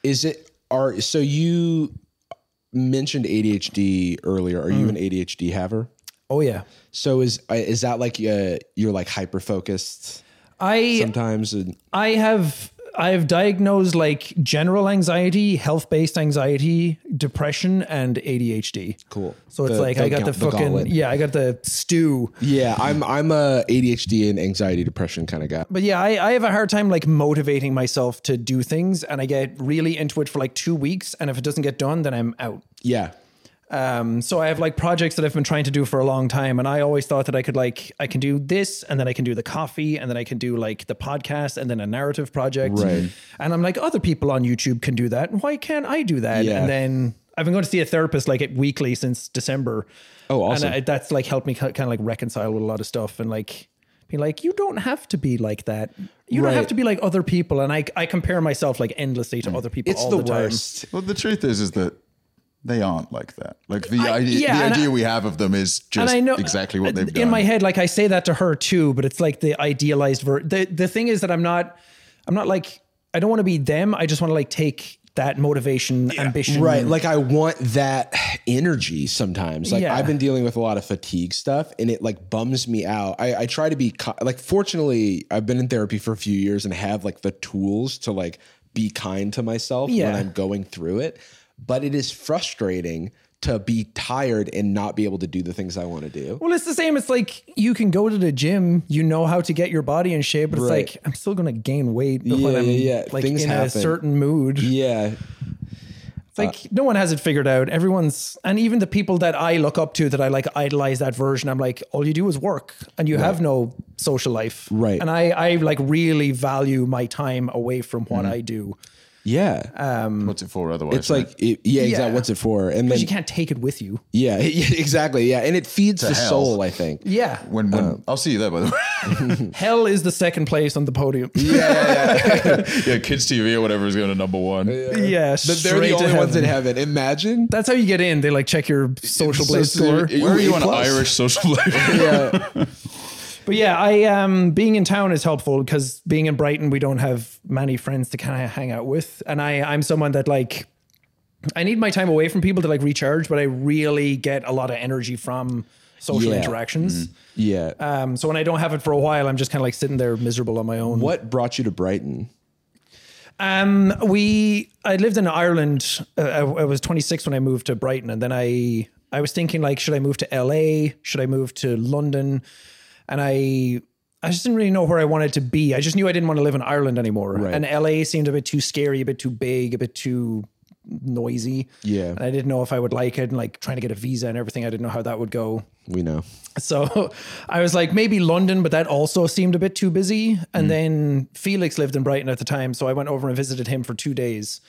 Is it are so you mentioned ADHD earlier? Are you an ADHD haver?
Oh yeah.
So is is that like uh, you're like hyper focused
I
sometimes? And
I have I have diagnosed like general anxiety, health based anxiety, depression, and ADHD.
Cool.
So it's
The-
like
the
I got
ga-
the
the
fucking
gauntlet.
yeah, I got the stew.
yeah, I'm I'm a ADHD and anxiety depression kind of guy.
But yeah, I, I have a hard time like motivating myself to do things, and I get really into it for like two weeks, and if it doesn't get done, then I'm out.
Yeah,
Um, so I have like projects that I've been trying to do for a long time, and I always thought that I could like I can do this, and then I can do the coffee, and then I can do like the podcast, and then a narrative project.
Right.
And I'm like, other people on YouTube can do that. Why can't I do that?
Yeah.
And then I've been going to see a therapist like weekly since December.
Oh, awesome.
And I, that's like helped me kind of like reconcile with a lot of stuff and like be like, you don't have to be like that. You don't
Right. Mm.
have to be like other people. And I I compare myself like endlessly to other people.
it's
all
the,
the, time.
worst.
Well, the truth is, is that they aren't like that. Like the
I-
idea,
yeah,
the
and
idea
I-
we have of them is just exactly what they've
uh, in
done.
my head. Like I say that to her too, but it's like the idealized ver- the the thing is that I'm not I'm not like I don't want to be them. I just want to like take that motivation, ambition,
Right. Like I want that energy sometimes. Like
Yeah.
I've been dealing with a lot of fatigue stuff and it like bums me out. I, I try to be ki- like, fortunately I've been in therapy for a few years and have like the tools to like be kind to myself
Yeah.
when I'm going through it. But it is frustrating to be tired and not be able to do the things I want to do.
Well, it's the same. It's like you can go to the gym, you know how to get your body in shape, but it's
Right.
like I'm still gonna gain weight
Yeah,
when I'm
yeah, yeah.
like
Things
in
happen.
a certain mood.
Yeah.
It's like no one has it figured out. Everyone's and even the people that I look up to that I like idolize that version. I'm like, all you do is work and you have no social life.
Right.
And I I like really value my time away from what
Mm-hmm.
I do.
Yeah.
What's it for? Otherwise,
it's like, it, yeah, exactly.
Uh, Yeah.
What's it for? And then,
You can't take it with you.
yeah, exactly. Yeah. And it feeds the
hell.
soul, I think.
Yeah.
when when I'll see you there. By the way,
Hell is the second place on the podium.
yeah, kids TV or whatever is going to number one.
yeah.
But they're the
straight to
only ones in
heaven.
heaven. Imagine.
That's how you get in. They like check your social
So-
place
so
score.
you-
Where
Where
are
are you
you
on
plus?
Irish social life?
Yeah.
But yeah, I um being in town is helpful because being in Brighton, we don't have many friends to kind of hang out with, and I I'm someone that like I need my time away from people to like recharge, but I really get a lot of energy from social
Yeah. Mm-hmm.
interactions.
yeah.
Um, so when I don't have it for a while, I'm just kind of like sitting there miserable on my own.
what brought you to Brighton?
Um, we I lived in Ireland. Uh, I, I was 26 when I moved to Brighton, and then I I was thinking like, should I move to LA? Should I move to London? And I I just didn't really know where I wanted to be. I just knew I didn't want to live in Ireland anymore, and LA seemed a bit too scary, a bit too big, a bit too noisy.
Yeah.
and I didn't know if I would like it, and like trying to get a visa and everything. I didn't know how that would go.
We know.
So I was like, maybe London, but that also seemed a bit too busy.
Mm.
And then Felix lived in Brighton at the time. So I went over and visited him for two days.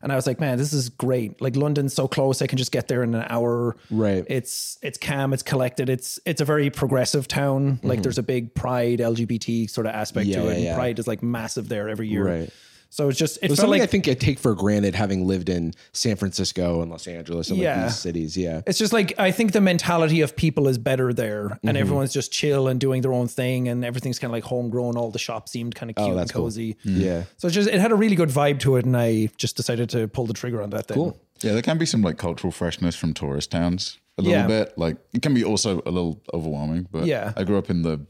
And I was like, man, this is great. Like London's so close. I can just get there in an hour.
Right.
It's it's calm, it's collected. It's it's a very progressive town. Like there's a big pride LGBT sort of aspect
Mm-hmm. Yeah,
to it.
yeah,
and
yeah.
Pride is like massive there every year.
Right.
So it's just it
It's
felt
something
like
I think I take for granted having lived in San Francisco and Los Angeles and
Yeah.
like these cities. Yeah.
it's just like I think the mentality of people is better there,
Mm-hmm.
and everyone's just chill and doing their own thing, and everything's kind of like homegrown. All the shops seemed kind of cute and
Oh, that's cool. Mm-hmm.
cozy.
Yeah.
So it's just it had a really good vibe to it, and I just decided to pull the trigger on that thing. Cool.
yeah, there can be some like cultural freshness from tourist towns a little
Yeah.
bit. Like it can be also a little overwhelming. But
Yeah.
I grew up in the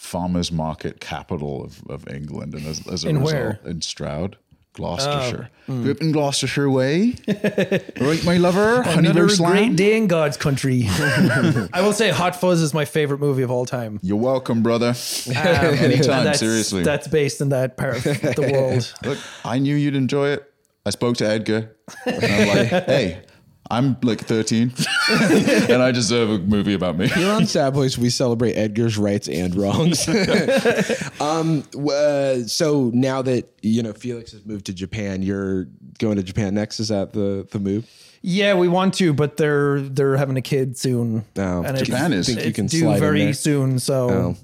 farmers market capital of, of England, and as, as a
In
result,
where? Oh, hmm.
in Stroud. Gloucestershire. Grew up in Gloucestershire way. right, my lover.
Another
Honeybush
great
land.
day in God's country. I will say, Hot Fuzz is my favorite movie of all time.
You're welcome, brother.
And
Anytime,
Um, that's,
seriously.
that's based in that part of the world.
Look, I knew you'd enjoy it. I spoke to Edgar. And I'm like, hey, I'm like 13 and I deserve a movie about me.
Here on Sad Boys, we celebrate Edgar's rights and wrongs. um, w- uh, so now that you know Felix has moved to Japan, you're going to Japan next. Is that the the move?
Yeah, we want to, but they're theyey're having a kid soon.
No.
and
Japan
it's,
is- Think
Oh, you
it's
can
due
slide in
very
there. Oh.
soon. So,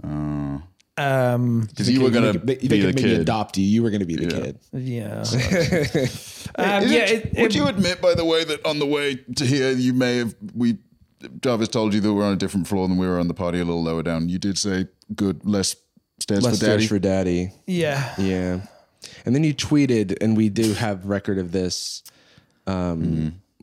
um,
Because you were going to
They-
be
they, they
the
could maybe
kid.
adopt you. You were going to be the kid.
Yeah. um,
Is
yeah.
it-
It, it,
would you admit, by the way, that on the way to here, you may have, we, Jarvis told you that we were on a different floor than we were on the party a little lower down. You did say, good, less stairs
Less
for daddy.
for daddy.
yeah.
Yeah. And then you tweeted, and we do have record of this. Um,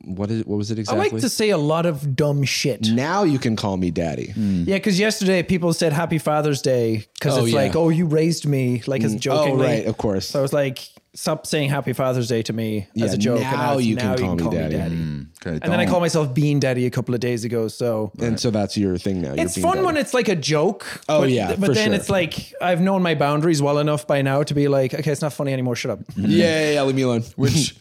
Mm-hmm.
what is what was it
I
exactly?
like to say a lot of dumb shit.
now you can call me daddy.
Mm.
Yeah, because yesterday people said Happy Father's Day because
Mm. Oh,
it's
yeah.
like, oh, you raised me, like as
Oh,
jokingly.
right, of course.
So I was like, stop saying Happy Father's Day to me as
Yeah,
a joke. and
now
I was,
you can call me daddy." Mm.
Okay,
And then I called myself Bean Daddy a couple of days ago. So
And so that's your thing now.
it's fun when it's like a joke.
Oh,
but,
yeah,
but
for
then
sure.
it's like I've known my boundaries well enough by now to be like, okay, it's not funny anymore. Shut up.
Mm-hmm.
yeah, yeah, yeah, leave me alone. Uh,
which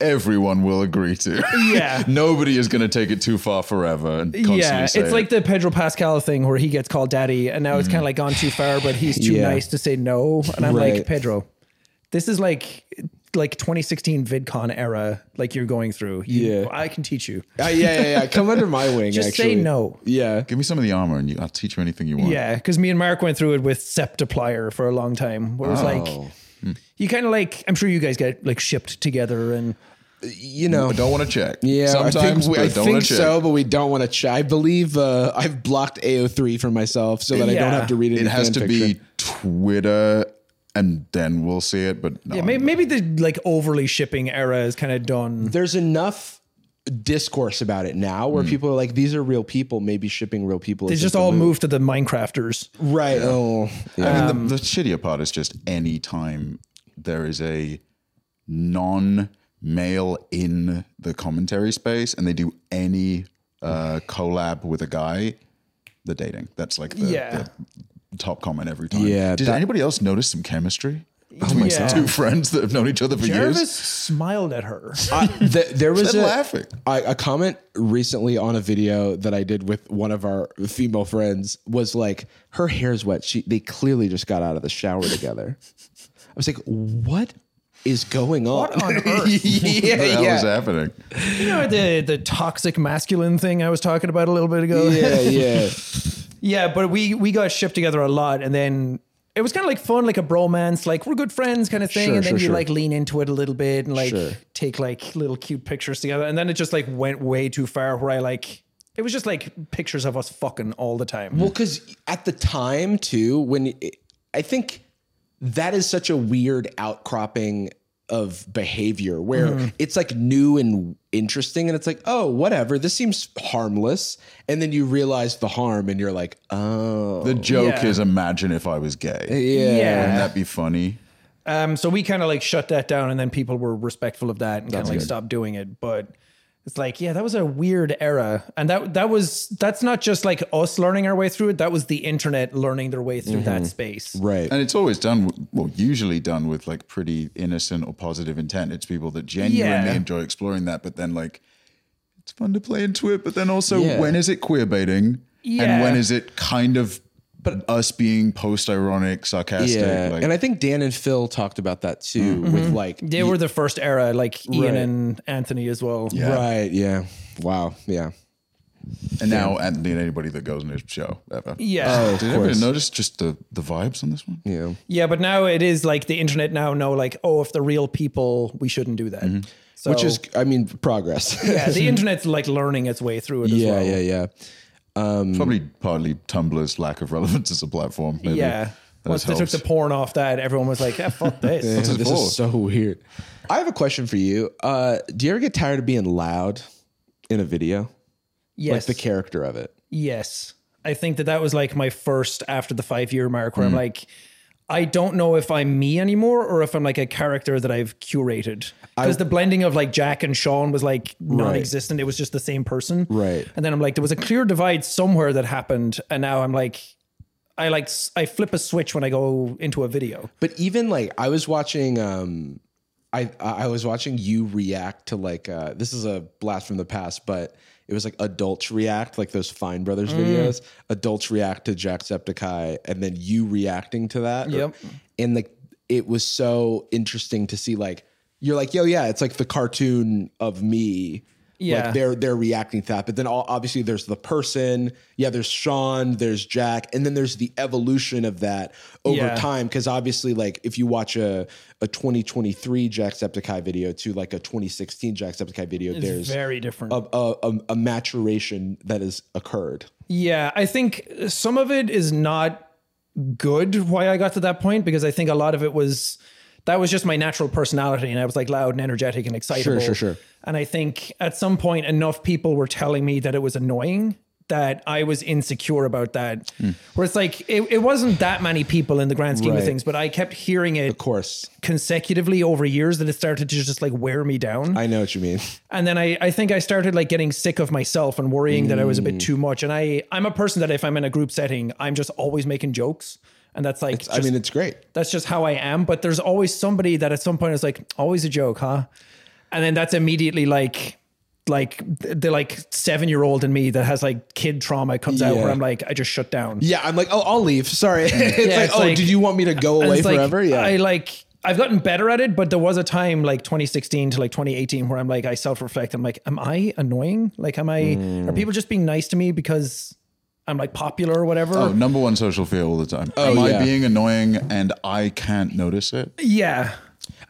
everyone will agree to.
Yeah.
Nobody is going to take it too far forever. And constantly
Yeah,
say
it's
it.
like the Pedro Pascal thing where he gets called daddy, and now it's kind of like gone too far, but he's too
Mm. Yeah.
nice to say no. And I'm
Right.
like, Pedro, this is like like 2016 VidCon era, like you're going through. You-
Yeah.
I can teach you.
Uh, yeah, yeah, yeah. Come under my wing.
Just say
actually.
no.
Yeah.
give me some of the armor, and you, I'll teach you anything you want.
Yeah, because me and Mark went through it with Septiplier for a long time, where it was
Oh.
like you kind of like I'm sure you guys get like shipped together and
You know.
I don't want to check.
yeah,
sometimes
I think, we,
but
I
don't
think
wanna check.
so, but we don't want to. Ch- I believe uh, I've blocked AO3 for myself so that I don't
Yeah.
have to read it.
It has to be Twitter, and then we'll see it. But no,
yeah, maybe, maybe the like overly shipping era is kind of done.
There's enough discourse about it now where people are like, "These are real people. Maybe shipping real people."
Mm. They
is
just
a
all
move."
moved to the Minecrafters.
right. Oh, yeah.
I mean, the, the shittier part is just any time there is a non male in the commentary space and they do any uh, collab with a guy, the dating. That's like the,
Yeah.
the top comment every time.
Yeah,
Did
that- Oh
anybody else notice some chemistry? Between
God.
two friends that have known each other for
Jarvis
years.
smiled at her.
I, th- there was a,
They're laughing.
I, a comment recently on a video that I did with one of our female friends was like, her hair's wet. She they clearly just got out of the shower together. I was like, what is going on?
What on earth?
What the
yeah,
hell is
yeah.
happening?
you know the the toxic masculine thing I was talking about a little bit ago.
Yeah, yeah.
yeah, but we we got shipped together a lot, and then it was kind of like fun, like a bromance, like we're good friends kind of thing.
Sure,
and then
sure,
you
sure.
like lean into it a little bit and like
Sure.
take like little cute pictures together, and then it just like went way too far where I like. It was just like pictures of us fucking all the time.
Well, because at the time too, when it, I think that is such a weird outcropping of behavior where it's like new and interesting, and it's like, oh, whatever, this seems harmless, and then you realize the harm, and you're like, oh,
The joke
Yeah.
is imagine if I was gay.
yeah,
Wouldn't that be funny?
Um, so we kind of like shut that down, and then people were respectful of that and kind of like stopped doing it. But it's like, yeah, that was a weird era, and that that was that's not just like us learning our way through it. That was the internet learning their way through that space.
Mm-hmm. right,
And it's always done, w- well, usually done with like pretty innocent or positive intent. It's people that genuinely
Yeah.
enjoy exploring that, but then like, it's fun to play into it. But then also,
Yeah.
when is it queer baiting?
Yeah.
And when is it kind of us being post ironic, sarcastic?
yeah.
Like,
and I think Dan and Phil talked about that too, with like,
They were the first era, like Ian
Right.
and Anthony as well.
Yeah.
right, yeah, wow, yeah.
and now, Anthony and anybody that goes on his show ever.
Yeah.
Oh,
Did
of
everybody
course.
notice just the, the vibes on this one?
Yeah.
Yeah, but now it is like the internet now know like, oh, if they're real people, we shouldn't do that. So,
Mm-hmm. Which is, I mean, progress.
yeah, the internet's like learning its way through it as
yeah,
well.
yeah, yeah. Mm.
Probably partly Tumblr's lack of relevance as a platform. Maybe.
Yeah.
That
Once they took
helps.
the porn off that, everyone was like, yeah, fuck this.
Yeah, this
for?
is so weird. I have a question for you. Uh, do you ever get tired of being loud in a video?
Yes.
Like the character of it.
yes. I think that that was like my first after the five year mark
Hmm.
where I'm like, I don't know if I'm me anymore or if I'm like a character that I've curated. Because the blending of like Jack and Sean was like non existent. It was just the same person.
Right.
And then I'm like, there was a clear divide somewhere that happened. And now I'm like, I like, s- I flip a switch when I go into a video.
But even like I was watching um I I was watching you react to like uh this is a blast from the past, but it was like adults react, like those Fine Brothers
Mm.
videos. Adults react to Jacksepticeye and then you reacting to that.
Yep.
and like it was so interesting to see like you're like, yo, yeah, it's like the cartoon of me.
Yeah.
Like they're they're reacting to that. But then all, obviously there's the person. Yeah, there's Sean, there's Jack, and then there's the evolution of that over
Yeah.
time. Cause obviously, like if you watch a, a 2023 Jacksepticeye video to like a 2016 Jacksepticeye video, there's
Very different.
a, a, a, a maturation that has occurred.
Yeah, I think some of it is not good why I got to that point because I think a lot of it was that was just my natural personality, and I was like loud and energetic and excitable.
sure, sure.
And I think at some point, enough people were telling me that it was annoying that I was insecure about that. Where it's like it, it wasn't that many people in the grand scheme
Hmm. Right.
of things, but I kept hearing it
Of course.
consecutively over years that it started to just like wear me down.
I know what you mean.
and then I, I think I started like getting sick of myself and worrying that I was a
Mm.
bit too much. And I, I'm a person that if I'm in a group setting, I'm just always making jokes. And that's like,
I
just-
mean, it's great.
that's just how I am. But there's always somebody that at some point is like, always a joke, huh? And then that's immediately like, like the like seven year old in me that has like kid trauma comes out
Yeah.
where I'm like, I just shut down.
Yeah, I'm like, oh, I'll leave. Sorry. it's like,
it's
oh,
like-
did you want me to go
And
away
it's like,
forever? yeah.
I like I've gotten better at it, but there was a time like 2016 to like 2018 where I'm like I self-reflect. I'm like, am I annoying? Like am I
Hmm.
are people just being nice to me because I'm like popular or whatever?
Oh, number one social fear all the time. Am
Oh, yeah.
I being annoying and I can't notice it?
Yeah.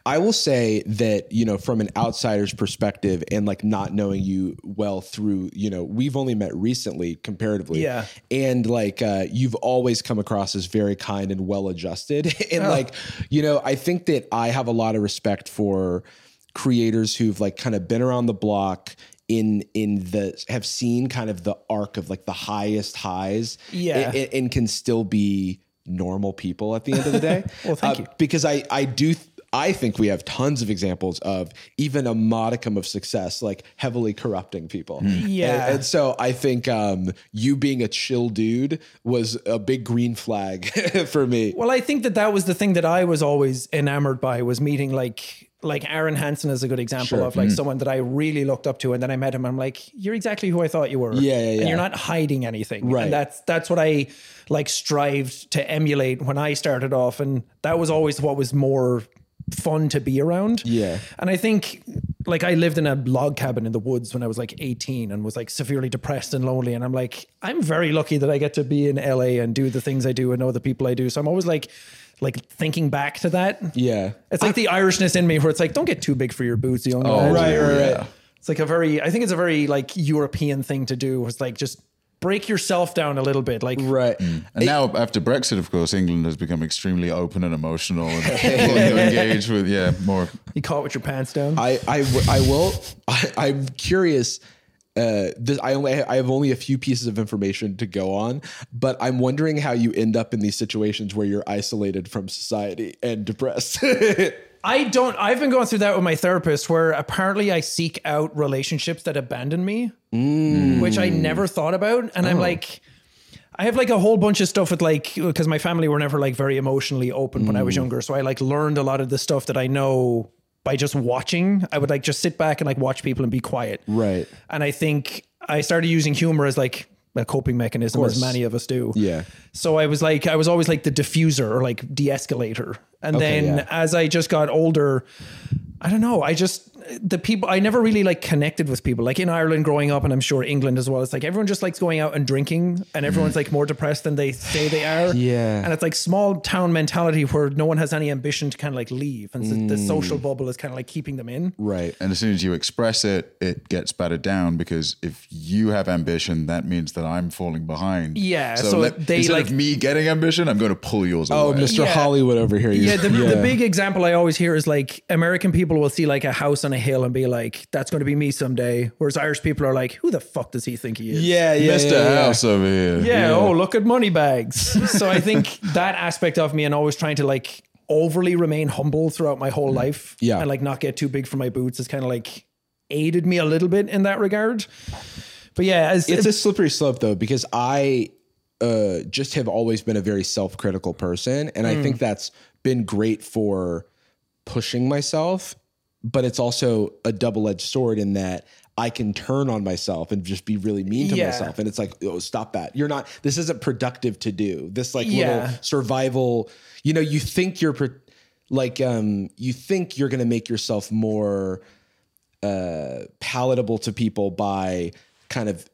I will say that, you know, from an outsider's perspective and like not knowing you well through, you know, we've only met recently comparatively.
Yeah.
And like uh, you've always come across as very kind and well adjusted.
Oh.
and like, you know, I think that I have a lot of respect for creators who've like kind of been around the block in in the have seen kind of the arc of like the highest highs
Yeah.
and, and can still be normal people at the end of the day. Uh, well,
thank you.
Because I I do th- I think we have tons of examples of even a modicum of success like heavily corrupting people.
Yeah.
And, and so I think um, you being a chill dude was a big green flag for me.
Well, I think that that was the thing that I was always enamored by was meeting like like Aaron Hansen is a good example of
Mm-hmm.
like someone that I really looked up to, and then I met him. I'm like, you're exactly who I thought you were.
Yeah, yeah, yeah.
And you're not hiding anything.
Right.
And that's that's what I like strived to emulate when I started off, and that was always what was more fun to be around.
Yeah.
And I think like I lived in a log cabin in the woods when I was like 18 and was like severely depressed and lonely. And I'm like, I'm very lucky that I get to be in LA and do the things I do and know the people I do. So I'm always like like thinking back to that.
yeah.
It's like the Irishness in me where it's like, don't get too big for your boots, young oh,
right, right, right.
It's like a very I think it's a very like European thing to do. It's like just break yourself down a little bit. Like
Right.
And now, after Brexit, of course, England has become extremely open and emotional and people you engage with, yeah, more.
you caught with your pants down.
I, I, w- I will. I, I'm curious. Uh, this, I only I have only a few pieces of information to go on, but I'm wondering how you end up in these situations where you're isolated from society and depressed.
I don't. I've been going through that with my therapist, where apparently I seek out relationships that abandon me, which I never thought about, and I'm like. I have like a whole bunch of stuff with like because my family were never like very emotionally open when I was younger, so I like learned a lot of the stuff that I know by just watching. I would like just sit back and like watch people and be quiet,
right.
and I think I started using humor as like a coping mechanism, as
course.
many of us do.
Yeah.
So I was like, I was always like the diffuser or like de escalator. And then
yeah.
as I just got older, I don't know. I just, the people, I never really like connected with people. Like in Ireland growing up, and I'm sure England as well, it's like everyone just likes going out and drinking and everyone's like more depressed than they say they are.
Yeah.
And it's like small town mentality where no one has any ambition to kind of like leave. And so the
Mm.
social bubble is kind of like keeping them in.
Right.
And as soon as you express it, it gets battered down because if you have ambition, that means that I'm falling behind.
Yeah, so they,
instead
like-
of me getting ambition, I'm going to pull yours away.
Oh, Mr.
Yeah.
Hollywood over here. you-
Yeah, the, the big example I always hear is like American people will see like a house on a hill and be like, "That's going to be me someday," whereas Irish people are like, "Who the fuck does he think he is?"
yeah, yeah,
Mr.
yeah, yeah.
House over here.
yeah. Oh, look at money bags. so I think that aspect of me and always trying to like overly remain humble throughout my whole life,
Yeah.
and like not get too big for my boots has kind of like aided me a little bit in that regard. But yeah, as
it's a slippery slope though because i uh, just have always been a very self-critical person and i think that's been great for pushing myself but it's also a double-edged sword in that i can turn on myself and just be really mean to
Yeah.
myself and it's like oh stop that you're not this isn't productive to do this like
Yeah.
little survival you know you think you're pro- like um you think you're gonna make yourself more uh, palatable to people by kind of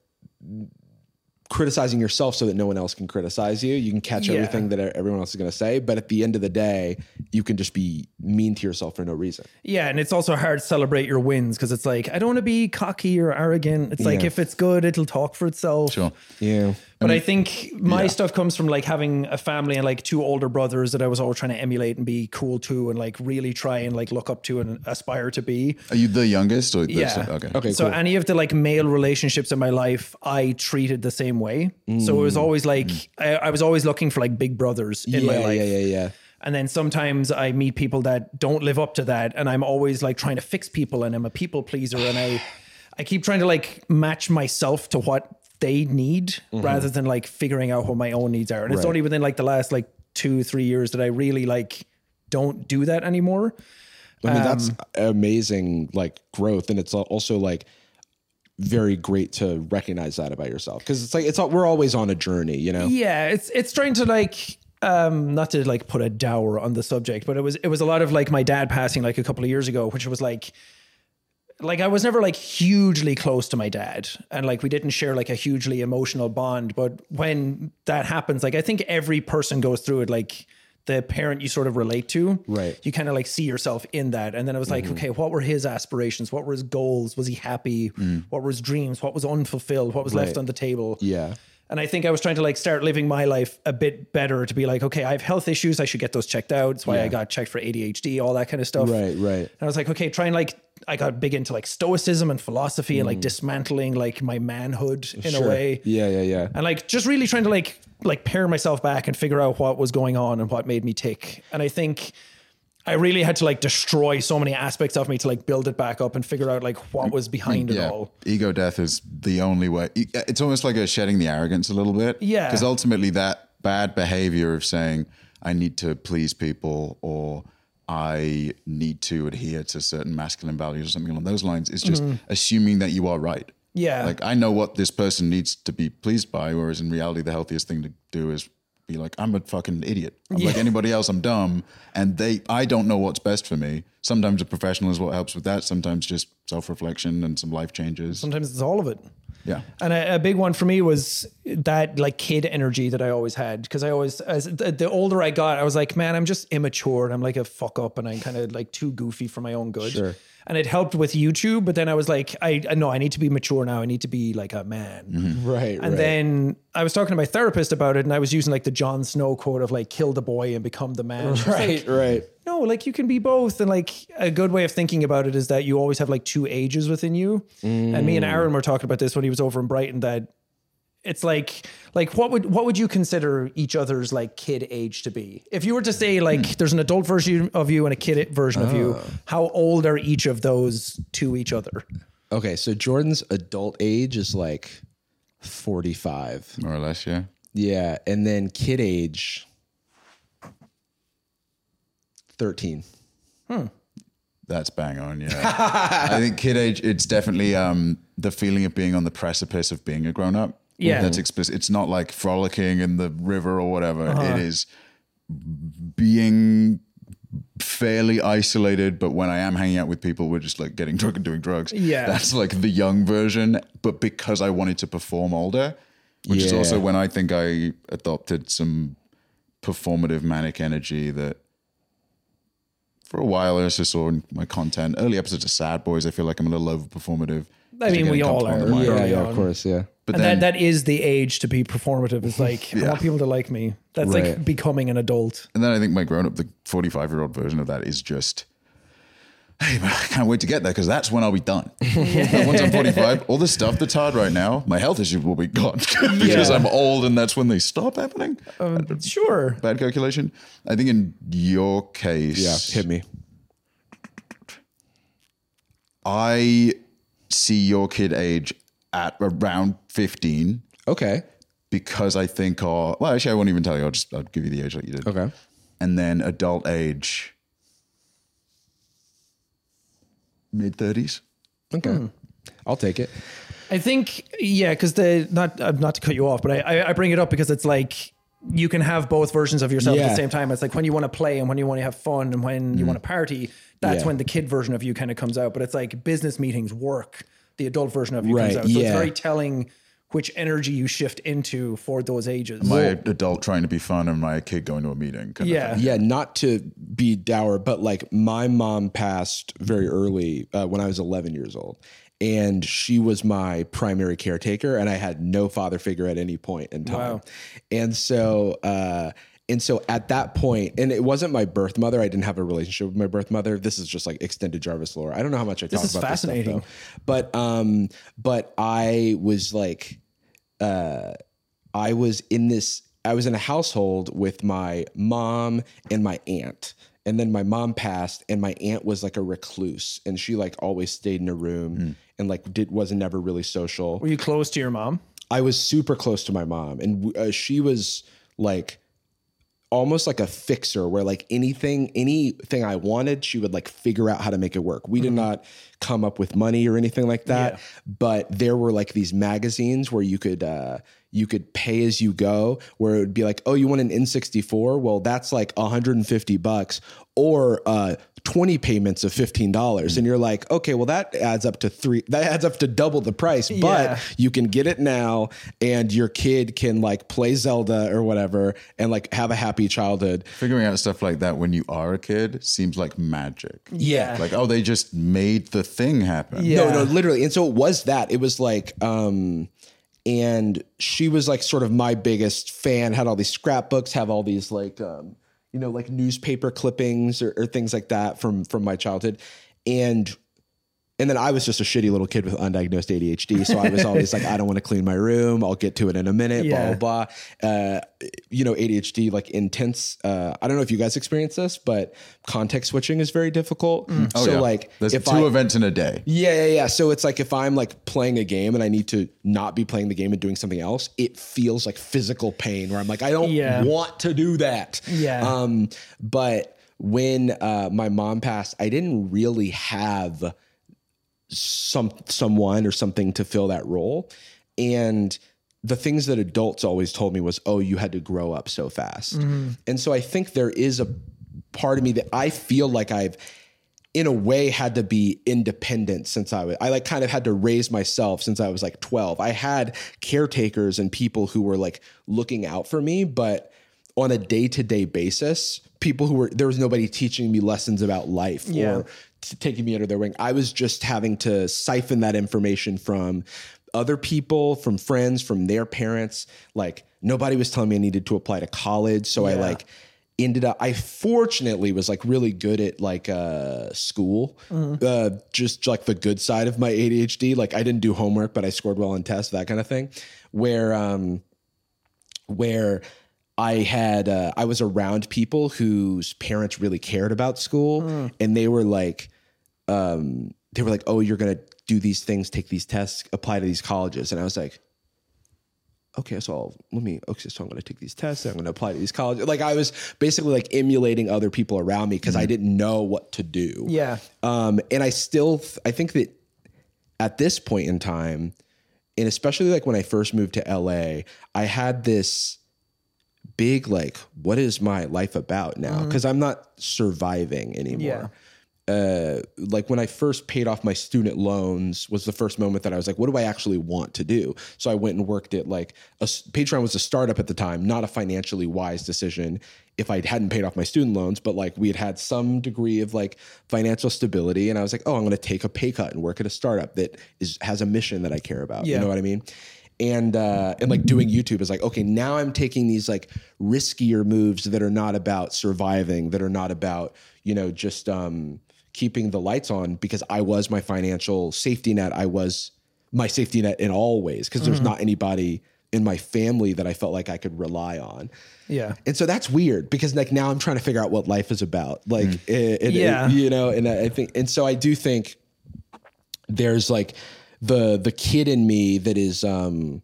criticizing yourself so that no one else can criticize you. You can catch
Yeah.
everything that everyone else is going to say, but at the end of the day, you can just be mean to yourself for no reason.
Yeah, and it's also hard to celebrate your wins because it's like I don't want to be cocky or arrogant. It's like
Yeah.
if it's good, it'll talk for itself.
Sure.
Yeah.
But I think my stuff comes from like having a family and like two older brothers that I was all trying to emulate and be cool to and like really try and like look up to and aspire to be.
Are you the youngest? Or the
Yeah.
okay.
Okay,
so
cool.
any of the like male relationships in my life, I treated the same way. So it was always like I, I was always looking for like big brothers in my
Mm. yeah,
life.
yeah, yeah, yeah.
And then sometimes I meet people that don't live up to that, and I'm always like trying to fix people, and I'm a people pleaser, and I, I keep trying to like match myself to what they need rather than like figuring out what my own needs are. And it's only within like the last like two three years that I really like don't do that anymore.
I mean,
Um,
that's amazing, like growth, and it's al- also like very great to recognize that about yourself because it's like it's all, we're always on a journey, you know.
yeah it's it's trying to like um not to like put a dower on the subject but it was it was a lot of like my dad passing like a couple of years ago which was like like I was never like hugely close to my dad and like we didn't share like a hugely emotional bond but when that happens like I think every person goes through it like the parent you sort of relate to
Right. Mm-hmm.
you kind of like see yourself in that and then I was like okay what were his aspirations what were his goals was he happy
Mm.
what were his dreams what was unfulfilled what was left on the table
Yeah.
and I think I was trying to like start living my life a bit better to be like, okay, I have health issues. I should get those checked out. It's why I got checked for ADHD, all that kind of stuff.
Right. Right.
And I was like, okay, try and like, I got big into like stoicism and philosophy and like dismantling like my manhood in a way.
Mm. Yeah. Yeah. Yeah.
And like, just really trying to like, like pare myself back and figure out what was going on and what made me tick. And I think I really had to like destroy so many aspects of me to like build it back up and figure out like
Mm,
what was behind it all.
Ego death is the only way. It's almost like a shedding the arrogance a little bit.
Yeah.
Because ultimately, that bad behavior of saying, I need to please people or I need to adhere to certain masculine values or something along those lines is just assuming that you are right.
Mm. Yeah.
Like, I know what this person needs to be pleased by, whereas in reality, the healthiest thing to do is be like, I'm a fucking idiot. I'm like anybody else, I'm dumb. And they, I don't know what's best for me. Sometimes a professional is what helps with that. Sometimes just self reflection and some life changes.
Sometimes it's all of it.
Yeah.
And a, a big one for me was that like kid energy that I always had because I always as the, the older I got, I was like, man, I'm just immature and I'm like a fuck up and I'm kind of like too goofy for my own good.
Sure.
And it helped with YouTube, but then I was like, I I- no, I need to be mature now. I need to be like a man.
Right.
And
right.
then I was talking to my therapist about it, and I was using like the Jon Snow quote of like "kill the boy and become the man." She was like,
Right. Right.
no, like you can be both. And like a good way of thinking about it is that you always have like two ages within you. And me and Aaron were talking about this when he was over in Brighton that it's like like what would what would you consider each other's like kid age to be? If you were to say like there's an adult version of you and a kid version of you, how old are each of those to each other?
Okay. So Jordan's adult age is like forty-five.
More or less, yeah.
Yeah, and then kid age, thirteen.
That's bang on, yeah. I think kid age, it's definitely um, the feeling of being on the precipice of being a grown up.
Yeah.
That's explicit. It's not like frolicking in the river or whatever.
Uh-huh.
It is being fairly isolated, but when I am hanging out with people, we're just like getting drunk and doing drugs.
Yeah.
That's like the young version, but because I wanted to perform older, which is
Yeah.
also when I think I adopted some performative manic energy that for a while I also saw in my content. Early episodes of Sad Boys, I feel like I'm a little overperformative.
I mean, we all are.
But
Yeah,
Early
yeah,
on.
of course, yeah.
and
then
that, that is the age to be performative. It's like I want people to like me. That's like
Right.
becoming an adult.
And then I think my grown up, the 45 year old version of that is just, hey, man, I can't wait to get there because that's when I'll be done. And once I'm 45, all the stuff that's hard right now, my health issue will be gone because I'm old and that's when they stop happening.
Sure.
Bad calculation. I think in your
Yeah,
case,
hit me.
I see your kid age at around 15
Okay,
because I think, are well, actually, I won't even tell you. I'll just I'll give you the age like you did.
okay.
and then adult age mid 30s
Okay. I'll take it.
I think yeah, because the not uh, not to cut you off, but I, I I bring it up because it's like you can have both versions of yourself at the
Yeah. Mm.
same time. It's like when you want to play and when you want to have fun and when you want to party. That's
Yeah.
when the kid version of you kind of comes out. But it's like business meetings, work. The adult version of you comes
Right,
out. So it's
yeah.
very telling which energy you shift into for those ages.
my adult trying to be fun and my kid going to a meeting kind of
yeah.
Yeah, not to be dour, but like my mom passed very early uh, when I was 11 years old. and she was my primary caretaker, and I had no father figure at any point in time.
Wow.
And so, uh, and so at that point, and it wasn't my birth mother. I didn't have a relationship with my birth mother. This is just like extended Jarvis lore. I don't know how much I talk
is
about
fascinating.
this stuff, though. But um, but I was like, I was in this I was in a household with my mom and my aunt. And then my mom passed and my aunt was like a recluse and she like always stayed in a room and like did wasn't never really social.
Were you close to your mom?
I was super close to my mom, and uh, she was like almost like a fixer, where like anything, anything I wanted, she would like figure out how to make it work. We did not come up with money or anything like that, but there were like these magazines where you could. Uh, you could pay as you go, where it would be like, oh, you want an N64? Well, that's like 150 bucks, or uh, 20 payments of $15. dollars And you're like, okay, well, that adds up to three, that adds up to double the price, but
Yeah.
you can get it now and your kid can like play Zelda or whatever and like have a happy childhood.
Figuring out stuff like that when you are a kid seems like magic.
Yeah.
Like, oh, they just made the thing happen.
Yeah.
No, no, literally. And so it was that. It was like, um, and she was like sort of my biggest fan, had all these scrapbooks, have all these like um, you know, like newspaper clippings or, or things like that from from my childhood. And and then I was just a shitty little kid with undiagnosed ADHD. So I was always like, I don't want to clean my room. I'll get to it in a minute,
Yeah.
blah, blah, blah. Uh, you know, ADHD, like intense. Uh, I don't know if you guys experience this, but context switching is very difficult.
Mm.
Oh,
so,
yeah.
like,
there's
if
two
I,
events in a day.
yeah, yeah, yeah. So it's like if I'm like playing a game and I need to not be playing the game and doing something else, it feels like physical pain where I'm like, I don't
Yeah.
want to do that.
Yeah.
Um, but when uh, my mom passed, I didn't really have some someone or something to fill that role, and the things that adults always told me was, "Oh, you had to grow up so fast,"
Mm-hmm.
and so I think there is a part of me that I feel like I've in a way had to be independent since I was I like kind of had to raise myself since I was like 12. I had caretakers and people who were like looking out for me, but on a day-to-day basis, people who were there was nobody teaching me lessons about life
Yeah.
or t- taking me under their wing. I was just having to siphon that information from other people, from friends, from their parents. Like nobody was telling me I needed to apply to college, so I like ended up i fortunately was like really good at like uh school uh just like the good side of my adhd like i didn't do homework but i scored well on tests that kind of thing where um where I had uh, I was around people whose parents really cared about school, and they were like, um, they were like, "Oh, you're gonna do these things, take these tests, apply to these colleges," and I was like. Okay, so I'll, let me. Okay, so I'm going to take these tests. and I'm going to apply to these colleges. Like I was basically like emulating other people around me because I didn't know what to do.
Yeah.
Um, and I still, th- I think that at this point in time, and especially like when I first moved to LA, I had this big like, what is my life about now? Because I'm not surviving anymore. Uh, like when I first paid off my student loans was the first moment that I was like, what do I actually want to do? So I went and worked at like a s- Patreon was a startup at the time, not a financially wise decision. If I hadn't paid off my student loans, but like we had had some degree of like financial stability, and I was like, oh, I'm going to take a pay cut and work at a startup that is has a mission that I care about. You
Yeah.
know what I mean? and uh, and like doing YouTube is like okay now I'm taking these like riskier moves that are not about surviving that are not about you know just um, keeping the lights on because I was my financial safety net I was my safety net in all ways because there's not anybody in my family that I felt like I could rely on
Yeah.
and so that's weird because like now I'm trying to figure out what life is about. Like, it,
Mm.
it-
Yeah.
it- you know, and I I think, and so I do think there's like the the kid in me that is um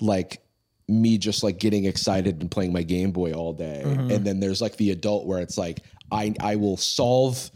like me just like getting excited and playing my Game Boy all day,
Mm-hmm.
and then there's like the adult where it's like I I will solve.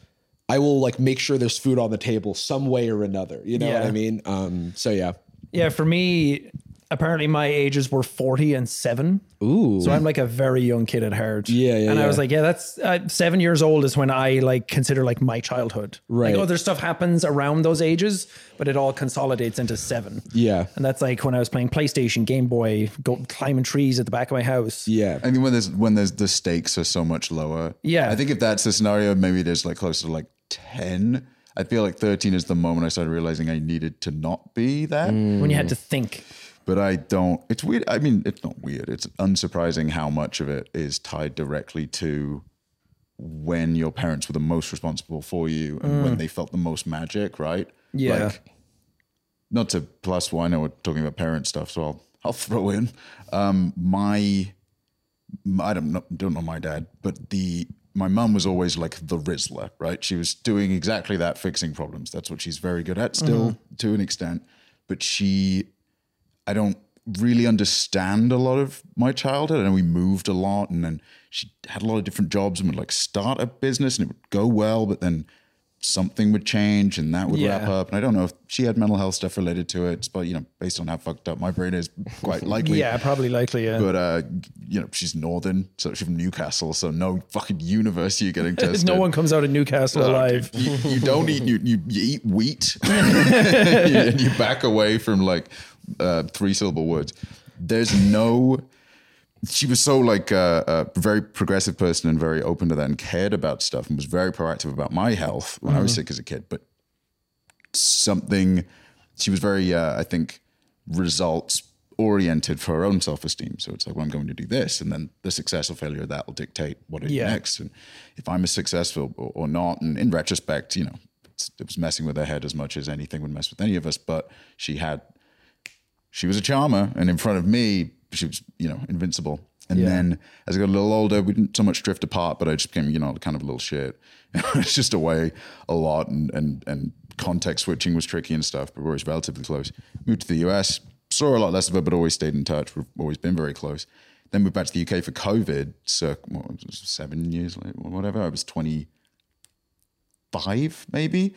I will like make sure there's food on the table some way or another. You know what
Yeah.
I mean? Um, so yeah.
Yeah. For me, apparently my ages were 40 and seven.
Ooh.
So I'm like a very young kid at heart.
Yeah, yeah,
And
yeah.
I was like, yeah, that's uh, seven years old is when I like consider like my childhood.
Right.
Like other stuff happens around those ages, but it all consolidates into seven.
Yeah.
And that's like when I was playing PlayStation, Game Boy, go climbing trees at the back of my house.
Yeah.
I think when there's when there's the stakes are so much lower.
Yeah.
I think if that's the scenario, maybe there's like closer to like ten. I feel like 13 is the moment I started realizing I needed to not be that.
when you had to
Mm.
think.
But I don't. It's weird. I mean, it's not weird. It's unsurprising how much of it is tied directly to when your parents were the most responsible for you and when they felt the most magic, right?
Yeah.
not to plus one. I know we're talking about parent stuff, so I'll I'll throw in um, my I don't know, don't know my dad, but the my mum was always like the Rizzler, right? She was doing exactly that, fixing problems. That's what she's very good at, still to an extent. But she, I don't really understand a lot of my childhood. I know we moved a lot, and then she had a lot of different jobs and would like start a business, and it would go well, but then something would change, and that would wrap
Yeah.
up. And I don't know if she had mental health stuff related to it, but you know, based on how fucked up my brain is, quite likely
Yeah, probably likely. Yeah.
but uh, you know she's northern, so she's from Newcastle, so no fucking universe you're getting
There's
tested.
no one comes out of Newcastle
Oh,
alive.
You, you don't eat you, you, you eat wheat, you, and you back away from like uh, three syllable words. There's no. She was so like uh, a very progressive person and very open to that and cared about stuff and was very proactive about my health when I
Mm-hmm.
was sick as a kid. But something she was very uh, i think results oriented for her own self-esteem so it's like well i'm going to do this and then the success or failure of that will dictate what i do
Yeah.
next and if i'm as successful or, or not and in retrospect you know it's, it was messing with her head as much as anything would mess with any of us but she had she was a charmer and in front of me she was you know invincible and then as i got a little older we didn't so much drift apart but i just became you know kind of a little shit it's just away a lot and and and context switching was tricky and stuff but we we're always relatively close moved to the us saw a lot less of her but always stayed in touch we've always been very close then moved back to the uk for covid so what, was it, seven years later or whatever i was 20 five, maybe.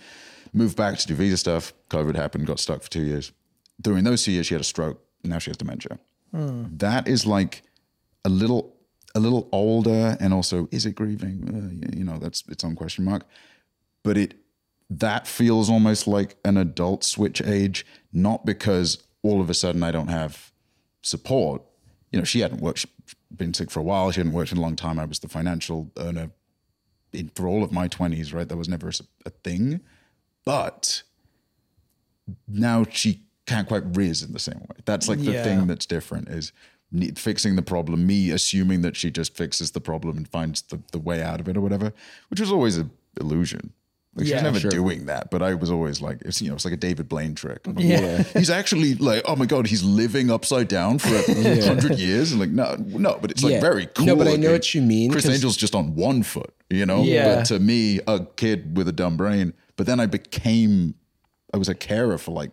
Moved back to do visa stuff. COVID happened, got stuck for two years. During those two years, she had a stroke. Now she has dementia. That is like a little, a little older, and also is it grieving? Uh, you know, that's its own question mark. But it that feels almost like an adult switch age, not because all of a sudden I don't have support. You know, she hadn't worked, she'd been sick for a while. She hadn't worked in a long time. I was the financial earner in for all of my 20s, right? That was never a, s- a thing. But now she can't quite riz in the same way. That's like the
Yeah.
thing that's different is ne- fixing the problem, me assuming that she just fixes the problem and finds the, the way out of it or whatever, which was always an illusion. Like she was
Yeah,
never doing that, but I was always like, it's, you know, it's like a David Blaine trick. I'm like,
Yeah.
"Well, He's actually like, oh my God, he's living upside down for a hundred years. And like, no, no, but it's like
Yeah.
very cool.
No, but I know
looking.
what you mean,
Chris
'cause-
Angel's just on one foot, you know?
Yeah.
But to me, a kid with a dumb brain. But then I became, I was a carer for like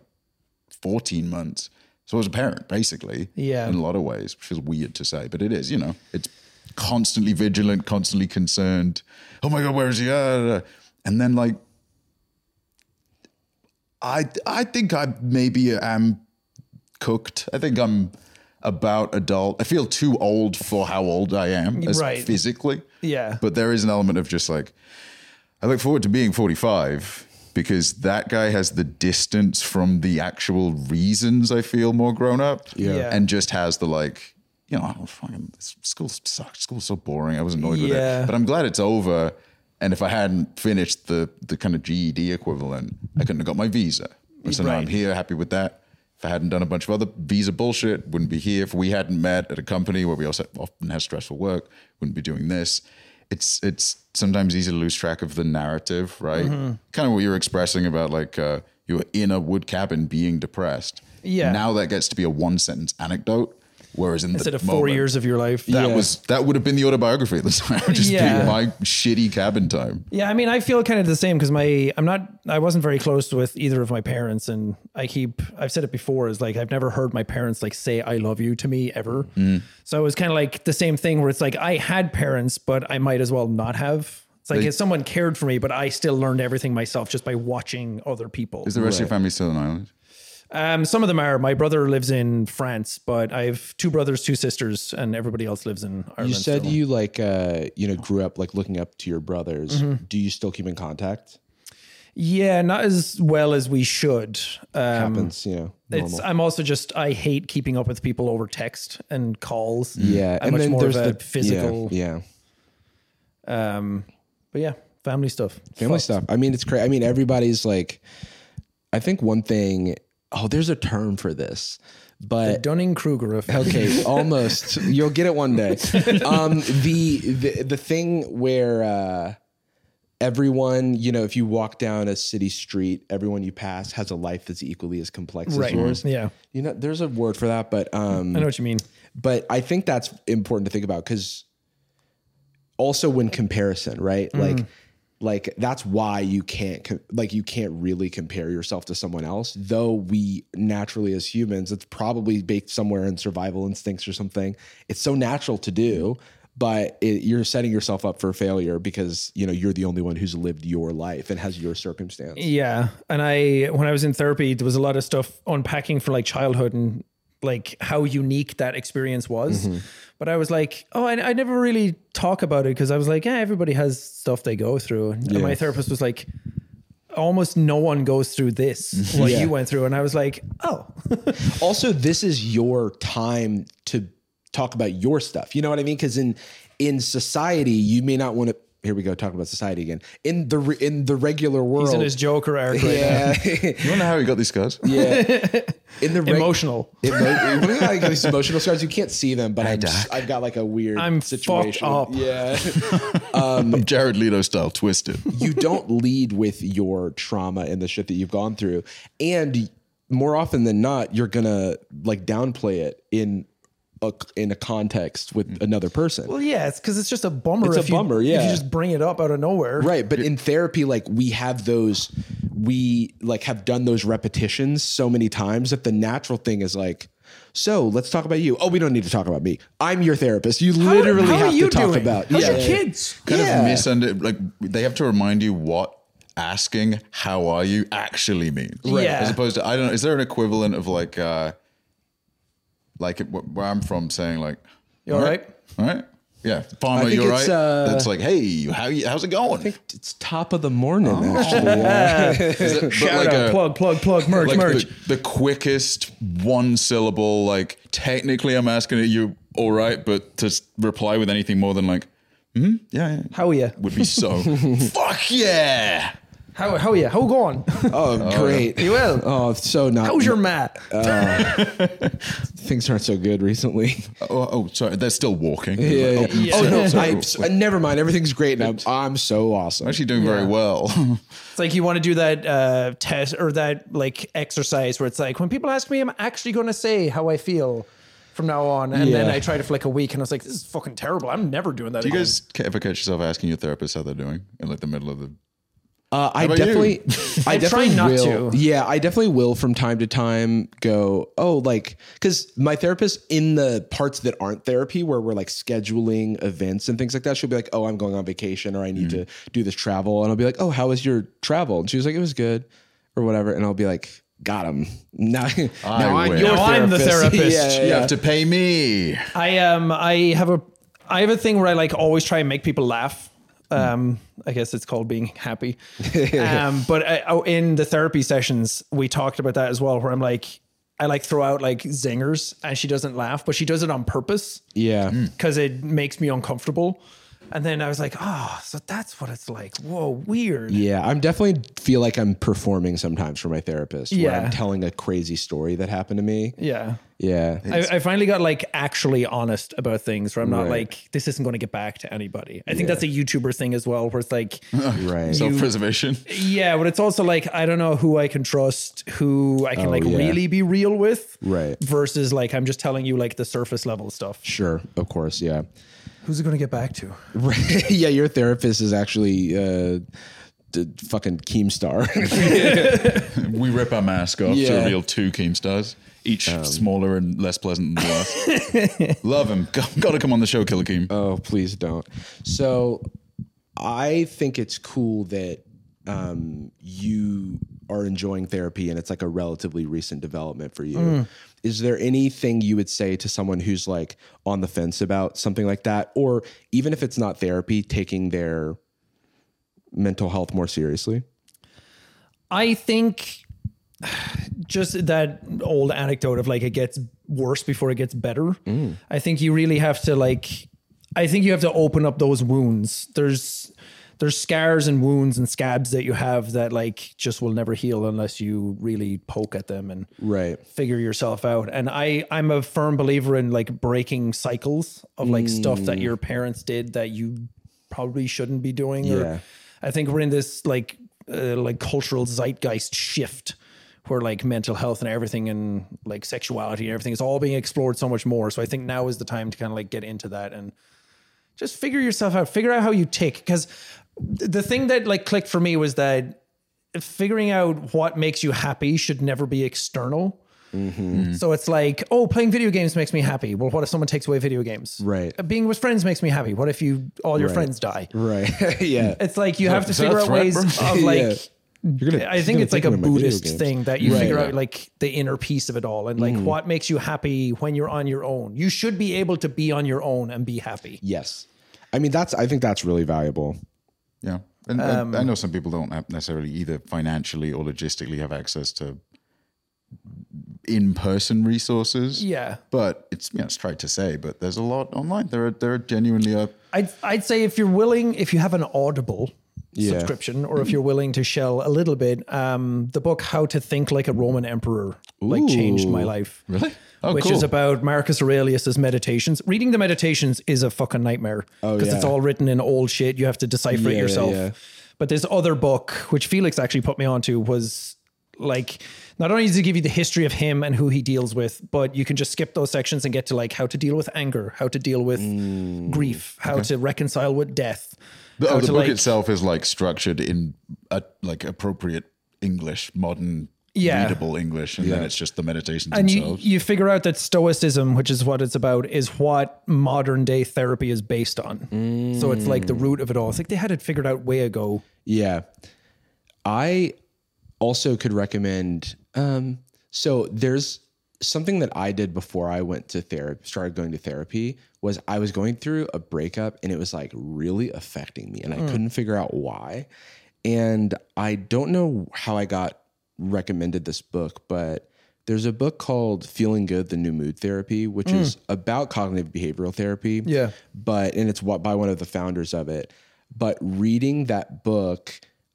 14 months. So I was a parent, basically.
Yeah.
In a lot of ways, which is weird to say, but it is, you know, it's constantly vigilant, constantly concerned. Oh my God, where is he? Ah, da, da. And then, like, I, I think I maybe am cooked. I think I'm about adult. I feel too old for how old I am as
Right.
physically.
Yeah.
But there is an element of just like, I look forward to being 45 because that guy has the distance from the actual reasons I feel more grown up.
Yeah.
And just has the like, you know, oh, fucking, this school sucks. School's so boring. I was annoyed with it.
Yeah.
But I'm glad it's over. And if I hadn't finished the the kind of GED equivalent, I couldn't have got my visa. And so now I'm
Right.
here, happy with that. If I hadn't done a bunch of other visa bullshit, wouldn't be here. If we hadn't met at a company where we also often have stressful work, wouldn't be doing this. It's it's sometimes easy to lose track of the narrative, right?
Mm-hmm.
Kind of what you're expressing about like uh, you were in a wood cabin being depressed.
Yeah.
Now that gets to be a one sentence anecdote, whereas in
Instead
the
of four
moment,
years of your life.
that
Yeah.
was that would have been the autobiography at the time. It would Just
Yeah.
be my shitty cabin time.
Yeah, I mean, I feel kind of the same because my I'm not I wasn't very close with either of my parents, and I keep I've said it before is like I've never heard my parents like say I love you to me ever. So it was kind of like the same thing where it's like I had parents, but I might as well not have. It's like if someone cared for me, but I still learned everything myself just by watching other people.
Is the rest of your family still in Ireland?
Um, some of them are. My brother lives in France, but I have two brothers, two sisters, and everybody else lives in Ireland.
You said
still.
you like uh, you know grew up like looking up to your brothers.
Mm-hmm.
Do you still keep in contact?
yeah, not as well as we should. Um,
Happens, you know.
It's, I'm also just I hate keeping up with people over text and calls.
Mm. Yeah,
I'm much more of a physical.
Yeah, yeah.
Um, but yeah, Family stuff.
family stuff. I mean, it's crazy. I mean, everybody's like, I think one thing. Oh, there's a term for this, but
Dunning Kruger effect.
okay, almost. You'll get it one day. Um, the, the the thing where uh, everyone, you know, if you walk down a city street, everyone you pass has a life that's equally as complex as
Right.
yours.
Yeah.
You know, there's a word for that, but um,
I know what you mean.
but I think that's important to think about because also when comparison, right? Like, like that's why you can't co- like you can't really compare yourself to someone else. Though we naturally as humans, it's probably baked somewhere in survival instincts or something. It's so natural to do, but it, you're setting yourself up for failure because you know you're the only one who's lived your life and has your circumstance.
Yeah. And I, when I was in therapy, there was a lot of stuff unpacking from like childhood and like how unique that experience was.
Mm-hmm.
But I was like, oh, I, I never really talk about it because I was like, yeah, everybody has stuff they go through. And my therapist was like, almost no one goes through this, what
Mm-hmm. Yeah.
you went through. And I was like, oh,
also this is your time to talk about your stuff you know what i mean because in in society you may not want to here we go talking about society again in the re- in the regular world
he's in his Joker arc right now.
yeah
You don't know how he got these scars?
yeah in the reg-
Emotional.
Emo- what do you like these emotional scars? You can't see them, but I'm just, I've got like a weird
I'm fucked
situation.
up.
Yeah,
I'm Jared Leto style, twisted.
you don't lead with your trauma and the shit that you've gone through, and more often than not, you're gonna like downplay it in a in a context with another person.
Well, yeah, it's because it's just a bummer.
It's a
if you-
bummer, yeah.
If you just bring it up out of nowhere.
Right. But in therapy, like we have those, we like have done those repetitions so many times that the natural thing is like, so let's talk about you. Oh, we don't need to talk about me. I'm your therapist. You
How-
literally
how
have
are you
to talk
doing?
about
How's
yeah.
your kids?
Kind
Yeah.
of misunderstood. Like, they have to remind you what asking, how are you, actually means.
Yeah.
As opposed to, I don't know, is there an equivalent of like, uh, like it- wh- where I'm from saying, like,
You all right?
all right? Yeah. Farmer,
think
you're
it's,
right.
uh,
That's like, hey, how you, how's it going?
It's top of the morning,
Oh.
actually. Yeah.
Is it- but
Shout
like
out,
a-
plug, plug, plug, merch,
like
merch.
the, the quickest one syllable like technically i'm asking it you all right but to s- reply with anything more than like hmm yeah, yeah
How are you?
would be so fuck yeah
How how are you? How going?
Oh, great.
you will.
Oh, it's so not.
How's your mat?
things aren't so good recently?
oh, oh sorry they're still walking
Yeah.
oh,
yeah. Oh,
sorry,
no.
sorry.
I, I- never mind. Everything's great. And I'm, I'm so awesome.
i'm actually doing very well
it's like you want to do that uh, test or that like exercise where it's like when people ask me, I'm actually going to say how I feel from now on, and then
Yeah.
I try to for like a week, and I was like, this is fucking terrible. I'm never doing that.
do you
again.
guys ca- ever catch yourself asking your therapist how they're doing in like the middle of the
Uh, I
about you?
definitely, I,
I try
definitely
not
will.
to.
Yeah, I definitely will from time to time go, oh, like, because my therapist in the parts that aren't therapy, where we're like scheduling events and things like that, she'll be like, oh, I'm going on vacation or I need
Mm-hmm.
to do this travel. And I'll be like, oh, how was your travel? And she was like, it was good or whatever. And I'll be like, got him. Now, now I'm
will.
your
Now I'm the therapist.
yeah,
you
yeah.
have to pay me
I um I have a I have a thing where I like always try and make people laugh. Um, I guess it's called being happy. um, but I, oh, in the therapy sessions, we talked about that as well, where I'm like, I like throw out like zingers, and she doesn't laugh, but she does it on purpose
Yeah.
Mm.
because it makes me uncomfortable. And then I was like, oh, so that's what it's like. Whoa, weird.
Yeah, I'm definitely feel like I'm performing sometimes for my therapist. Where
Yeah.
I'm telling a crazy story that happened to me.
Yeah.
Yeah.
I, I finally got like actually honest about things where I'm not like, this isn't going to get back to anybody. I think that's a YouTuber thing as well, where it's like,
right.
self-preservation
Yeah, but it's also like I don't know who I can trust, who I can like
Oh, yeah.
really be real with,
Right.
Versus like I'm just telling you like the surface level stuff.
Sure, of course, yeah.
Who's it going to get back to?
Right. yeah, your therapist is actually uh, d- fucking Keemstar.
we rip our mask off
Yeah.
to reveal two Keemstars, each
Um,
smaller and less pleasant than the last. Love him. Got to come on the show, Killer Keem.
Um,
oh, please don't. So I think it's cool that um, you are enjoying therapy and it's like a relatively recent development for you. Is there anything you would say to someone who's like on the fence about something like that? Or even if it's not therapy, taking their mental health more seriously?
I think just that old anecdote of like it gets worse before it gets better.
Mm.
I think you really have to like I think you have to open up those wounds. There's there's scars and wounds and scabs that you have that like just will never heal unless you really poke at them and
Right.
figure yourself out. And I I'm a firm believer in like breaking cycles of like stuff that your parents did that you probably shouldn't be doing.
Yeah.
Or I think we're in this like uh, like cultural zeitgeist shift where like mental health and everything and like sexuality and everything is all being explored so much more. So I think now is the time to kind of like get into that and just figure yourself out. Figure out how you tick. Because the thing that like clicked for me was that figuring out what makes you happy should never be external.
Mm-hmm.
So it's like, oh, playing video games makes me happy. Well, what if someone takes away video games?
Right.
Uh, Being with friends makes me happy. What if you all your friends die?
Right. yeah.
It's like you have to
is that a
figure out
threat,
ways
bro?
of like.
Yeah. You're gonna-
I
he's
think
gonna
it's like
think
a
of my video
Buddhist
games.
thing that you
Right. Mm-hmm.
figure out like the inner piece of it all and like what makes you happy when you're on your own. You should be able to be on your own and be happy.
Yes. I mean, that's, I think that's really valuable.
Yeah. And I-
um,
I know some people don't have necessarily either financially or logistically have access to in person resources.
Yeah.
But it's you know, it's tried to say, but there's a lot online. There are there are genuinely a
I'd, I'd say if you're willing, if you have an Audible subscription, or if you're willing to shell a little bit, um, the book "How to Think Like a Roman Emperor" like changed my life. Really?
Oh,
Which
cool.
is about Marcus Aurelius's meditations. Reading the meditations is a fucking nightmare because
yeah.
it's all written in old shit. You have to decipher
Yeah,
it
yeah,
yourself.
yeah.
But this other book, which Felix actually put me onto, was like not only does it give you the history of him and who he deals with, but you can just skip those sections and get to like how to deal with anger, how to deal with
Mm,
grief, how to reconcile with death.
the,
how
oh, the
to,
book
like-
itself is like structured in a, like appropriate English, modern
Yeah.
readable English, and then it's just the meditations
And you,
themselves.
you figure out that Stoicism, which is what it's about, is what modern day therapy is based on. So it's like the
Mm.
root of it all. It's like they had it figured out way ago.
Yeah. I also could recommend um so there's something that I did before I went to therapy started going to therapy was I was going through a breakup and it was like really affecting me and I couldn't figure out why. And I don't know how I got recommended this book, but there's a book called Feeling Good: The New Mood Therapy, which is about cognitive behavioral therapy
Yeah.
but and it's what by one of the founders of it but reading that book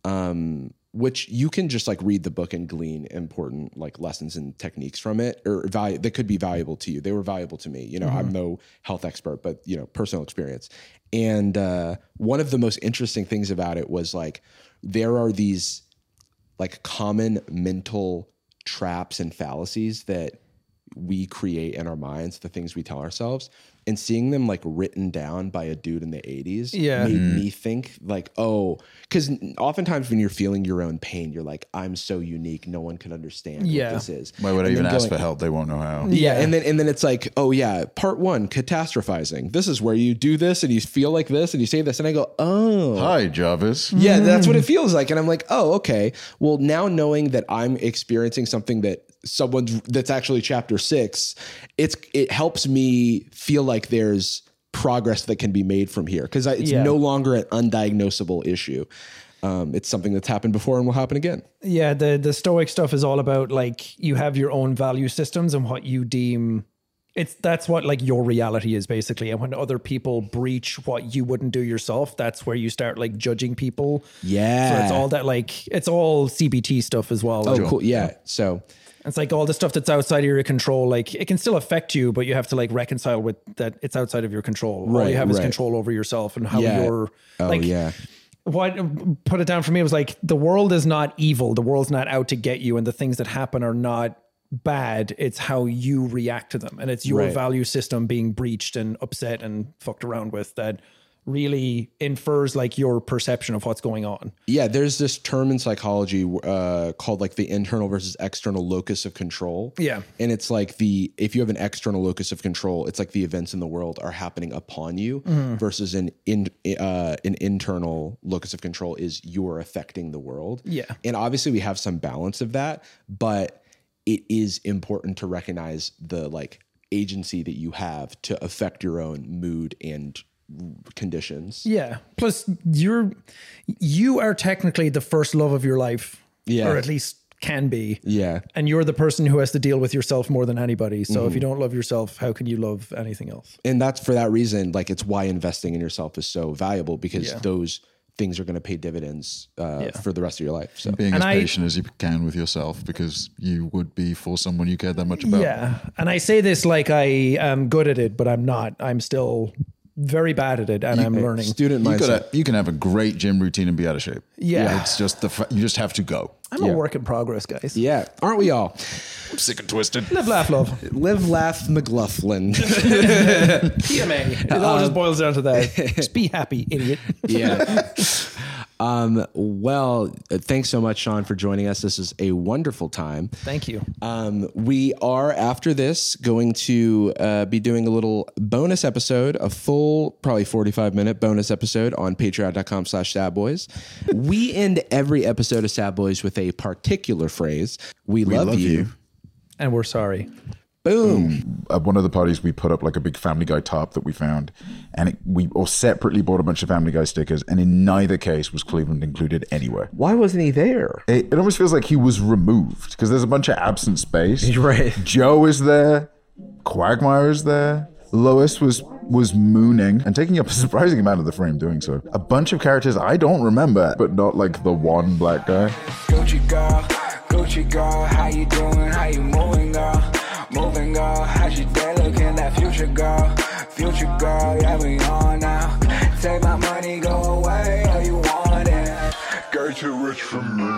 um which you can just like read the book and glean important like lessons and techniques from it or value that could be valuable to you they were valuable to me you know i'm no health expert but you know personal experience and uh one of the most interesting things about it was like there are these like common mental traps and fallacies that we create in our minds, the things we tell ourselves, and seeing them like written down by a dude in the 80s
Yeah.
made
Mm-hmm.
me think like, oh, because oftentimes when you're feeling your own pain, you're like, I'm so unique, no one can understand
Yeah.
what this is.
Why would I
And then
even ask
going-
for help? They won't know how.
yeah. And then and then it's like, oh yeah, part one, catastrophizing. This is where you do this and you feel like this and you say this. And I go, oh
Hi, Jarvis.
yeah, that's
Mm.
what it feels like. And I'm like, oh, okay. Well, now knowing that I'm experiencing something that someone's that's actually chapter six, it's it helps me feel like there's progress that can be made from here because it's
Yeah.
no longer an undiagnosable issue. Um, it's something that's happened before and will happen again.
Yeah, the the stoic stuff is all about like you have your own value systems and what you deem it's that's what like your reality is basically. And when other people breach what you wouldn't do yourself, that's where you start like judging people.
Yeah.
So it's all that like it's all CBT stuff as well.
Oh, cool. Yeah. So
It's like all the stuff that's outside of your control. Like it can still affect you, but you have to like reconcile with that it's outside of your control. all
Right,
you have is
right.
control over yourself and how
Yeah.
you're
oh
like
yeah.
what put it down for me was like the world is not evil the world's not out to get you and the things that happen are not bad it's how you react to them and it's your
Right.
value system being breached and upset and fucked around with that really infers like your perception of what's going on
Yeah, there's this term in psychology uh, called like the internal versus external locus of control.
Yeah.
And it's like the, if you have an external locus of control, it's like the events in the world are happening upon you
Mm-hmm.
versus an, in, uh, an internal locus of control is you're affecting the world.
Yeah.
And obviously we have some balance of that, but it is important to recognize the like agency that you have to affect your own mood and conditions.
yeah plus you're you are technically the first love of your life
Yeah.
or at least can be
Yeah.
and you're the person who has to deal with yourself more than anybody so
Mm-hmm.
if you don't love yourself how can you love anything else
and that's for that reason like it's why investing in yourself is so valuable because those things are going to pay dividends uh,
Yeah.
for the rest of your life. So
Being
And
as
I-
patient as you can with yourself because you would be for someone you cared that much about.
Yeah. And I say this like I am good at it, but I'm not. I'm still very bad at it and I'm learning.
student
You,
mindset.
gotta, you can have a great gym routine and be out of shape.
Yeah.
It's just the fa- you just have to go.
I'm a work in progress, guys.
yeah, aren't we all?
I'm sick and twisted.
Live, laugh, love.
Live, laugh, McLaughlin.
PMA. It all
Um,
just boils down to that. Just be happy, idiot.
yeah. Um, well, uh, thanks so much, Sean, for joining us. This is a wonderful time.
Thank you.
Um, we are after this going to uh, be doing a little bonus episode, a full, probably 45 minute bonus episode on patreon.com slash sad boys. we end every episode of sad boys with a particular phrase. We, love,
love
you.
you.
And we're sorry.
Boom.
at one of the parties we put up like a big family guy tarp that we found and it, we all separately bought a bunch of family guy stickers and in neither case was cleveland included anywhere
Why wasn't he there?
it, it almost feels like he was removed because there's a bunch of absent space
right.
joe is there quagmire is there lois was was mooning and taking up a surprising amount of the frame doing so a bunch of characters i don't remember but not like the one black guy
Gucci girl, Gucci girl, how you doing? How you moving, girl? Moving, girl, how's your day looking? That future girl, future girl, yeah, we on now. Take my money, go away, how you want it? Get you rich from me.